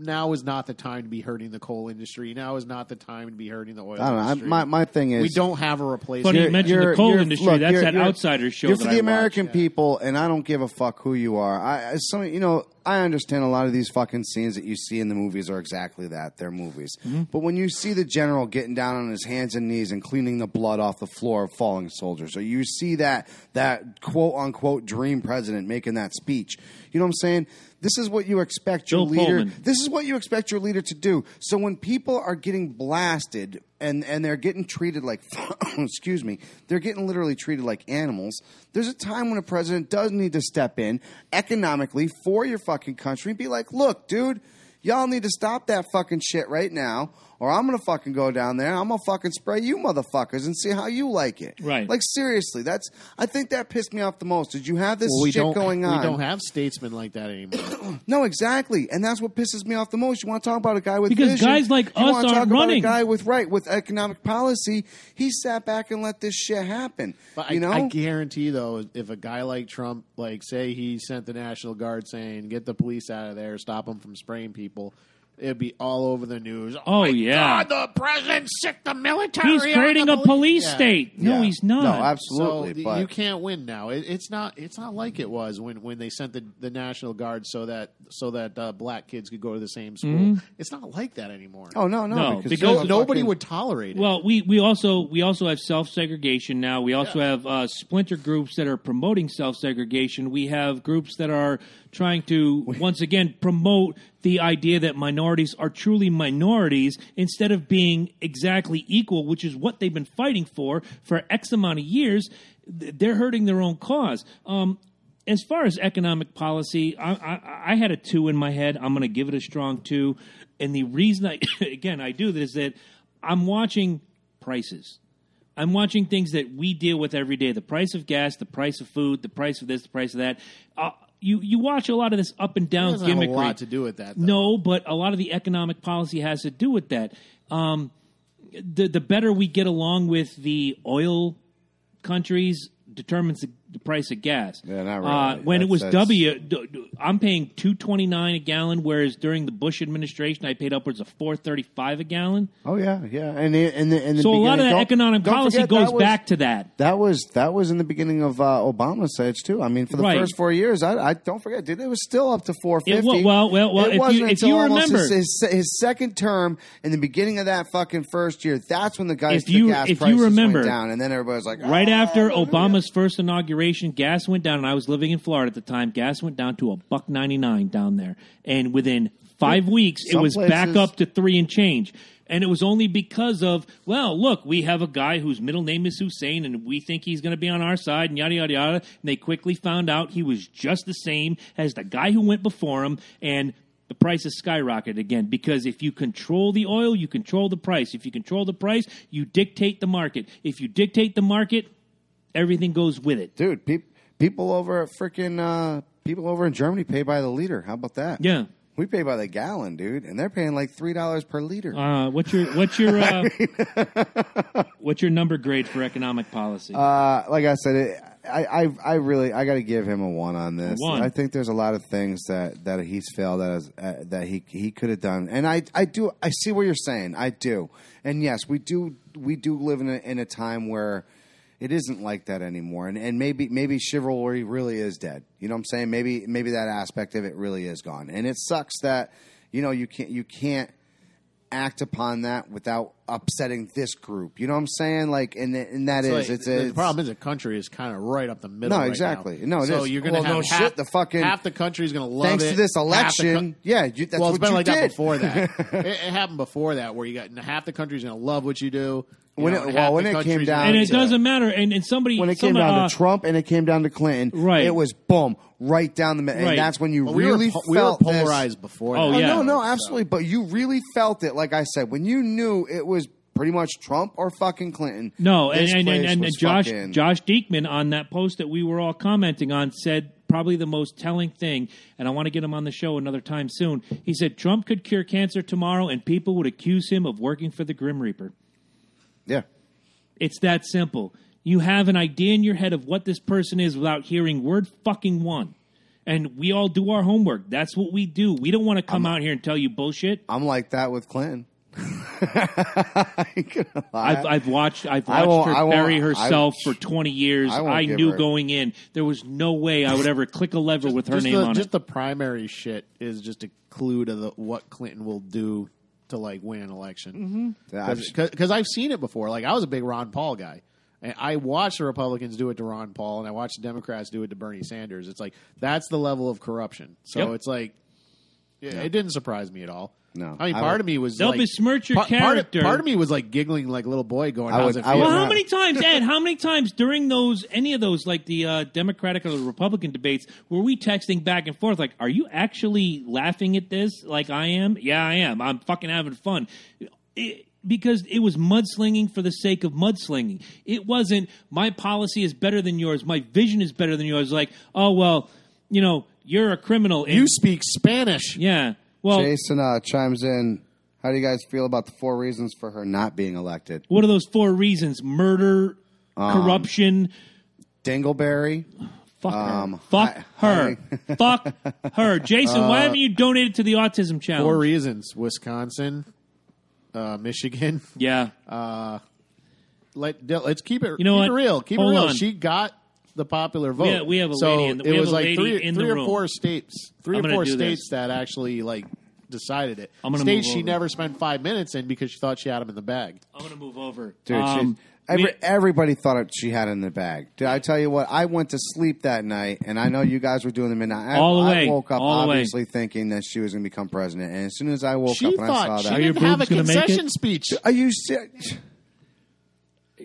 C: now is not the time to be hurting the coal industry. Now is not the time to be hurting the oil
B: I don't know. I-
C: industry.
B: my my thing is
C: we don't have a replacement.
A: Funny you mentioned the coal industry. That's that Outsiders show
B: You're
A: that
B: for
A: I
B: the
A: watch,
B: American
A: yeah.
B: people, and I don't give a fuck who you are. I, I some you know I understand a lot of these fucking scenes that you see in the movies are exactly that. They're movies.
A: Mm-hmm.
B: But when you see the general getting down on his hands and knees and cleaning the blood off the floor of falling soldiers, or you see that that quote unquote dream president making that speech, you know what I'm saying? This is what you expect your
A: Bill
B: leader.
A: Pullman.
B: This is what you expect your leader to do. So when people are getting blasted and, and they're getting treated like, [clears throat] [coughs] excuse me, they're getting literally treated like animals, there's a time when a president does need to step in economically for your fucking country and be like, look, dude, y'all need to stop that fucking shit right now. Or I'm gonna fucking go down there. I'm gonna fucking spray you motherfuckers and see how you like it.
A: Right.
B: Like seriously, that's. I think that pissed me off the most. Did you have this
C: Well, we
B: shit
C: don't
B: going on?
C: we don't have statesmen like
B: [clears throat]
C: that anymore.
B: No, exactly, and that's what pisses me off the most. You want to talk about a guy with
A: Because
B: vision.
A: guys like
B: you
A: us
B: want to
A: aren't
B: talk about
A: running.
B: a guy with right with economic policy. He sat back and let this shit happen.
C: But
B: you know,
C: I, I guarantee though, if a guy like Trump, like say he sent the National Guard saying, "Get the police out of there, stop them from spraying people," it'd be all over the news. Oh,
A: Oh,
C: my
A: yeah.
C: God, the president sick the military.
A: he's
C: on
A: creating
C: the
A: a
C: poli-"
A: police
C: Yeah.
A: state. No,
B: Yeah.
A: he's not.
B: No,
C: So
B: absolutely.
C: th-
B: but
C: you can't win now. It, it's not. It's not like it was when, when they sent the, the National Guard so that so that uh, black kids could go to the same school.
B: Mm-hmm.
C: It's not like that anymore.
B: oh no, no,
A: No,
B: because,
A: because-
B: there's a
C: nobody
B: fucking-
C: would tolerate it.
A: Well, we, we also we also have self segregation now. We also have uh, splinter groups that are promoting self segregation. We have groups that are trying to once again promote the idea that minorities are truly minorities instead of being exactly equal, which is what they've been fighting for for X amount of years. Th- They're hurting their own cause. Um, as far as economic policy, I, I, I had a two in my head. I'm going to give it a strong two. And the reason I, [coughs] again, I do this is that I'm watching prices. I'm watching things that we deal with every day: the price of gas, the price of food, the price of this, the price of that. Uh, you you watch a lot of this up and down
C: It doesn't have a
A: gimmickry.
C: lot to do with that. Though.
A: No, but a lot of the economic policy has to do with that. Um, the the better we get along with the oil countries determines the the price of gas.
B: Yeah, not
A: Uh,
B: really.
A: when it
B: That's-
A: was
B: that's-
A: W, d- d- I'm paying two twenty nine a gallon, whereas during the Bush administration, I paid upwards of four thirty five a gallon.
B: Oh yeah, yeah, and the, and the, and the
A: So a lot of
B: beginning-
A: that
B: don't-
A: economic
B: don't
A: policy
B: forget that
A: goes
B: was-
A: back to that.
B: That was that was in the beginning of uh, Obama's age too. I mean, for the
A: Right.
B: first four years, I, I don't forget, dude, it was still up to four
A: It
B: fifty.
A: wa- well, well, well, if you- if you remember-
B: his, his, his second term in the beginning of that fucking first year, that's when the guys
A: If
B: the
A: you-
B: gas
A: if you
B: prices
A: remember-
B: went down, and then everybody's like,
A: Right
B: "Oh,
A: after
B: hallelujah."
A: Obama's first inauguration, gas went down, and I was living in Florida at the time. Gas went down to a buck ninety nine down there, and within five weeks, it
B: some
A: was back
B: places-
A: up to three and change. And it was only because of well, look, we have a guy whose middle name is Hussein, and we think he's going to be on our side, and yada yada yada. And they quickly found out he was just the same as the guy who went before him, and. The price has skyrocketed again because if you control the oil, you control the price. If you control the price, you dictate the market. If you dictate the market, everything goes with it.
B: dude, peop people over at freaking uh, people over in Germany pay by the liter. How about that?
A: Yeah.
B: we pay by the gallon, dude, and they're paying like three dollars per liter.
A: Uh, what's your what's your uh, what's your number grade for economic policy?
B: Uh, like I said, it, I, I I really I got to give him a one on this.
A: A one.
B: I think there's a lot of things that, that he's failed at as, uh, that he he could have done, and I I do I see what you're saying. I do, and yes, we do we do live in a, in a time where it isn't like that anymore, and and maybe maybe chivalry really is dead. You know what I'm saying? Maybe maybe that aspect of it really is gone, and it sucks that you know you can't you can't act upon that without upsetting this group. You know what I'm saying? Like, and and that is
C: It's like-
B: it's,
C: the,
B: it's
C: the problem is the country is kind of right up the middle.
B: No,
C: right now.
B: exactly. No, it
C: so
B: is.
C: you're going to
B: Well,
C: have
B: no
C: half,
B: shit, the fucking-
C: half the country is going to love
B: thanks
C: it.
B: to this
C: half the
B: election.
C: co-
B: yeah, you, that's
C: well,
B: what
C: it's been
B: you
C: like
B: did.
C: that
B: [laughs]
C: before that. it, it happened before that, where you got and half the country's going to love what you do. you
B: When
C: know,
B: it-
C: and
B: well,
C: half
B: when
C: the
B: it came
C: country's
B: down
C: gonna
A: and it
B: it's,
C: hate you.
A: doesn't matter. And, and somebody
B: When it
A: some,
B: came down
A: uh,
B: to Trump and it came down to Clinton,
A: Right.
B: It was boom, right down the middle,
A: Right.
B: and that's when you
C: Well,
B: really
C: we were, po- we were
B: felt this-
C: polarized before.
A: Oh,
C: that.
A: yeah.
B: No, no, absolutely. But you really felt it, like I said, when you knew it was pretty much Trump or fucking Clinton.
A: No,
B: This
A: and, and,
B: place
A: and, and,
B: was
A: Josh
B: fucking-
A: Josh Diekman on that post that we were all commenting on said probably the most telling thing, and I want to get him on the show another time soon. He said Trump could cure cancer tomorrow, and people would accuse him of working for the Grim Reaper.
B: yeah,
A: It's that simple. You have an idea in your head of what this person is without hearing word fucking one. And we all do our homework. That's what we do. We don't want to come out here and tell you bullshit.
B: I'm like that with Clinton. [laughs] I ain't gonna lie.
A: I've, I've watched I've
B: I
A: watched
B: won't- I
A: her
B: won't-
A: bury
B: I-
A: herself for twenty years.
B: I
A: I,
B: won't give
A: knew
B: her-
A: going in there was no way I would ever click a lever with her
C: just
A: name
C: the,
A: on
C: just
A: it.
C: the primary shit is just a clue to the, what Clinton will do to like win an election.
B: Yeah,
C: Because I've seen it before. Like I was a big Ron Paul guy. And I watched the Republicans do it to Ron Paul, and I watched the Democrats do it to Bernie Sanders. It's like that's the level of corruption. So
A: Yep.
C: it's like, yeah, it didn't surprise me at all.
B: No.
C: I mean,
B: I
C: part
B: would-
C: of me was
A: They'll
C: like,
A: besmirch your
C: part- part of-
A: character.
C: Part of, me was like giggling like little boy, going,
B: I
C: "How's
B: would-
C: it
B: I
C: feel?"
B: would
A: Well, how
B: not.
A: many times, Ed? How many times during those any of those like the uh, Democratic or the Republican debates were we texting back and forth? Like, are you actually laughing at this? Like I am. Yeah, I am. I'm fucking having fun. It- because it was mudslinging for the sake of mudslinging. It wasn't my policy is better than yours. My vision is better than yours. Like, oh well, you know, you're a criminal. and-
C: You speak Spanish.
A: yeah. Well,
B: Jason uh, chimes in. How do you guys feel about the four reasons for her not being elected?
A: what are those four reasons? Murder, corruption.
B: Dingleberry.
A: Fuck
B: Um,
A: her. Fuck
B: I- Uh,
A: her. [laughs] Fuck her. Jason, why haven't you donated to the Autism Challenge?
C: Four reasons: Wisconsin, uh, Michigan. [laughs]
A: yeah.
B: Uh,
C: Let de- let's keep it.
A: You know what?
C: keep It real. Keep
A: Hold
C: it real.
A: on.
C: She got the popular vote.
A: Yeah, we have a
C: so
A: lady in the-
C: it
A: we have
C: was
A: a
C: like
A: lady
C: three,
A: in the
C: three or
A: room.
C: four states, 3
A: I'm
C: or
A: gonna
C: four
A: do
C: states
A: this.
C: that actually like decided it.
A: I'm gonna
C: states
A: move
C: she
A: over.
C: never spent five minutes in because she thought she had them in the bag.
A: I'm going to move over.
B: Dude, she-
A: Um,
B: every,
A: we-
B: everybody thought it, she had it in the bag. Did I tell you what? I went to sleep that night, and I know you guys were doing the midnight. I,
A: All the
B: I
A: way,
B: woke up
A: all the way.
B: obviously thinking that she was going to become president, and as soon as I woke
C: She
B: up and I
C: thought
B: saw
C: she
B: that,
A: your
C: didn't have a
A: boobs gonna make it?
C: concession speech.
B: are you serious?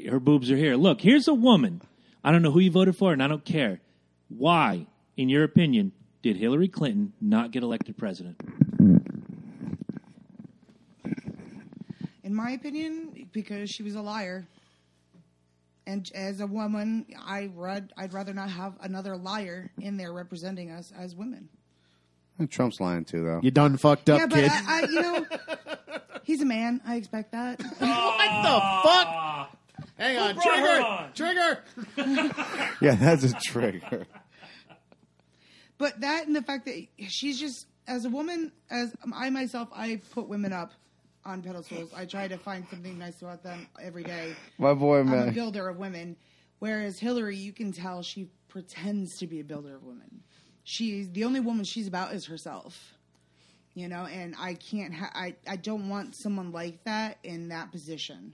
A: her boobs are here. Look, here's a woman. I don't know who you voted for, and I don't care. Why, in your opinion, did Hillary Clinton not get elected president?
E: in my opinion, because she was a liar. And as a woman, I read I'd rather not have another liar in there representing us as women.
B: [laughs] Trump's lying too, though.
C: You done fucked up,
E: yeah, but
C: kid.
E: I, I, you know, he's a man. I expect that.
C: what the fuck? Hang on,
A: brought her
C: trigger,
A: on?
C: trigger.
B: Yeah, that's a trigger.
E: But that and the fact that she's just as a woman, as I myself, I put women up on pedestals. I try to find something nice about them every day.
B: My boy,
E: I'm a
B: man.
E: builder of women. Whereas Hillary, you can tell she pretends to be a builder of women. She's the only woman she's about is herself. You know, and I can't. Ha- I I don't want someone like that in that position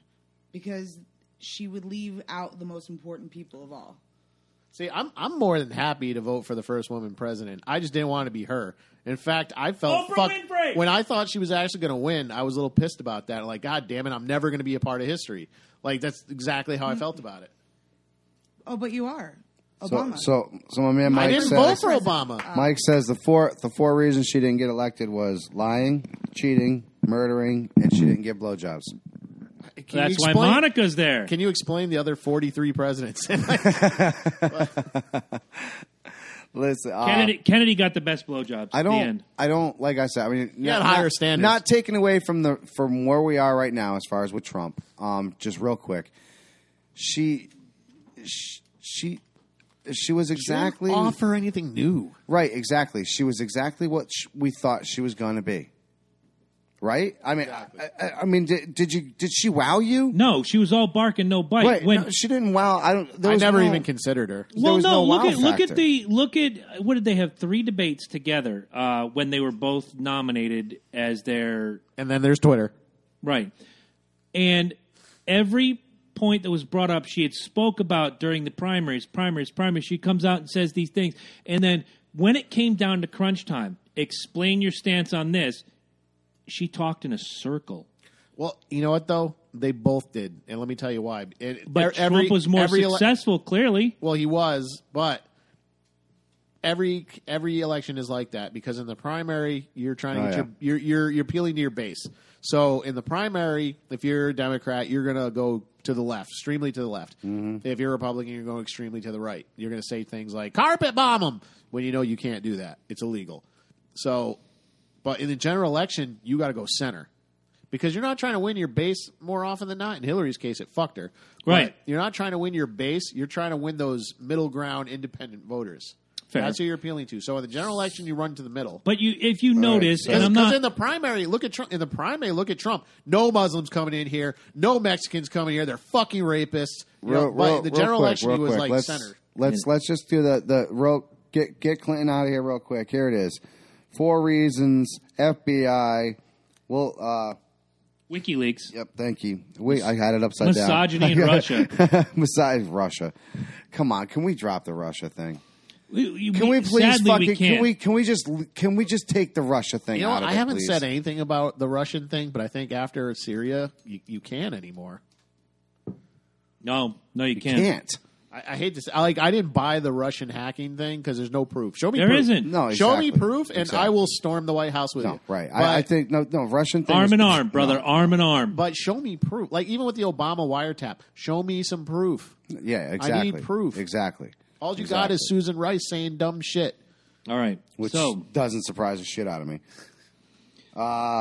E: because she would leave out the most important people of all.
C: See, I'm I'm more than happy to vote for the first woman president. I just didn't want to be her. In fact, I felt
A: Oprah
C: fuck-
A: Winfrey!
C: when I thought she was actually going to win. I was a little pissed about that. Like, God damn it, I'm never going to be a part of history. Like, that's exactly how I felt about it.
E: Oh, but you are
B: So,
E: Obama.
B: so, so my man Mike
C: I didn't
B: says,
C: vote for Obama.
B: Mike says the four the four reasons she didn't get elected was lying, cheating, murdering, and she didn't get blowjobs.
C: Can you
A: That's why
C: explain-
A: Monica's there.
C: Can you explain the other 43 presidents? [laughs]
B: Listen, uh,
A: Kennedy, Kennedy got the best blowjobs.
B: I
A: at the end.
B: don't. I don't. Like I said, I mean,
C: got
B: not,
C: higher
B: not-
C: standards.
B: Not taken away from the from where we are right now, as far as with Trump. Um, just real quick, she, she, she, she was exactly
C: offer anything new.
B: right. Exactly, she was exactly what sh- we thought she was going to be. Right. I mean, I, I, I mean, did, did you did she wow you?
A: No, she was all bark and no bite.
B: Right.
A: when
B: no, she didn't wow. I don't. There
C: I
B: was
C: never
B: no-
C: even considered her.
B: there
A: well,
B: was
A: no,
B: no
A: look
B: wow
A: at look at
B: factor.
A: the look at what did they have three debates together uh, when they were both nominated as their
C: And then there's Twitter.
A: Right. And every point that was brought up, she had spoke about during the primaries, primaries, primaries. She comes out and says these things, and then when it came down to crunch time, explain your stance on this. She talked in a circle.
C: Well, you know what though? They both did, and let me tell you why. It- e-,
A: But
C: every-
A: Trump was more
C: every ele-
A: successful, clearly.
C: Well, he was, but every every election is like that because in the primary you're trying to
B: Oh,
C: get
B: yeah.
C: your you're, you're you're appealing to your base. So in the primary, if you're a Democrat, you're going to go to the left, extremely to the left.
B: Mm-hmm.
C: If you're a Republican, you're going extremely to the right. You're going to say things like "carpet bomb them" when you know you can't do that; it's illegal. So, but in the general election, you got to go center. Because you're not trying to win your base more often than not. In Hillary's case, it fucked her. But
A: Right.
C: you're not trying to win your base. You're trying to win those middle ground independent voters.
A: Fair.
C: That's who you're appealing to. So in the general election, you run to the middle.
A: But you, if you notice, and
C: Because
A: I'm not
C: in the primary, look at Trump. In the primary, look at Trump. No Muslims coming in here. No Mexicans coming here. They're fucking rapists. You know,
B: Real-
C: but
B: real-
C: the
B: real
C: general
B: quick,
C: election,
B: real
C: he was
B: quick.
C: like
B: let's,
C: center.
B: Let's let's just do the the real get get Clinton out of here real quick. Here it is. Four reasons FBI. Well, uh,
A: WikiLeaks,
B: yep. Thank you. Wait, I had it upside [laughs]
A: misogyny
C: [laughs]
A: in
B: down.
A: Russia.
B: Besides Russia, come on. Can we drop the Russia thing?
A: We-
B: Can we please
A: sadly,
B: fucking?
A: we can't.
B: can we? Can we just? Can we just take the Russia thing?
C: You know,
B: out
C: what?
B: of
C: I
B: it,
C: haven't
B: please?
C: said anything about the Russian thing, but I think after Syria, you, you can anymore.
A: No, no, you can't.
B: Can't.
C: I, I hate to say, I, like I didn't buy the Russian hacking thing because there's no proof. Show me
A: There
C: proof.
A: isn't.
B: No,
C: Show me
B: exactly.
C: proof, and
B: Exactly.
C: I will storm the White House with
B: No,
C: you.
B: right.
C: But-
B: I, I think no, no. Russian thing.
A: Arm
B: is-
A: in arm, brother. Arm in arm.
C: But show me proof. Like even with the Obama wiretap, show me some proof.
B: Yeah, exactly.
C: proof.
B: Exactly.
C: All you got is Susan Rice saying dumb shit.
A: All right.
B: which
A: so
B: doesn't surprise the shit out of me.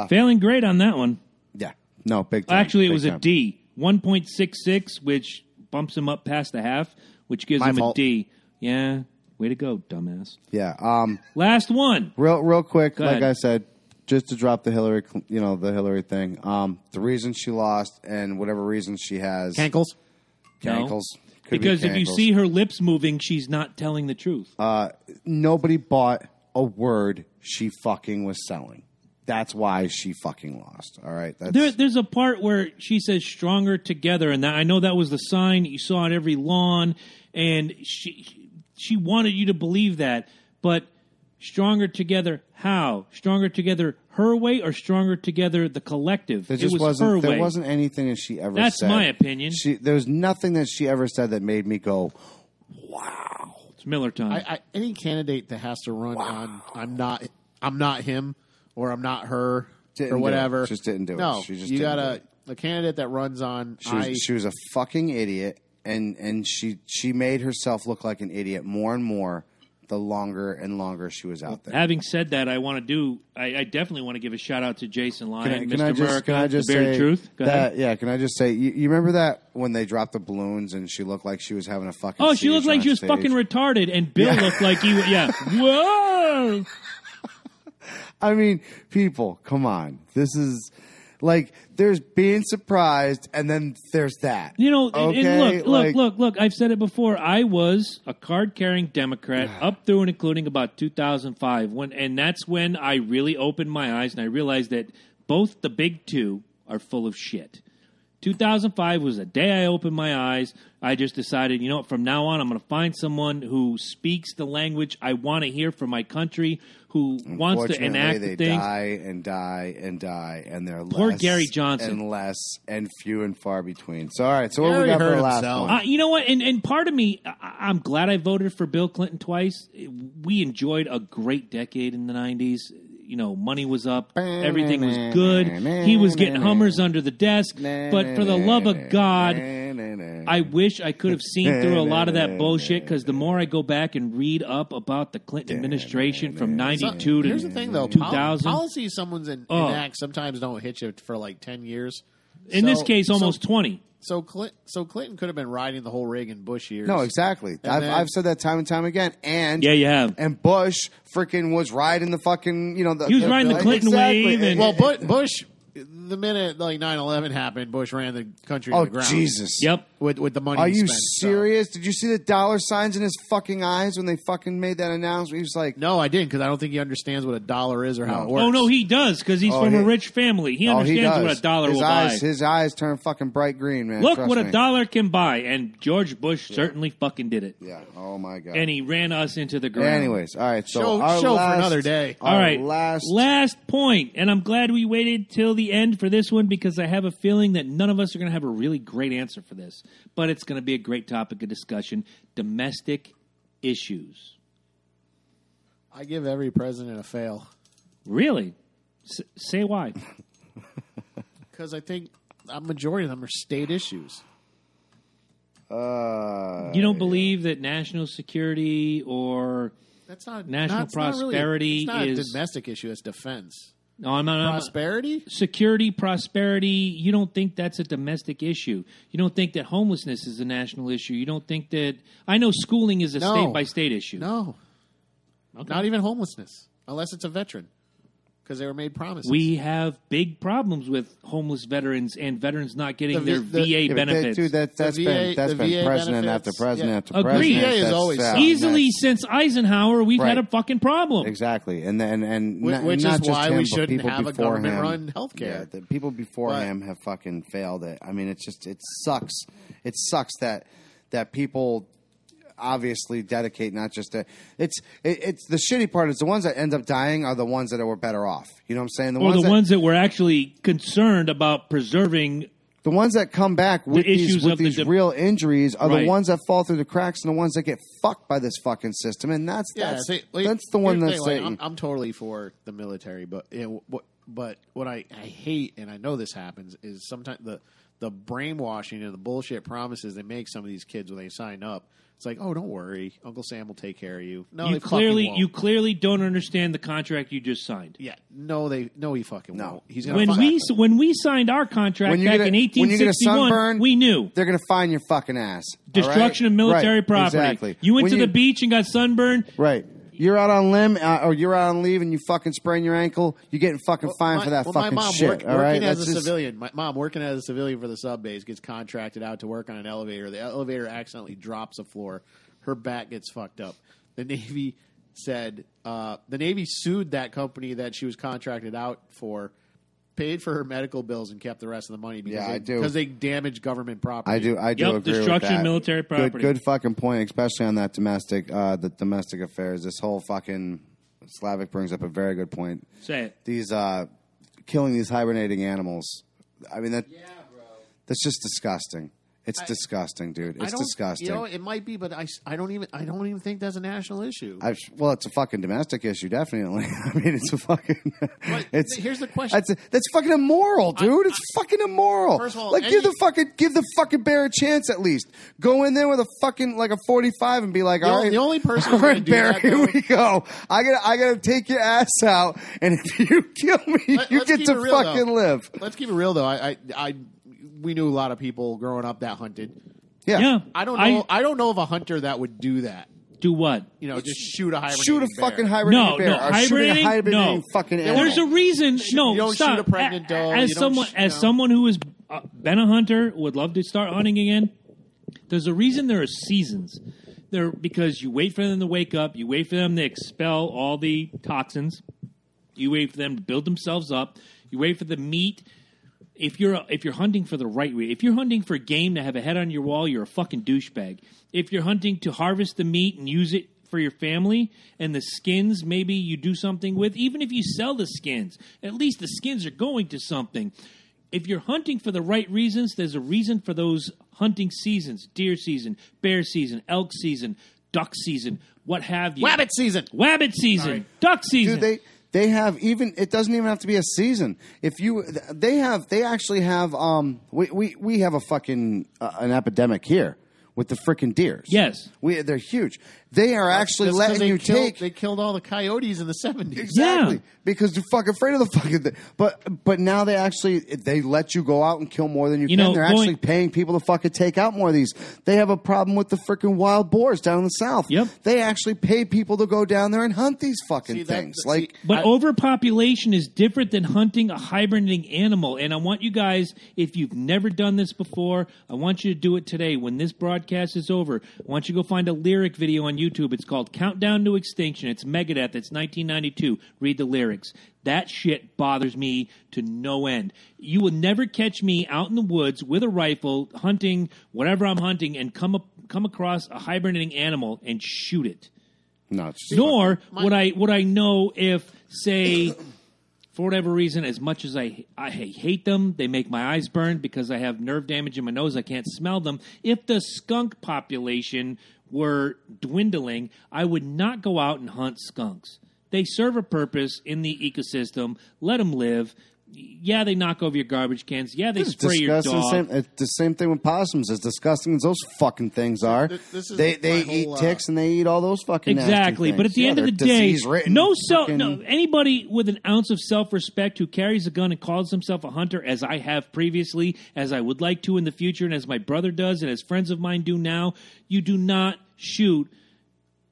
A: failing grade on that one.
B: Yeah. No, big time.
A: Actually, it
B: Big
A: was a
B: time.
A: D. 1.66, which bumps him up past the half, which gives
C: My
A: him
C: fault.
A: a D. Yeah. Way to go, dumbass.
B: Yeah. Um,
A: Last one.
B: real, real quick,
A: Go
B: like
A: ahead.
B: I said, just to drop the Hillary, cl- you know, the Hillary thing. Um, the reason she lost and whatever reason she has,
C: Cankles.
A: No.
B: cankles. Could be
A: Because if you
B: cankles.
A: see her lips moving, she's not telling the truth.
B: nobody bought a word she fucking was selling. That's why she fucking lost. All right. That's
A: there, there's a part where she says "stronger together," and that, I know that was the sign that you saw on every lawn, and she she wanted you to believe that. But stronger together, how? Stronger together, her way, or stronger together, the collective?
B: there
A: it
B: just
A: was
B: wasn't.
A: her
B: there
A: way.
B: wasn't anything that she ever.
A: That's
B: said.
A: my opinion.
B: She, there was nothing that she ever said that made me go, "Wow."
A: It's Miller time.
C: I, I, any candidate that has to run on "I'm not, I'm not him" or "I'm not her"
B: Didn't
C: or
B: do it.
C: whatever,
B: Just didn't do it.
C: No,
B: She just
C: you
B: didn't
C: gotta
B: do
C: a candidate that runs on
B: She was,
C: "I."
B: she was a fucking idiot, and and she she made herself look like an idiot more and more the longer and longer she was out there.
A: Having said that, I want to do. I, I definitely want to give a shout out to Jason Lyon,
B: Can I,
A: Mr.
B: can I just,
A: America,
B: can I just
A: the Bearded
B: say
A: Truth. Go
B: that?
A: ahead.
B: Yeah, can I just say you, you remember that when they dropped the balloons and she looked like she was having a fucking.
A: Oh, she
B: seizure
A: looked like
B: on
A: she was
B: stage?
A: fucking retarded, and Bill looked like he. wa-
B: [laughs]
A: Yeah. Whoa.
B: I mean, people, come on. This is like there's being surprised, and then there's that.
A: You know, and- and, look, look,
B: Like,
A: look, look. I've said it before. I was a card-carrying Democrat up through and including about 2005, when, and that's when I really opened my eyes and I realized that both the big two are full of shit. 2005 was the day I opened my eyes. I just decided, you know, what, from now on, I'm going to find someone who speaks the language I want to hear from my country, who wants to
B: Unfortunately,
A: enact
B: they
A: the things.
B: die and die and die, and they're
A: Poor
B: less
A: Gary Johnson.
B: and less and few and far between. So, all right. So, what
C: Gary
B: we got for
C: hurt
B: the last
C: himself.
B: one?
A: Uh, you know what? And, and part of me, I, I'm glad I voted for Bill Clinton twice. We enjoyed a great decade in the 90s. You know, money was up, everything was good. He was getting Hummers under the desk. But for the love of God, I wish I could have seen through a lot of that bullshit because the more I go back and read up about the Clinton administration from
C: So-
A: 92 to
C: here's the thing, though. Pol-
A: 2000.
C: policies someone's in,
A: Oh.
C: enacts sometimes don't hit you for like ten years.
A: in this
C: So-
A: case,
C: so-
A: almost 20.
C: So, Clint, so Clinton could have been riding the whole Reagan Bush years.
B: no, exactly. I've,
C: then-
B: I've said that time and time again. And
A: Yeah, you have.
B: And Bush freaking was riding the fucking you know the
A: He was riding the Clinton
B: exactly.
A: wave and-
C: Well, Bu- Bush, the minute like 9-11 happened, Bush ran the country
B: oh
C: to the ground.
B: Jesus!
A: Yep.
C: With with the money.
B: Are
C: he
B: you
C: spent, so-
B: serious? Did you see the dollar signs in his fucking eyes when they fucking made that announcement? He was like,
C: No, I didn't because I don't think he understands what a dollar is or how it works.
A: Oh, no, he does because he's
B: Oh,
A: from a
B: he-
A: rich family. He
B: "Oh, he
A: understands
B: does."
A: what a dollar
B: his
A: will
B: eyes,
A: buy.
B: His eyes turn fucking bright green, man.
A: Look
B: Trust
A: what
B: me.
A: a dollar can buy, and George Bush certainly fucking did it.
B: Yeah. Oh my god.
A: And he ran us into the ground.
B: Anyways, all right. So
C: Show-
B: our
C: show for
B: last-
C: another day.
B: our
A: all right,
B: Last.
A: point, and I'm glad we waited till the end for this one because I have a feeling that none of us are going to have a really great answer for this, but it's going to be a great topic of discussion: domestic issues.
C: I give every president a fail
A: Really, S- say why?
C: because I think a majority of them are state issues.
B: Uh, [laughs]
A: You don't believe that national security or
C: That's not
A: National
C: not, it's not really-
A: prosperity
C: it's not a
A: is- Um,
C: domestic issue. It's defense.
A: no, oh, I'm not. I'm-
C: Prosperity.
A: security, prosperity, you don't think that's a domestic issue. You don't think that homelessness is a national issue. You don't think that I know schooling is a
C: No.
A: state by state issue.
C: No,
A: Okay.
C: not even homelessness, unless it's a veteran, because they were made promises.
A: we have big problems with homeless veterans and veterans not getting
C: The
A: their
C: V- the-
A: VA
B: yeah, but that-
A: benefits.
B: dude, that, that's
C: VA
B: been, that's
C: the
B: been
C: VA
B: president
C: benefits,
B: after president
C: yeah.
B: after
A: Agreed.
B: president.
A: VA is
B: That's-
C: always
B: yeah,
C: something.
A: Easily
B: that's-
A: since Eisenhower, we've had
B: Right.
A: a fucking problem.
B: Exactly, and and and
C: Whi-
B: not,
C: which
B: not
C: is
B: just
C: why
B: him,
C: we
B: but
C: shouldn't
B: people
C: have a
B: before him.
C: government-run healthcare.
B: Yeah, the people before
C: But-
B: him have fucking failed it. I mean, it's just it sucks. It sucks that that people obviously dedicate not just to it's it, it's the shitty part is the ones that end up dying are the ones that were better off. You know what I'm saying? The
A: Or the
B: that,
A: ones that were actually concerned about preserving
B: the ones that come back with
A: issues
B: these with
A: of the
B: these
A: de-
B: real injuries are
A: Right.
B: the ones that fall through the cracks and the ones that get fucked by this fucking system. And that's that's,
C: see, like,
B: that's the one
C: here's
B: that's
C: thing, like,
B: like,
C: I'm, I'm totally for the military, but you know, what, but what I, I hate and I know this happens is sometimes the the brainwashing and the bullshit promises they make some of these kids when they sign up. It's like, oh, don't worry, Uncle Sam will take care of you. No,
B: Oh,
A: you
C: they fucking
A: clearly
C: won't.
A: you clearly don't understand the contract you just signed.
C: yeah, no, they no, he fucking
B: No.
C: won't. He's gonna
A: When
C: fuck-
A: we when we signed our contract
B: When you
A: back
B: get a-
A: in
B: when you get a
A: 1861,
B: sunburn-
A: we knew
B: they're gonna find your fucking ass. all right?
A: destruction of military
B: Right,
A: property.
B: Exactly.
A: You went to
B: When
A: the beach and got sunburned.
B: Right. You're out on limb, uh, or you're out on leave, and you fucking sprain your ankle. You're getting fucking fined
C: My-
B: for that
C: well,
B: fucking
C: my mom
B: shit.
C: work-
B: all right.
C: working as a
B: That's just-
C: civilian, my mom working as a civilian for the sub base gets contracted out to work on an elevator. The elevator accidentally drops a floor. Her back gets fucked up. The [laughs] Navy said uh, the Navy sued that company that she was contracted out for, paid for her medical bills, and kept the rest of the money because
B: Yeah,
C: they,
B: I do.
C: because they damaged government property.
B: I do. I do
A: Yep,
B: agree with
A: destruction
B: that.
A: of military property.
B: Good, good fucking point, especially on that domestic, uh, the domestic affairs. This whole fucking Slavic brings up a very good point.
A: Say it.
B: These uh, killing these hibernating animals. I mean that. That's just disgusting. It's disgusting, dude.
C: I
B: It's
C: don't-
B: disgusting.
C: You know, it might be, but I, s- I don't even I don't even think that's a national issue.
B: I, well, it's a fucking domestic issue, definitely. [laughs] I mean, it's a fucking. [laughs] it's
C: here's the question.
B: That's, that's fucking immoral, dude. it's fucking immoral.
C: First of all,
B: like give
C: any-
B: the fucking give the fucking bear a chance at least. Go in there with a fucking like a forty five and be like,
C: o-
B: all right,
C: the
B: [laughs]
C: only person
B: all
C: who's gonna
B: right,
C: do
B: bear,
C: that,
B: here
C: though-
B: we go. I gotta I gotta take your ass out, and if [laughs] you kill me,
C: Let-
B: you
C: let's
B: get
C: keep
B: to
C: it real, though.
B: fucking live.
C: Let's keep it real though. I, I I we knew a lot of people growing up that hunted.
B: Yeah,
A: Yeah.
C: I don't
A: I-
C: know. I, don't know of a hunter that would do that.
A: Do what?
C: You know, just shoot a hibernating
B: shoot a
C: bear.
B: fucking hibernating
A: No,
B: bear.
A: no,
B: or shoot a
A: hibernating?
B: hibernating
A: No.
B: fucking animal.
A: There's a reason. no,
C: you don't
A: stop.
C: shoot a pregnant dog,
A: As
C: you don't
A: someone,
C: sh-
A: as
C: no.
A: someone who has uh, been a hunter, would love to start hunting again. There's a reason there are seasons. There because you wait for them to wake up. You wait for them to expel all the toxins. You wait for them to build themselves up. You wait for the meat. If you're if you're hunting for the right way, if you're hunting for game to have a head on your wall, you're a fucking douchebag. If you're hunting to harvest the meat and use it for your family and the skins, maybe you do something with. Even if you sell the skins, at least the skins are going to something. If you're hunting for the right reasons, there's a reason for those hunting seasons: deer season, bear season, elk season, duck season, what have you.
C: Wabbit season.
A: Wabbit season, duck season.
B: Dude, they they have even it doesn't even have to be a season. If you they have they actually have um we we, we have a fucking uh, an epidemic here with the freaking deers.
A: Yes.
B: we they're huge. They are actually
C: That's 'cause
B: letting
C: they
B: you
C: killed,
B: take
C: They killed all the coyotes in the seventies.
B: exactly
A: Yeah.
B: because they're fucking afraid of the fucking thing. But but now they actually they let you go out and kill more than you,
A: You
B: can.
A: know,
B: they're
A: going-
B: actually paying people to fucking take out more of these. They have a problem with the freaking wild boars down in the south.
A: Yep.
B: they actually pay people to go down there and hunt these fucking
C: See, that-
B: things.
C: see,
B: like.
A: But
C: I-
A: overpopulation is different than hunting a hibernating animal. And I want you guys, if you've never done this before, I want you to do it today. When this broadcast is over, I want you to go find a lyric video on YouTube. It's called Countdown to Extinction. It's Megadeth. It's 1992. Read the lyrics. That shit bothers me to no end. You will never catch me out in the woods with a rifle hunting whatever I'm hunting and come up, come across a hibernating animal and shoot it.
B: No, it's just
A: Nor would I would I know if, say, [coughs] for whatever reason, as much as I I hate them, they make my eyes burn because I have nerve damage in my nose. I can't smell them. If the skunk population were dwindling, I would not go out and hunt skunks. They serve a purpose in the ecosystem. Let them live. Yeah, they knock over your garbage cans. Yeah, they
B: It's
A: spray your
B: disgusting.
A: dog.
B: Same, it's the same thing with possums. As disgusting as those fucking things are,
C: Th- this is
B: they
C: my
B: they
C: whole,
B: eat
C: uh,
B: ticks and they eat all those fucking nasty
A: Exactly, but
B: things.
A: at the
B: Yeah,
A: end of
B: they're
A: the day,
B: disease-ridden
A: no self,
B: fucking-
A: no anybody with an ounce of self respect who carries a gun and calls himself a hunter, as I have previously, as I would like to in the future, and as my brother does, and as friends of mine do now, you do not shoot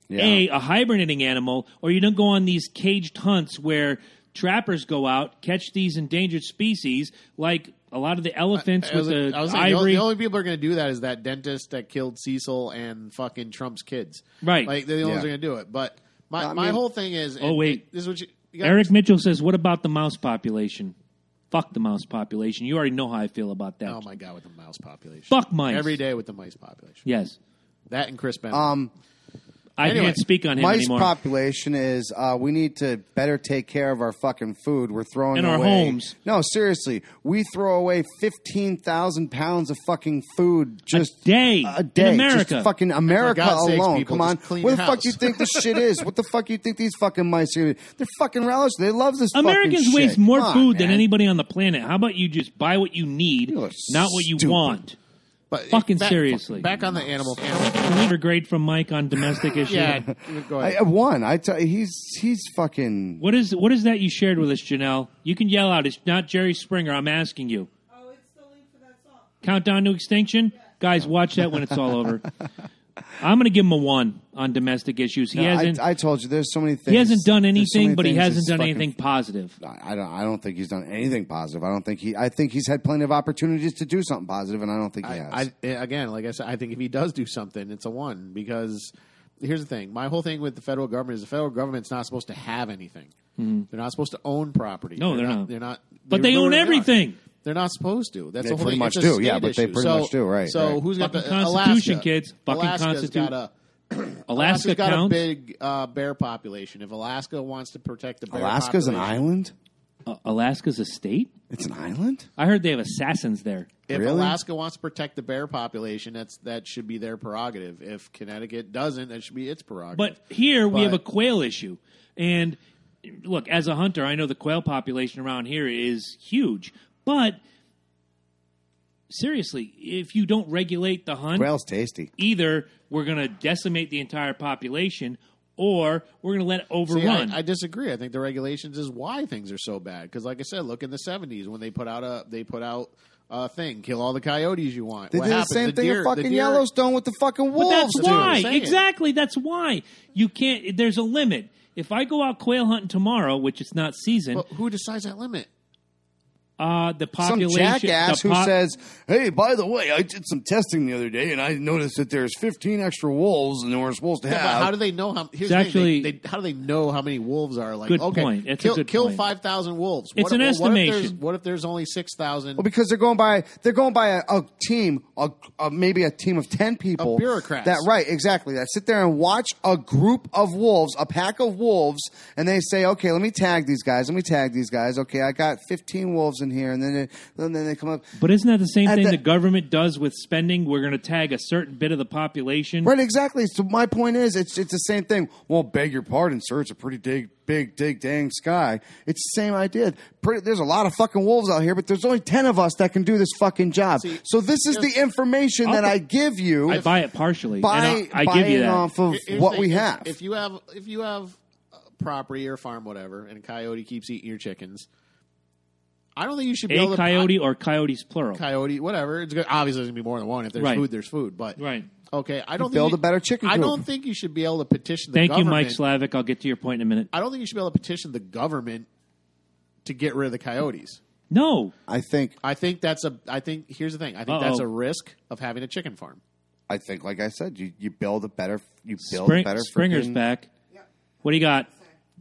B: Yeah.
A: a a hibernating animal, or you don't go on these caged hunts where trappers go out catch these endangered species, like a lot of the elephants
C: I was,
A: with the
C: I was saying, the, only,
A: ivory.
C: the only people are going to do that is that dentist that killed Cecil and fucking Trump's kids.
A: Right.
C: Like they're the only ones
B: Yeah.
C: going to do it. But my,
B: I
C: my
B: mean-
C: whole thing is.
A: Oh, wait.
C: This is what you, you gotta-
A: Eric Mitchell says, "What about the mouse population? Fuck the mouse population. You already know how I feel about that.
C: Oh my god, with the mouse population.
A: Fuck mice.
C: Every day with the mice population.
A: Yes,
C: That and Chris Benner.
B: Um,
A: I
C: Anyway,
A: can't speak on him
B: mice
A: anymore.
B: population is uh, we need to better take care of our fucking food. We're throwing
A: And our
B: away,
A: homes.
B: No, seriously, we throw away fifteen thousand pounds of fucking food just
A: day.
B: A
A: In
B: day,
A: America.
B: Just fucking America
C: God's sakes,
B: alone.
C: people,
B: Come on,
C: just clean
B: where the
C: your
B: fuck do you
C: house.
B: think
C: [laughs]
B: this shit is? What the fuck do you think these fucking mice are? They're fucking relish. They love this. fucking
A: Americans
B: shit.
A: waste more
B: Come on,
A: food than
B: man.
A: anybody on the planet. How about you just buy what you need,
B: You are
A: not what you
B: stupid.
A: want?
C: but
A: fucking
C: back,
A: seriously.
C: Back on the animal. animal.
A: Can we regrade from Mike on
B: [sighs]
A: domestic issues?
C: [laughs] Yeah, go
B: I,
C: ahead.
B: I won. I tell he's he's fucking.
A: What is what is that you shared with us, Janelle? You can yell out. It's not Jerry Springer. I'm asking you.
F: Oh, it's the link for that song.
A: Countdown to extinction. Guys, watch that when it's all
B: [laughs]
A: over. I'm going to give him a one on domestic issues. He
B: No, I,
A: hasn't.
B: I told you, there's so many things.
A: he hasn't done
B: there's so many
A: anything, but he
B: things
A: hasn't
B: he's
A: done
B: fucking-
A: anything positive.
B: I I don't. I don't think he's done anything positive. I don't think he. I think he's had plenty of opportunities to do something positive, and I don't think he has.
C: I, I again, like I said, I think if he does do something, it's a one because here's the thing. My whole thing with the federal government is the federal government's not supposed to have anything. They're not supposed to own property.
A: Hmm. No, they're not.
C: They're not.
A: But they own
C: are.
A: everything.
C: They're not supposed to. That's
B: They
C: the whole
B: pretty
C: thing.
B: much
C: It's a
B: do, yeah,
C: state
B: but they
C: issue.
B: pretty
C: So-
B: much do, right,
C: So
B: right.
C: who's got
A: Fucking
C: the
A: Constitution,
C: Alaska.
A: kids. Fucking
C: Alaska's
A: Constitution.
C: Got a,
A: Alaska
C: Alaska's got
A: counts.
C: a big uh, bear population. If Alaska wants to protect the bear
B: Alaska's an
C: population-
B: island.
A: Uh, Alaska's a state.
B: It's an island?
A: I heard they have assassins there.
C: If
B: Really?
C: Alaska wants to protect the bear population, that's that should be their prerogative. If Connecticut doesn't, that should be its prerogative.
A: But here we have a
C: But-
A: quail issue. And look, as a hunter, I know the quail population around here is huge. But seriously, if you don't regulate the hunt,
B: Quail's tasty.
A: either we're going to decimate the entire population or we're going to let it
C: See,
A: overrun.
C: I, I disagree. I think the regulations is why things are so bad. Because, like I said, look in the seventies when they put out a they put out a thing, kill all the coyotes you want.
B: They
C: what
B: did
C: happened?
B: the same thing
C: deer-
B: in
C: the
B: fucking
C: deer-
B: Yellowstone with the fucking
A: but
B: wolves.
A: that's
B: dude.
C: what I'm
A: why.
C: saying.
A: Exactly. That's why. You can't, there's a limit. If I go out quail hunting tomorrow, which it's not season,
C: But who decides that limit?
A: uh, the
B: Some
A: population.
B: jackass
A: the
B: who
A: po-
B: says, "Hey, by the way, I did some testing the other day, and I noticed that there's 15 extra wolves, and we're supposed to
C: Yeah, but
B: have."
C: how do they know how?
A: It's
C: Here's the thing,
A: actually-
C: they, they, how do they know how many wolves are? Like,
A: Good
C: okay,
A: point. It's a
C: kill,
A: good
C: kill
A: point.
C: five thousand wolves.
A: It's
C: what,
A: an
C: well, What if, there's,
A: estimation.
C: what if there's only six thousand?
B: Well, because they're going by they're going by a, a team, a, a- maybe a team of ten people,
C: Of bureaucrats.
B: That right, exactly. That sit there and watch a group of wolves, a pack of wolves, and they say, "Okay, let me tag these guys. Let me tag these guys. Okay, I got fifteen wolves in here." And then they, then they come up.
A: But isn't that the same
B: At
A: thing the,
B: the-
A: government does with spending? We're going to tag a certain bit of the population.
B: Right, exactly. So my point is, it's it's the same thing. Well, beg your pardon, sir. It's a pretty big, big, dig, dang sky. It's the same idea. Pretty, there's a lot of fucking wolves out here, but there's only ten of us that can do this fucking job.
C: See,
B: so this is the information that I give you.
A: I buy it partially.
B: by
A: and I, I
B: buying um,
A: give you that.
B: off of
C: Here's
B: what
C: the-
B: we
C: if-
B: have.
C: If you have if you have uh, property or farm whatever, and a coyote keeps eating your chickens, I don't think you should be able
A: a
C: to
A: coyote or coyotes plural.
C: coyote, whatever. It's good. obviously there's gonna be more than one. If there's
A: Right.
C: food, there's food. But
A: Right.
C: okay, I don't think
B: build
C: you-
B: a better chicken
C: I
B: coop.
C: don't think you should be able to petition. The
A: Thank you,
C: government.
A: Mike Slavic. I'll get to your point in a minute.
C: I don't think you should be able to petition the government to get rid of the coyotes.
A: No,
B: I think,
C: I think that's a. I think here's the thing. I think
A: Uh-oh.
C: that's a risk of having a chicken farm.
B: I think, like I said, you, you build a better, you build
A: Spring,
B: better.
A: Springer's
B: freaking-
A: back. What do you got?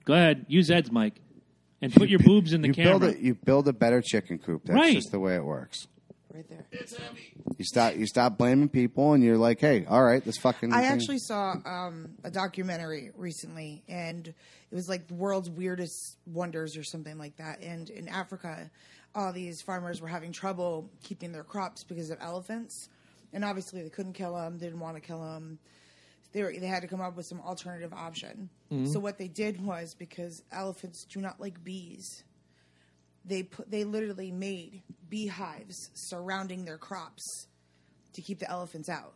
A: Go ahead. Use Ed's mic and put your boobs in the
B: you
A: camera.
B: Build a, you build a better chicken coop. That's
A: Right.
B: just the way it works.
E: right there.
B: You stop, you stop blaming people, and you're like, hey, all right, this fucking.
E: I
B: thing-
E: actually saw um, a documentary recently, and it was like the world's weirdest wonders or something like that. And in Africa, all these farmers were having trouble keeping their crops because of elephants, and obviously they couldn't kill them. They didn't want to kill them. They were, they had to come up with some alternative option. So what they did was because elephants do not like bees, they put they literally made beehives surrounding their crops to keep the elephants out.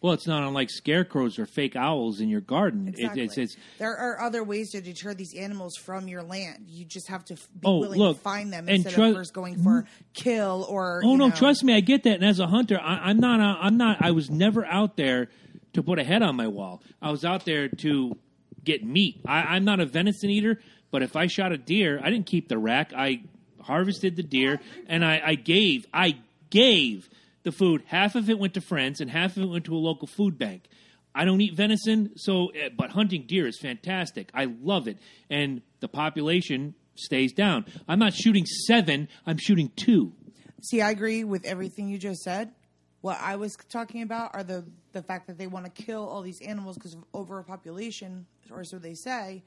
A: well, it's not unlike scarecrows or fake owls in your garden. It-
E: Exactly.
A: it's, it's,
E: there are other ways to deter these animals from your land. You just have to f- be
A: Oh,
E: willing
A: look,
E: to find them
A: and
E: instead
A: trust- Mm-hmm.
E: of first going for kill or.
A: Oh
E: you
A: no,
E: know.
A: trust me, I get that. And as a hunter, I, I'm not. A, I'm not. I was never out there to put a head on my wall. I was out there to get meat. I, I'm not a venison eater, but if I shot a deer, I didn't keep the rack. I harvested the deer, and I, I gave. I gave the food. Half of it went to friends, and half of it went to a local food bank. I don't eat venison, so eh, but hunting deer is fantastic. I love it, and the population stays down. I'm not shooting seven. I'm shooting two.
E: See, I agree with everything you just said. What I was talking about are the the fact that they want to kill all these animals because of overpopulation, or so they say.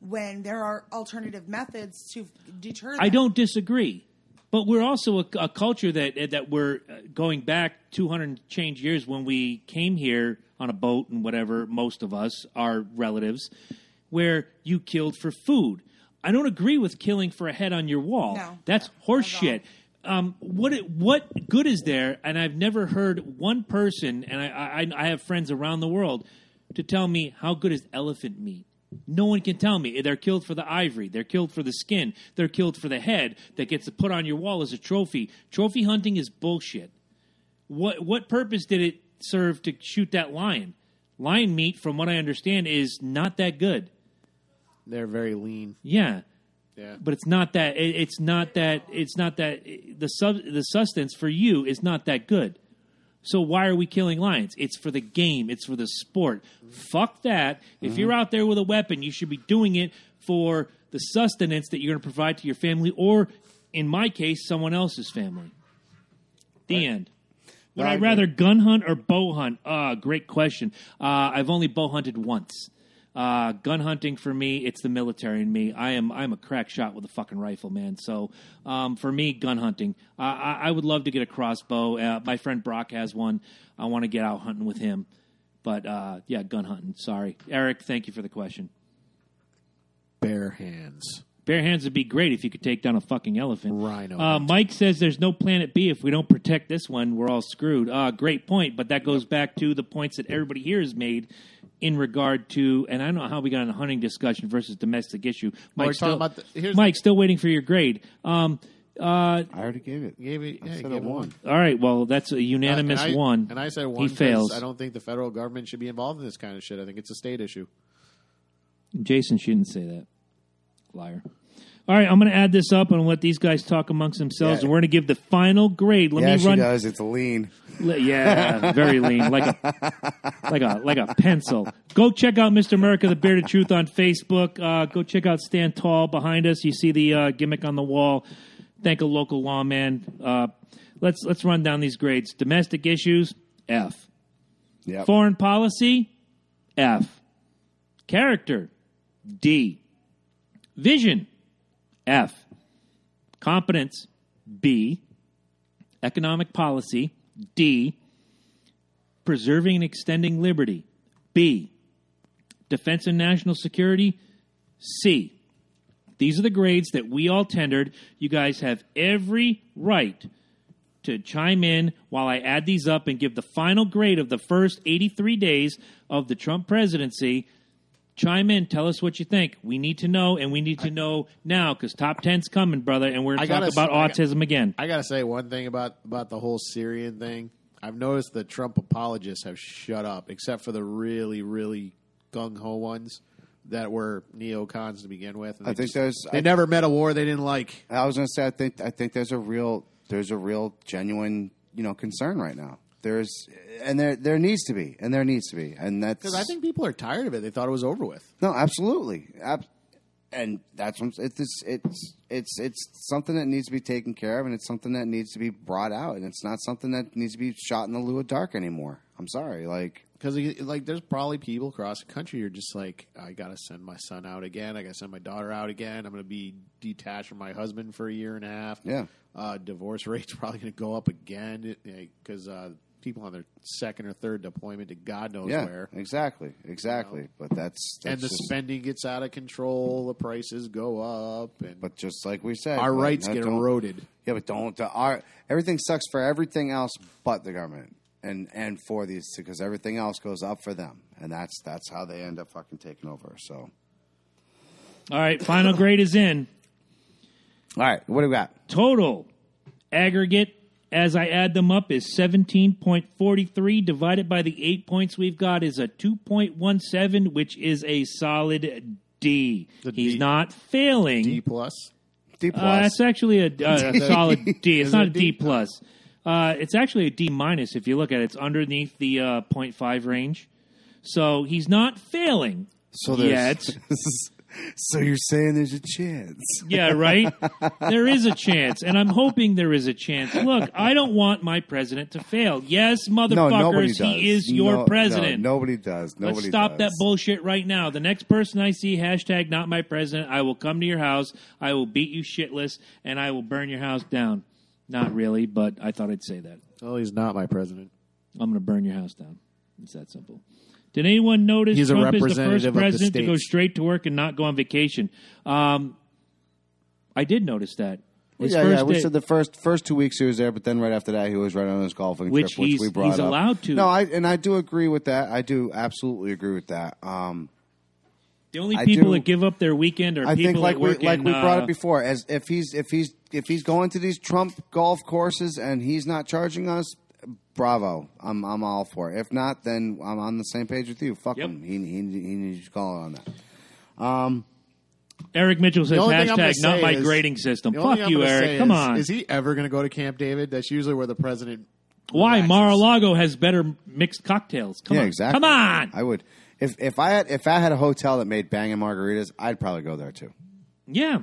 E: When there are alternative methods to deter, them.
A: I don't disagree, but we're also a, a culture that that we're uh, going back 200 change years when we came here on a boat and whatever. Most of us are relatives, where you killed for food. I don't agree with killing for a head on your wall.
E: No.
A: That's horseshit. Um, what it, what good is there? And I've never heard one person, and I, I I have friends around the world, to tell me how good is elephant meat. No one can tell me. They're killed for the ivory. They're killed for the skin. They're killed for the head that gets to put on your wall as a trophy. Trophy hunting is bullshit. What what purpose did it serve to shoot that lion? Lion meat, from what I understand, is not that good.
C: They're very lean.
A: Yeah,
C: Yeah.
A: but it's not that. It, it's not that. It's not that. The sub the sustenance for you is not that good. So why are we killing lions? It's for the game. It's for the sport. Fuck that. If you're out there with a weapon, you should be doing it for the sustenance that you're going to provide to your family, or in my case, someone else's family. The end. Would
B: No, I
A: I
B: agree.
A: rather gun hunt or bow hunt? Ah, great question. Uh, I've only bow hunted once. Uh, gun hunting for me, it's the military in me. I am I'm a crack shot with a fucking rifle, man. So um, for me, gun hunting. Uh, I, I would love to get a crossbow. Uh, my friend Brock has one. I want to get out hunting with him. But uh, yeah, gun hunting. Sorry, Eric. Thank you for the question.
C: Bare hands.
A: Bare hands would be great if you could take down a fucking elephant.
C: Rhino
A: Uh, Mike says there's no planet B. If we don't protect this one, we're all screwed. Uh, great point, but that goes back to the points that everybody here has made in regard to, and I don't know how we got on a hunting discussion versus domestic issue.
C: we're
A: Mike,
C: talking
A: still,
C: about the- here's-
A: Mike, still waiting for your grade. Um, uh,
B: I already gave it.
C: Gave it-
B: I
C: yeah,
B: said
C: gave
B: I
C: it
B: won.
C: one.
A: all right, well, that's a
C: Uh,
A: unanimous
C: and I,
A: one.
C: And I said
A: He
C: one.
A: fails.
C: I don't think the federal government should be involved in this kind of shit. I think it's a state issue.
A: Jason shouldn't say that. Liar. All right, I'm going to add this up and let these guys talk amongst themselves,
B: Yeah.
A: and we're going to give the final grade. Let
B: yeah,
A: me
B: she
A: run.
B: does. It's lean.
A: Li- Yeah, very lean, like a like a like a pencil. Go check out Mr. America: The Beard of Truth on Facebook. Uh, go check out Stand Tall behind us. You see the uh, gimmick on the wall. Thank a local lawman. Uh, let's let's run down these grades. Domestic issues F.
B: Yep.
A: Foreign policy F. Character D. Vision F. Competence B. Economic policy D. Preserving and extending liberty B. Defense and national security C. These are the grades that we all tendered. You guys have every right to chime in while I add these up and give the final grade of the first 83 days of the Trump presidency. Chime in, tell us what you think. We need to know, and we need to know now because top 10's coming, brother, and we're
C: I
A: going to talk
C: gotta-
A: about
C: I got-
A: autism again.
C: I gotta say one thing about about the whole Syrian thing. I've noticed the Trump apologists have shut up, except for the really, really gung ho ones that were neocons to begin with. And
B: I
C: they
B: think
C: just-
B: there's-
C: they
B: I-
C: never met a war they didn't like.
B: I was gonna say I think I think there's a real there's a real genuine you know concern right now. There's and there there needs to be and there needs to be and that's
C: Because I think people are tired of it. They thought it was over with.
B: no absolutely Ab- and that's what I'm- it's it's it's it's something that needs to be taken care of and it's something that needs to be brought out and it's not something that needs to be shot in the lieu of dark anymore. I'm sorry, like
C: Because like, there's probably people across the country who are just like, I gotta send my son out again. I gotta send my daughter out again. I'm gonna be detached from my husband for a year and a half.
B: Yeah.
C: Uh, divorce [laughs] rate's probably gonna go up again because uh, people on their second or third deployment to God knows
B: yeah,
C: where.
B: exactly, exactly. But that's, that's
C: and the
B: just-
C: spending gets out of control. The prices go up, and
B: But just like we said,
C: our
B: like,
C: rights
B: no,
C: get
B: don't-
C: eroded.
B: Yeah, but don't. The, our, everything sucks for everything else but the government, and and for these because everything else goes up for them, and that's that's how they end up fucking taking over. So, all
A: All right, final grade is in.
B: right, what do we got?
A: total aggregate as I add them up is 17.43 divided by the 8 points we've got is a 2.17 which is a solid D.
C: The
A: He's
C: D.
A: not failing.
C: D plus.
B: D
A: Uh,
B: plus.
A: that's actually a, uh, a solid D. It's
C: Is
A: not
C: it
A: a
C: a
A: D
C: D?
A: plus. Uh, it's actually a D minus if you look at it. It's underneath the uh, 0.5 range. So he's not failing
B: so
A: yet.
B: [laughs] there's. so you're saying there's a chance?
A: Yeah, right? there is a chance, and I'm hoping there is a chance. Look, I don't want my president to fail. Yes,
B: No, nobody
A: motherfuckers,
B: does.
A: he is your
B: No, no,
A: president.
B: nobody does. Nobody
A: Let's stop
B: does.
A: that bullshit right now. The next person I see, hashtag not my president, I will come to your house, I will beat you shitless, and I will burn your house down. Not really, but I thought I'd say that.
C: Oh, he's not my president.
A: I'm going to burn your house down. It's that simple. Did anyone notice
C: He's a
A: Trump is the
C: representative
A: first
C: of the
A: president to go
C: states.
A: straight to work and not go on vacation? Um, I did notice that. His
B: yeah, yeah.
A: first
B: We
A: day-
B: said the first first two weeks he was there, but then right after that he was right on his golfing
A: Which
B: trip, which
A: he's-
B: we brought
A: he's
B: up.
A: allowed to.
B: No, I and I do agree with that. I do absolutely agree with that. Um,
A: the only
B: I
A: people
B: do-
A: that give up their weekend are
B: I
A: people
B: think like
A: that
B: we
A: work
B: like
A: in,
B: we brought
A: uh,
B: it before. As if he's if he's if he's going to these Trump golf courses and he's not charging us, bravo. I'm I'm all for it. If not, then I'm on the same page with you. Fuck
A: Yep.
B: him. He he he needs to call it on that.
A: Eric Mitchell says
C: The only thing I'm
A: hashtag not
C: gonna say
A: my
C: is-
A: grading system.
C: the only
A: Fuck
C: thing I'm
A: you,
C: gonna
A: Eric.
C: say
A: Come
C: is,
A: on.
C: Is he ever going to go to Camp David? That's usually where the president.
A: Why
C: relaxes.
A: Mar-a-Lago has better mixed cocktails? Come
B: yeah,
A: on.
B: exactly.
A: Come on.
B: I would if if I had if I had a hotel that made banging margaritas, I'd probably go there too.
A: yeah.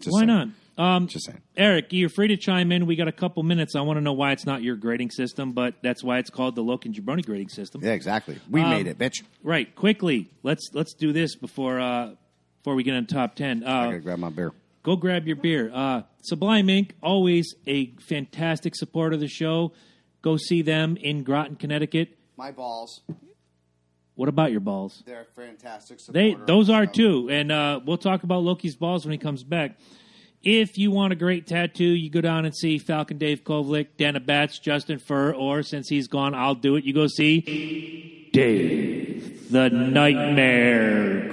B: Just
A: Why
B: saying.
A: not? Um,
B: Just saying.
A: Eric, you're free to chime in. We got a couple minutes. I want to know why it's not your grading system, but that's why it's called the Loken Jabroni grading system.
B: Yeah, exactly. We
A: Um,
B: made it, bitch.
A: Right. Quickly, let's let's do this before uh, before we get on top ten.
B: I
A: Uh,
B: gotta grab my beer.
A: go grab your beer. Uh, Sublime Inc. always a fantastic supporter of the show. Go see them in Groton, Connecticut.
D: My balls,
A: What about your balls?
D: they're fantastic.
A: They
D: supporter of
A: those
D: the
A: are
D: show.
A: too, and uh, we'll talk about Loki's balls when he comes back. If you want a great tattoo, you go down and see Falcon Dave Kovlik, Dana Batts, Justin Furr, or since he's gone, I'll do it. You go see Dave, the Nightmare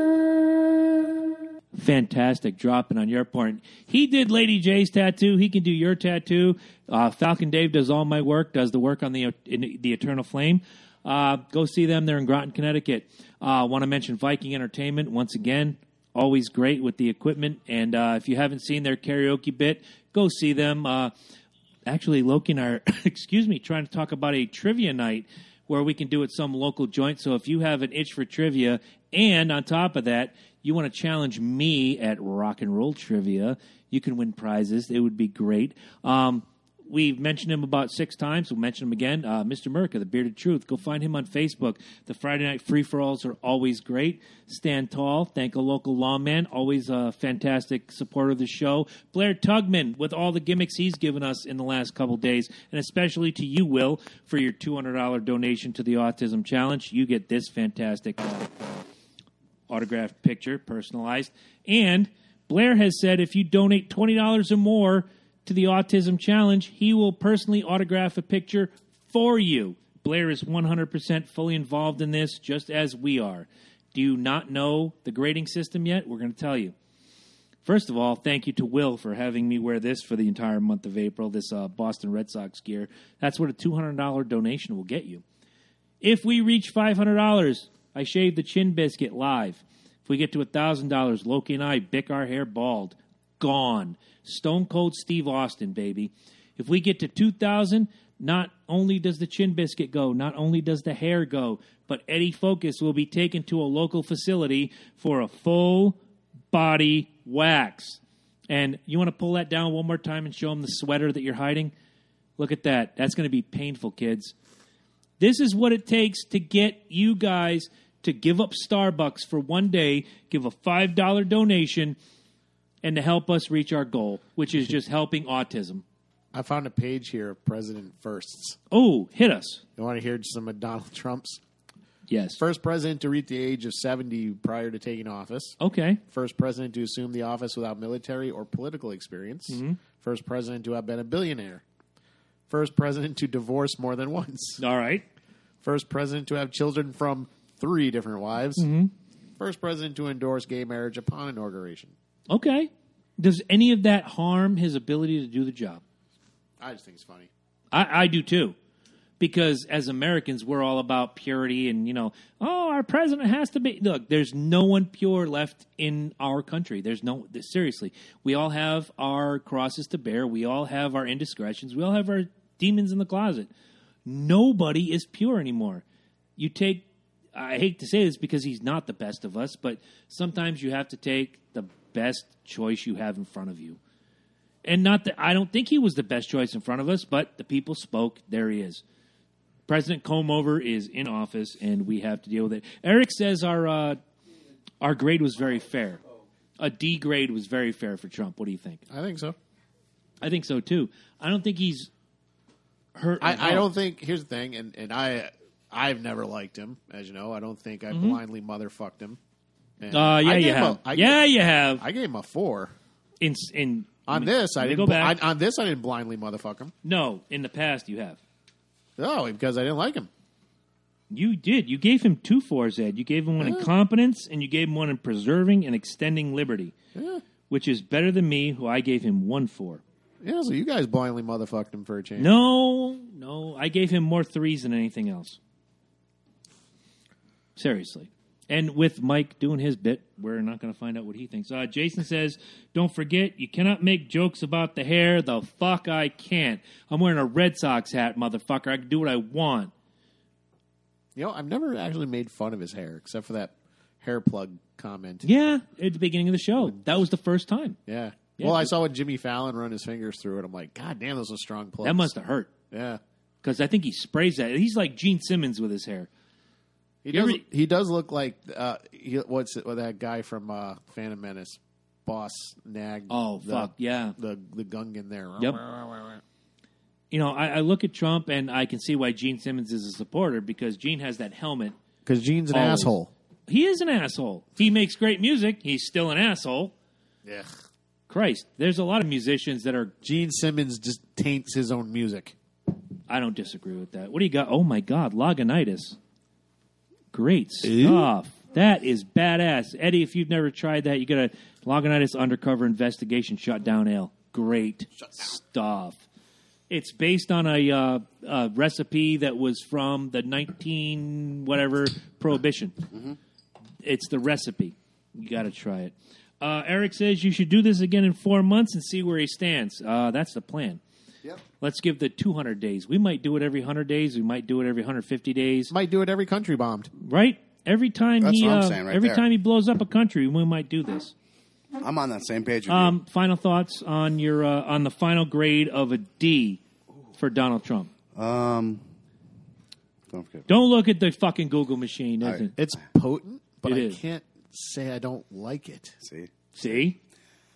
A: Kruger. Fantastic dropping on your part. He did Lady J's tattoo. He can do your tattoo. Uh, Falcon Dave does all my work. Does the work on the in the Eternal Flame. Uh, go see them. They're in Groton, Connecticut. Uh, Want to mention Viking Entertainment once again. Always great with the equipment. And uh, if you haven't seen their karaoke bit, go see them. Uh, actually Loki and I are [coughs] excuse me trying to talk about a trivia night where we can do at some local joint. So if you have an itch for trivia, and on top of that, you want to challenge me at rock and roll trivia, you can win prizes. It would be great. Um, We've mentioned him about six times. We'll mention him again. Uh, Mr. Murka, The Bearded Truth. Go find him on Facebook. The Friday Night Free For Alls are always great. Stand tall. Thank a local lawman. Always a fantastic supporter of the show. Blair Tugman, with all the gimmicks he's given us in the last couple days, and especially to you, Will, for your $200 donation to the Autism Challenge. You get this fantastic autographed picture, personalized. And Blair has said if you donate $20 or more to the Autism Challenge, he will personally autograph a picture for you. Blair is 100% fully involved in this, just as we are. Do you not know the grading system yet? We're going to tell you. First of all, thank you to Will for having me wear this for the entire month of April, this uh, Boston Red Sox gear. That's what a $200 donation will get you. If we reach five hundred dollars, I shave the chin biscuit live. If we get to thousand dollars, Loki and I bick our hair bald. Gone. Stone Cold Steve Austin, baby. If we get to two thousand, not only does the chin biscuit go, not only does the hair go, but Eddie Focus will be taken to a local facility for a full body wax. And you want to pull that down one more time and show him the sweater that you're hiding? Look at that. That's going to be painful, kids. This is what it takes to get you guys to give up Starbucks for one day, give a $5 donation, and to help us reach our goal, which is just helping autism.
C: I found a page here of president firsts.
A: Oh, hit us.
C: You want to hear some of Donald Trump's
A: Yes.
C: first president to reach the age of seventy prior to taking office.
A: Okay.
C: First president to assume the office without military or political experience. First president to have been a billionaire. First president to divorce more than once.
A: All right.
C: First president to have children from three different wives. First president to endorse gay marriage upon inauguration.
A: Okay. Does any of that harm his ability to do the job?
C: I just think it's funny.
A: I, I do too. Because as Americans, we're all about purity and, you know, oh, our president has to be. Look, there's no one pure left in our country. There's no, seriously. We all have our crosses to bear. We all have our indiscretions. We all have our demons in the closet. Nobody is pure anymore. You take, I hate to say this because he's not the best of us, but sometimes you have to take the best choice you have in front of you and not that I don't think he was the best choice in front of us, but the people spoke. There he is. President Comeover is in office, and we have to deal with it. Eric says our uh, our grade was very fair. A D grade was very fair for Trump. What do you think?
C: I think so.
A: I think so too. I don't think he's hurt. or
C: I, I
A: helped.
C: don't think. Here's the thing, and, and I I've never liked him, as you know. I don't think I blindly motherfucked him. And
A: Mm-hmm. Uh, yeah,
C: I
A: you
C: gave him
A: have.
C: a- I
A: yeah,
C: gave,
A: you have.
C: I gave him a four
A: In in
C: on this. I
A: let me
C: didn't
A: go
C: bl-
A: back.
C: I- on this. I didn't blindly motherfuck him.
A: no, in the past you have.
C: No, because I didn't like him.
A: You did. You gave him two fours, Ed. You gave him one in competence, and you gave him one in preserving and extending liberty, which is better than me, who I gave him one for.
C: Yeah, so you guys blindly motherfucked him for a change.
A: No, no, I gave him more threes than anything else. Seriously. And with Mike doing his bit, we're not going to find out what he thinks. Uh, Jason says, "Don't forget, you cannot make jokes about the hair. The fuck I can't. I'm wearing a Red Sox hat, motherfucker. I can do what I want."
C: You know, I've never actually made fun of his hair except for that hair plug comment.
A: Yeah, at the beginning of the show. That was the first time.
C: Yeah.
A: Yeah.
C: Well, I saw when Jimmy Fallon run his fingers through it. I'm like, God damn, those are strong plugs.
A: That must have hurt
C: Yeah.
A: because I think he sprays that. He's like Gene Simmons with his hair.
C: He
A: You
C: does,
A: ever-
C: he does look like uh, he, what's it, well, that guy from uh, Phantom Menace, Boss Nag.
A: Oh,
C: the-
A: fuck, yeah.
C: the the Gungan there.
A: Yep. You know, I, I look at Trump and I can see why Gene Simmons is a supporter because Gene has that helmet.
C: Because Gene's an
A: Always.
C: asshole.
A: He is an asshole. He makes great music. He's still an asshole.
C: Yeah.
A: Christ, there's a lot of musicians that are.
C: Gene Simmons just taints his own music.
A: I don't disagree with that. What do you got? Oh my God, Lagunitis. Great stuff. That is badass, Eddie. If you've never tried that, you got a Lagunitis Undercover Investigation Shutdown Ale. Great stuff. It's based on a, uh, uh recipe that was from the nineteen whatever Prohibition. It's the recipe. You got to try it. Uh, Eric says you should do this again in four months and see where he stands. Uh, that's the plan.
D: Yep.
A: Let's give the 200 days. We might do it every 100 days. We might do it every 150 days.
C: Might do it every country bombed.
A: Right? Every time
B: That's
A: he
B: what I'm
A: uh,
B: saying right
A: every
B: there.
A: time he blows up a country, we might do this.
B: I'm on that same page with
A: Um, final thoughts on your uh, on the final grade of a D for Donald Trump.
B: you. Um, don't forget.
A: Don't look at the fucking Google machine.
B: All
A: Isn't
B: right.
A: it?
C: It's potent, but
A: It
C: I
A: is.
C: can't say I don't like it.
B: See,
A: See,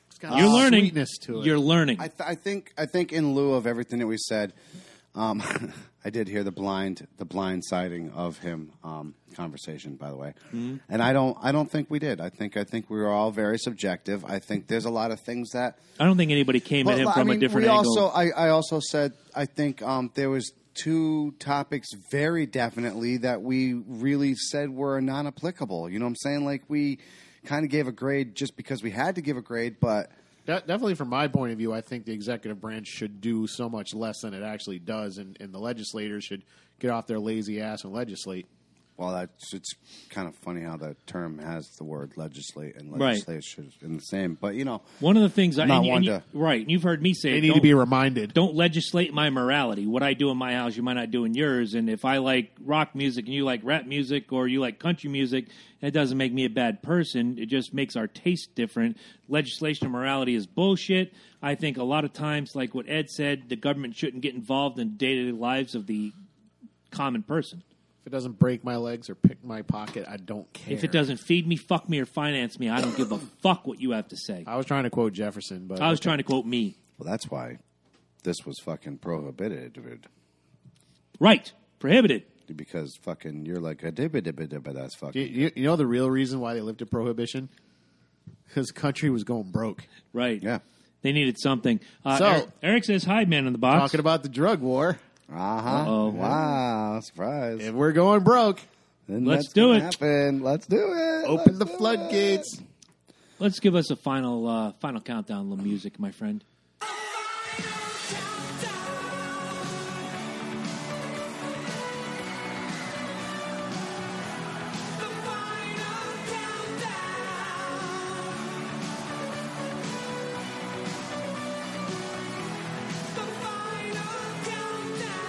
C: It's
B: Ah,
C: got a
A: you're learning.
C: sweetness to it.
A: You're learning.
B: I, th- I think I think in lieu of everything that we said, um, [laughs] I did hear the blind the blind siding of him um, conversation. By the way,
A: Mm-hmm.
B: and I don't I don't think we did. I think I think we were all very subjective. I think there's a lot of things that
A: I don't think anybody came at him
B: Well,
A: from
B: I mean,
A: a different
B: we
A: angle.
B: Also, I, I also said I think um, there was two topics very definitely that we really said were non-applicable. You know what I'm saying? Like we kind of gave a grade just because we had to give a grade, but
C: De- definitely, from my point of view, I think the executive branch should do so much less than it actually does, and, and the legislators should get off their lazy ass and legislate.
B: well, that's it's kind of funny how the term has the word legislate and
A: Right.
B: legislation in the same. But you know,
A: One of the things I
B: Not
A: and you- and you-
B: one to-
A: right, and you've heard me say
C: They
A: it,
C: need to
A: don't-
C: be reminded.
A: don't legislate my morality. What I do in my house, you might not do in yours. And if I like rock music and you like rap music or you like country music, that doesn't make me a bad person. It just makes our taste different. Legislation of morality is bullshit. I think a lot of times, like what Ed said, the government shouldn't get involved in day to day lives of the common person.
C: If it doesn't break my legs or pick my pocket, I don't care.
A: If it doesn't feed me, fuck me, or finance me, I don't give a fuck what you have to say.
C: I was trying to quote Jefferson, but
A: I was trying to quote me.
B: well, that's why this was fucking prohibited, dude.
A: Right. Prohibited.
B: Because fucking, you're like a dibba that's
C: You-
B: fucking.
C: you, you know the real reason why they lifted prohibition? Because the country was going broke.
A: Right.
B: Yeah.
A: They needed something. Uh,
C: So-
A: Eric, Eric says, "Hi, man in the box."
C: Talking about the drug war,
B: Uh huh.
A: Uh-oh.
B: Wow. Surprise.
C: if we're going broke,
B: Then
A: Let's
B: that's
A: do
B: gonna
A: it.
B: Happen. Let's do it.
C: open
B: Let's
C: the
B: do
C: floodgates.
A: Let's give us a final uh, final countdown, La music, my friend.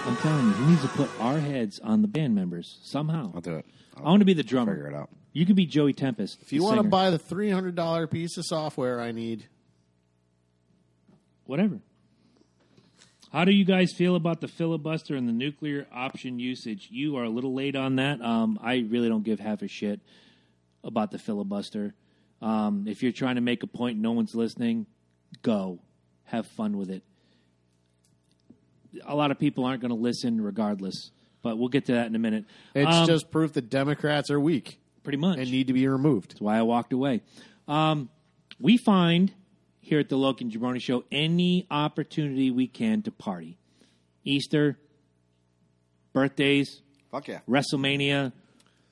A: I'm telling you, he needs to put our heads on the band members somehow.
B: I'll do it. I'll
A: I want to be the drummer.
B: figure it out.
A: You could be Joey Tempest.
C: If you
A: the
C: want to
A: singer.
C: buy the three hundred dollar piece of software I need,
A: whatever. How do you guys feel about the filibuster and the nuclear option usage? You are a little late on that. Um, I really don't give half a shit about the filibuster. Um, if you're trying to make a point, no one's listening. Go, have fun with it. A lot of people aren't going to listen regardless, but we'll get to that in a minute.
C: it's
A: Um,
C: just proof that Democrats are weak
A: pretty much
C: and need to be removed.
A: That's why I walked away. Um, we find here at the Loke and Jabroni Show any opportunity we can to party. Easter, birthdays,
B: Fuck yeah.
A: WrestleMania,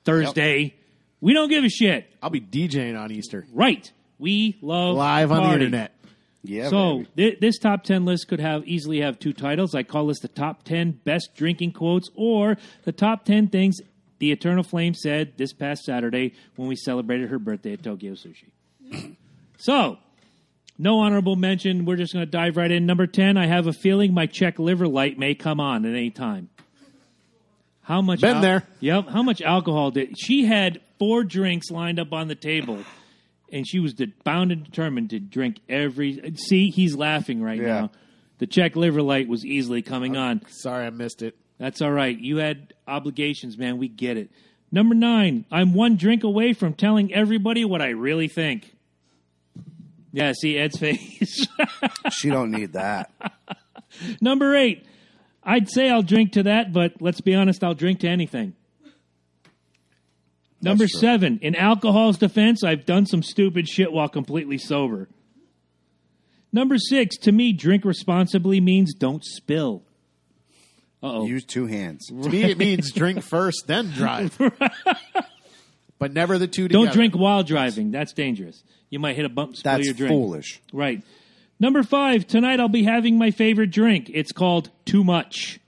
A: Thursday. We don't give a shit.
C: I'll be DJing on Easter
A: Right. We love
C: live on the
A: party.
C: internet.
B: Yeah.
A: So
B: baby.
A: th- this top ten list could have easily have two titles. I call this the top ten best drinking quotes, or the top ten things the Eternal Flame said this past Saturday when we celebrated her birthday at Tokyo Sushi. so, no honorable mention. We're just going to dive right in. Number ten. I have a feeling my check liver light may come on at any time. How much?
C: Been there.
A: Yep. How much alcohol did she had? Four drinks lined up on the table, and she was de- bound and determined to drink every. See, he's laughing right
B: Yeah.
A: now. The check liver light was easily coming
C: Uh,
A: on.
C: Sorry, I missed it.
A: That's all right. You had obligations, man. We get it. Number nine, I'm one drink away from telling everybody what I really think. Yeah, see Ed's face. [laughs]
B: She don't need that.
A: Number eight, I'd say I'll drink to that, but let's be honest, I'll drink to anything. Number
B: true.
A: seven, in alcohol's defense, I've done some stupid shit while completely sober. Number six, to me, drink responsibly means don't spill. Oh.
B: Use two hands.
C: To me, it means drink first,
A: [laughs]
C: then drive. but never the two
A: Don't
C: together.
A: drink while driving. That's dangerous. You might hit a bump, spill
B: That's
A: your drink.
B: foolish.
A: Right. Number five, tonight I'll be having my favorite drink. It's called Too
B: [laughs]
A: Much.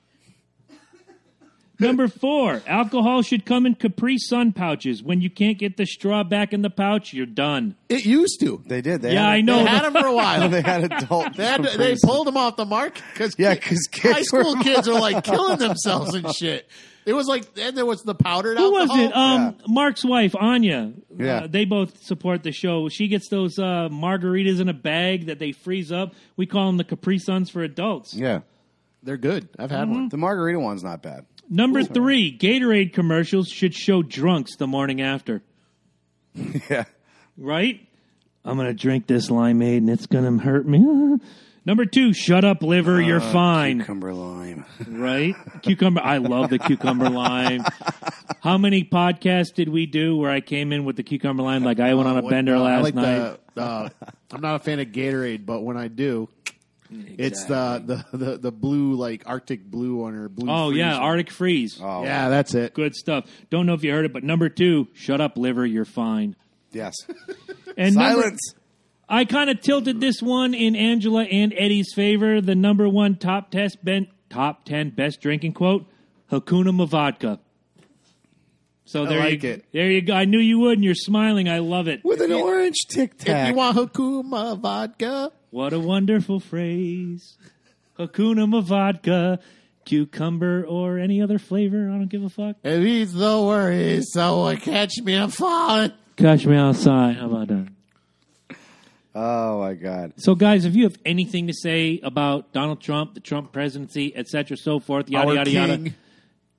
A: Number four, alcohol should come in Capri Sun pouches. When you can't get the straw back in the pouch, you're done.
C: It used to.
B: They did. They
A: Yeah,
B: had,
A: I know.
C: They had them for
A: [laughs]
C: a while.
B: [laughs] They
C: they,
B: had [laughs] adult.
C: had,
B: Capris.
C: they pulled them off the mark because
B: Yeah, because
C: high school kids are
A: [laughs]
C: like killing themselves and shit. It was like, and there was the powdered
A: Who was
C: alcohol.
A: it? Um, Mark's wife, Anya.
B: Yeah.
A: Uh, they both support the show. She gets those uh, margaritas in a bag that they freeze up. We call them the Capri Suns for adults.
B: Yeah, Mm-hmm.
C: They're good. I've had one.
B: the margarita one's not bad. [laughs]
A: Number three, Gatorade commercials should show drunks the morning after.
B: Yeah,
A: right? I'm gonna drink this limeade and it's gonna hurt me. [laughs] Number two, shut up,
C: Uh,
A: liver. You're fine,
B: cucumber lime. [laughs]
A: right? Cucumber. I love the
C: [laughs]
A: cucumber lime. How many podcasts did we do where I came in with the cucumber lime? Like I went on a
C: What-
A: bender
C: uh, I
A: last
C: like
A: night.
C: The, uh, I'm not a fan of Gatorade, but when I do, it's the, the the the blue like Arctic blue on her blue.
A: oh yeah,
C: freeze. Oh.
A: Arctic freeze.
C: yeah, that's it.
A: Good stuff. Don't know if you heard it, but number two, shut up, liver. You're fine.
B: yes,
A: And number-
B: silence.
A: I kind of tilted this one in Angela and Eddie's favor. The number one top test ben, top ten best drinking quote: Hakuna Mavodka. So there
C: like
A: you
C: it.
A: there you go. I knew you would, and you're smiling. I love it.
B: With an orange tic
C: If you
B: tac.
C: want Hakuma vodka,
A: What a wonderful phrase! Hakuna Mavodka, cucumber or any other flavor. I don't give a fuck.
C: it he's the worries, so uh, catch me, I'm falling.
A: Catch me outside. How about that?
B: oh my god.
A: So, guys, if you have anything to say about Donald Trump, the Trump presidency, et cetera, so forth, yada
C: Our
A: yada yada.
C: king.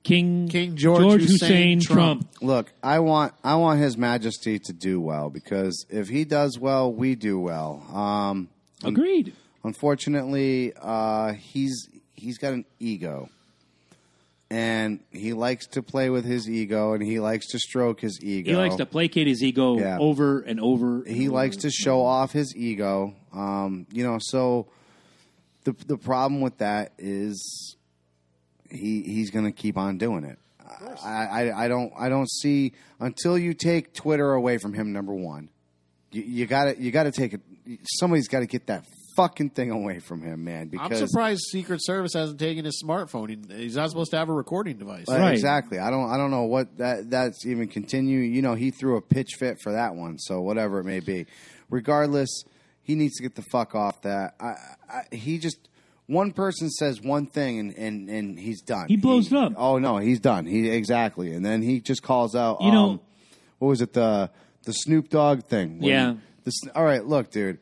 A: King
C: King George Hussein Trump.
B: Look, I want I want His Majesty to do well because if he does well, we do well. Um,
A: Agreed.
B: unfortunately, uh, he's he's got an ego, and he likes to play with his ego, and he likes to stroke his ego.
A: He likes to placate his ego
B: Oh. Yeah.
A: over and over. and
B: he
A: over.
B: likes to show off his ego. Um, you know, so the the problem with that is he he's going to keep on doing it. I, I I don't I don't see until you take Twitter away from him. Number one, you, you gotta you gotta take it. Somebody's got to get that fucking thing away from him, man.
C: I'm
B: Because
C: surprised Secret Service hasn't taken his smartphone. He- He's not supposed to have a recording device.
B: But
A: Right.
B: exactly. I don't I don't know what that that's even continue. You know, he threw a pitch fit for that one, so whatever it may be. Regardless, he needs to get the fuck off that. I, I he just one person says one thing and, and, and he's done.
A: He blows it up.
B: Oh no, he's done. He exactly. And then he just calls out
A: You know-
B: um, what was it the the Snoop Dogg thing? when-
A: Yeah.
B: the Sn- all right, look, dude.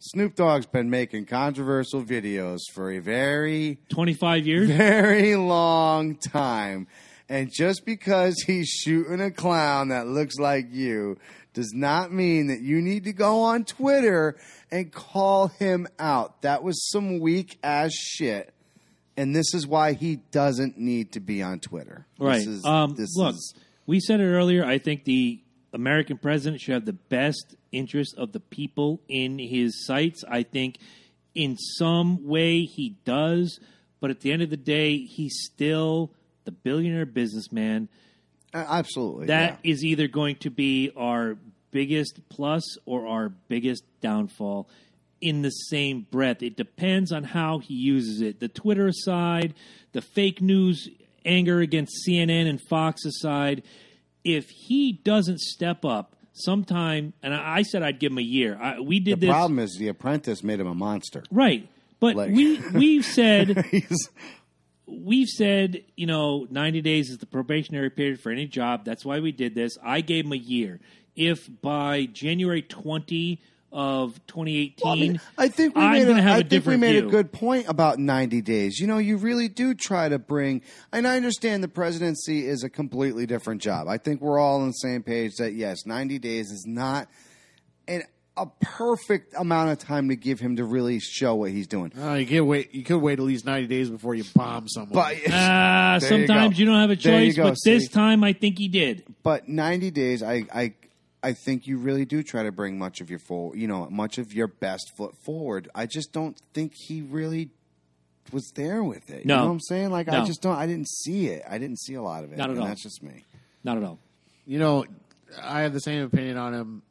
B: Snoop Dogg's been making controversial videos for a very
A: 25 years.
B: very long time. And just because he's shooting a clown that looks like you does not mean that you need to go on Twitter and call him out. That was some weak ass shit. And this is why he doesn't need to be on Twitter.
A: Right.
B: This is,
A: um,
B: this
A: look,
B: is-
A: we said it earlier. I think the American president should have the best interest of the people in his sights. I think in some way he does, but at the end of the day, he's still the billionaire businessman.
B: a- uh, absolutely.
A: That
B: yeah.
A: is either going to be our biggest plus or our biggest downfall in the same breath. It depends on how he uses it. The Twitter aside, the fake news anger against CNN and Fox aside, if he doesn't step up sometime, and I I said I'd give him a year. I, we did
B: the
A: this
B: problem is the apprentice made him a monster. [laughs]
A: right, but
B: Like-
A: we we've said
B: [laughs] He's-
A: we've said, you know, 90 days is the probationary period for any job. That's why we did this. I gave him a year. If by January 20 of 2018,
B: Well, I, mean, I think we
A: am
B: made,
A: going
B: a,
A: to have
B: I
A: a
B: think we
A: different
B: made
A: view.
B: a good point about 90 days. You know, you really do try to bring, and I understand the presidency is a completely different job. I think we're all on the same page that yes, 90 days is not an, a perfect amount of time to give him to really show what he's doing.
C: Oh, you can wait. You could wait at least ninety days before you bomb someone.
B: But
A: Ah,
B: There you
A: sometimes
B: go.
A: you, don't have a
B: There you
A: choice,
B: go,
A: but this
B: see?
A: time I think he did.
B: but 90 days I, I i think you really do try to bring much of your full you know much of your best foot forward i just don't think he really was there with it
A: No.
B: you know what i'm saying like
A: No.
B: i just don't i didn't see it i didn't see a lot of it
A: Not at
B: and
A: all.
B: that's just me
A: Not at all.
C: you know, I have the same opinion on him.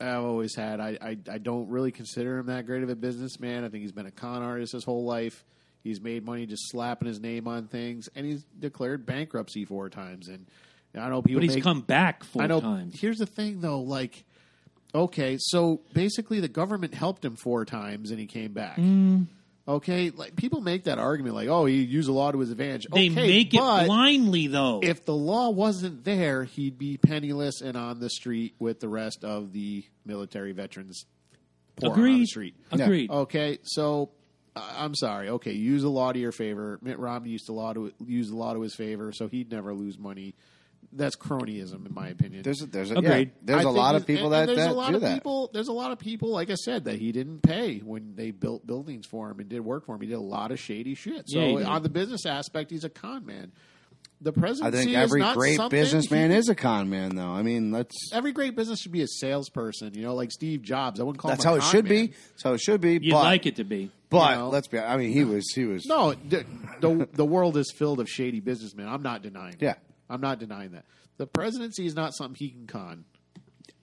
C: I've always had. I, I I don't really consider him that great of a businessman. I think he's been a con artist his whole life. He's made money just slapping his name on things, and he's declared bankruptcy four times. And I know people.
A: But he's
C: make,
A: come back four
C: I know.
A: times.
C: Here's the thing, though. Like, okay, so basically, the government helped him four times, and he came back.
A: Mm.
C: Okay, like people make that argument, like, oh, he used the law to his advantage.
A: They
C: okay,
A: make it
C: but
A: blindly, though.
C: if the law wasn't there, he'd be penniless and on the street with the rest of the military veterans. Poor on the
A: Agreed.
C: street.
A: Agreed.
C: Okay, so I- I'm sorry. Okay, use the law to your favor. Mitt Romney used the law to use the law to his favor, so he'd never lose money. That's cronyism, in my opinion.
B: there's a, there's a, yeah,
A: Agreed.
B: there's
C: I
B: a
C: think
B: lot of
C: there's-
B: people
C: and- and
B: that,
C: there's
B: that
C: a lot
B: do
C: of
B: that
C: people. There's a lot of people, like I said, that he didn't pay when they built buildings for him and did work for him. He did a lot of shady shit. So
A: Yeah, he did.
C: on the business aspect, he's a con man. The
B: i
C: presidency
B: think
C: is
B: every
C: not
B: great
C: something
B: businessman
C: he-
B: is a con man though i mean that's
C: Every great business should be a salesperson, you know, like Steve Jobs. I wouldn't call
B: that's
C: him a
B: how it
C: con
B: should be
C: man.
B: that's how it should be
A: You'd
B: but
A: like it to be.
B: but
C: you know.
B: let's be i mean he was he was
C: No, the, the the world is filled of shady businessmen. I'm not denying. that.
B: Yeah.
C: I'm not denying that. The presidency is not something he can con,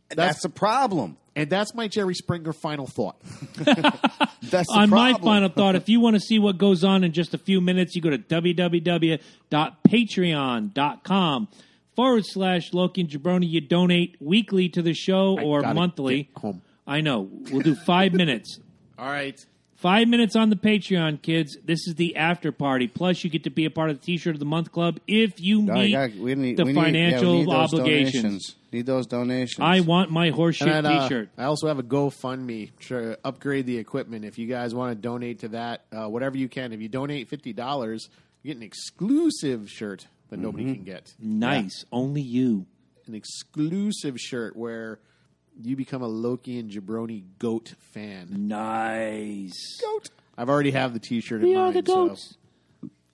B: that's the problem
C: and that's my Jerry Springer final thought.
B: that's the
A: on my
B: problem.
A: final thought, if you want to see what goes on in just a few minutes, you go to www.patreon.com forward slash Loki and Jabroni. You donate weekly to the show or
C: gotta
A: monthly.
C: get home.
A: I know. We'll do five [laughs] minutes.
C: All right.
A: Five minutes on the Patreon, kids. This is the after party. Plus, you get to be a part of the T-shirt of the month club if you meet
B: No, you gotta- we need,
A: the
B: we need- yeah, we
A: financial
B: need those
A: obligations.
B: donations. Need those donations.
A: I want my horseshoe
C: And I'd, uh,
A: T-shirt.
C: I also have a GoFundMe to upgrade the equipment. If you guys want to donate to that, uh, whatever you can. If you donate fifty dollars, you get an exclusive shirt that nobody
A: Mm-hmm.
C: can get.
A: nice, only you.
C: An exclusive shirt where you become a Loki and Jabroni goat fan.
A: Nice.
C: I've already have the T-shirt.
A: We
C: in
A: are
C: mind,
A: the
C: So.
A: goats.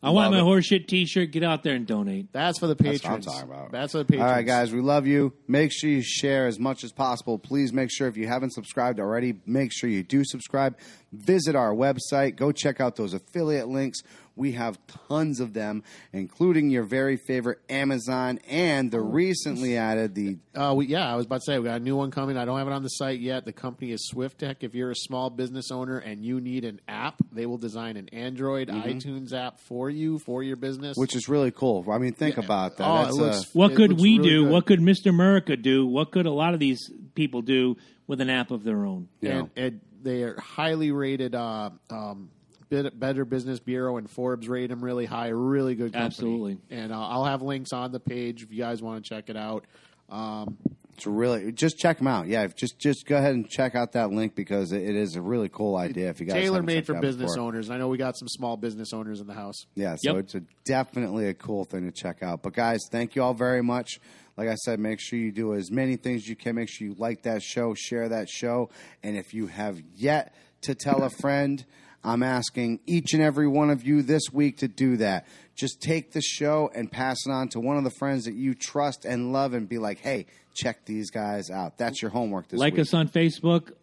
A: I want
B: Love
A: my
B: it.
A: horseshit T-shirt. Get out there and donate.
C: That's for the patrons.
B: That's what I'm talking about.
C: That's for the patrons.
B: All right, guys, we love you. Make sure you share as much as possible. Please make sure if you haven't subscribed already, make sure you do subscribe. Visit our website. Go check out those affiliate links. We have tons of them, including your very favorite Amazon and
C: Oh,
B: the recently added the
C: Uh, we, yeah, I was about to say we got a new one coming. I don't have it on the site yet. The company is Swift Tech. If you're a small business owner and you need an app, they will design an Android iTunes app for you for your business.
B: Mm-hmm. which is really cool. I mean, think about that.
C: Oh, it
B: That's uh, a-
C: looks-
A: What
C: It
A: could
C: looks
A: we
C: really
A: do?
C: good.
A: What could Mr. America do? What could a lot of these people do with an app of their own?
B: you know.
C: and, and they are highly rated. Uh, um, Bit- Better Business Bureau and Forbes rate them really high. Really good. Company.
A: Absolutely.
C: And uh, I'll have links on the page if you guys want to check it out. Um,
B: It's really just check them out. Yeah, just just go ahead and check out that link because it, it is a really cool idea. If you guys
C: Tailor
B: haven't
C: made
B: checked
C: for
B: out
C: business
B: before.
C: owners. And I know we got some small business owners in the house.
B: Yeah, so
A: Yep.
B: it's a, definitely a cool thing to check out. But guys, thank you all very much. Like I said, make sure you do as many things you can. Make sure you like that show, share that show, and if you have yet to tell a friend, I'm asking each and every one of you this week to do that. Just take the show and pass it on to one of the friends that you trust and love, and be like, "Hey, check these guys out." That's your homework this
A: Like
B: week.
A: us on Facebook.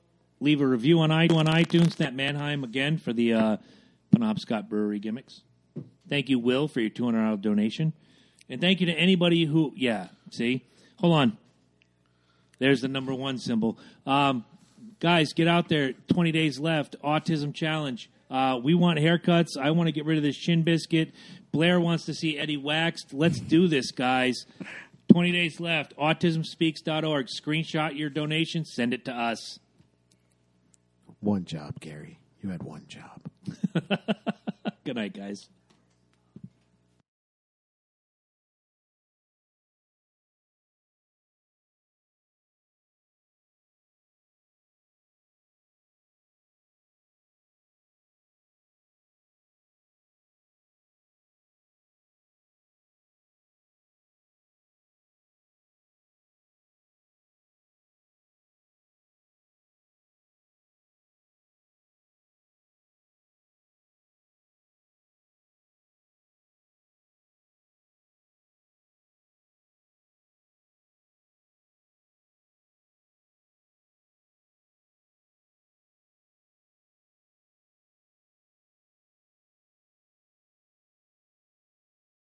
A: Leave a review on i- on iTunes. That Mannheim again for the uh, Penobscot Brewery gimmicks. Thank you, Will, for your two hundred dollar donation, and thank you to anybody who. Yeah, see, hold on. There's the number one symbol. Um, guys, get out there. Twenty days left. Autism challenge. Uh, we want haircuts. I want to get rid of this shin biscuit. Blair wants to see Eddie waxed. Let's do this, guys. 20 days left. AutismSpeaks.org. Screenshot your donation. Send it to us.
C: One job, Gary. You had one job.
A: [laughs] Good night, guys.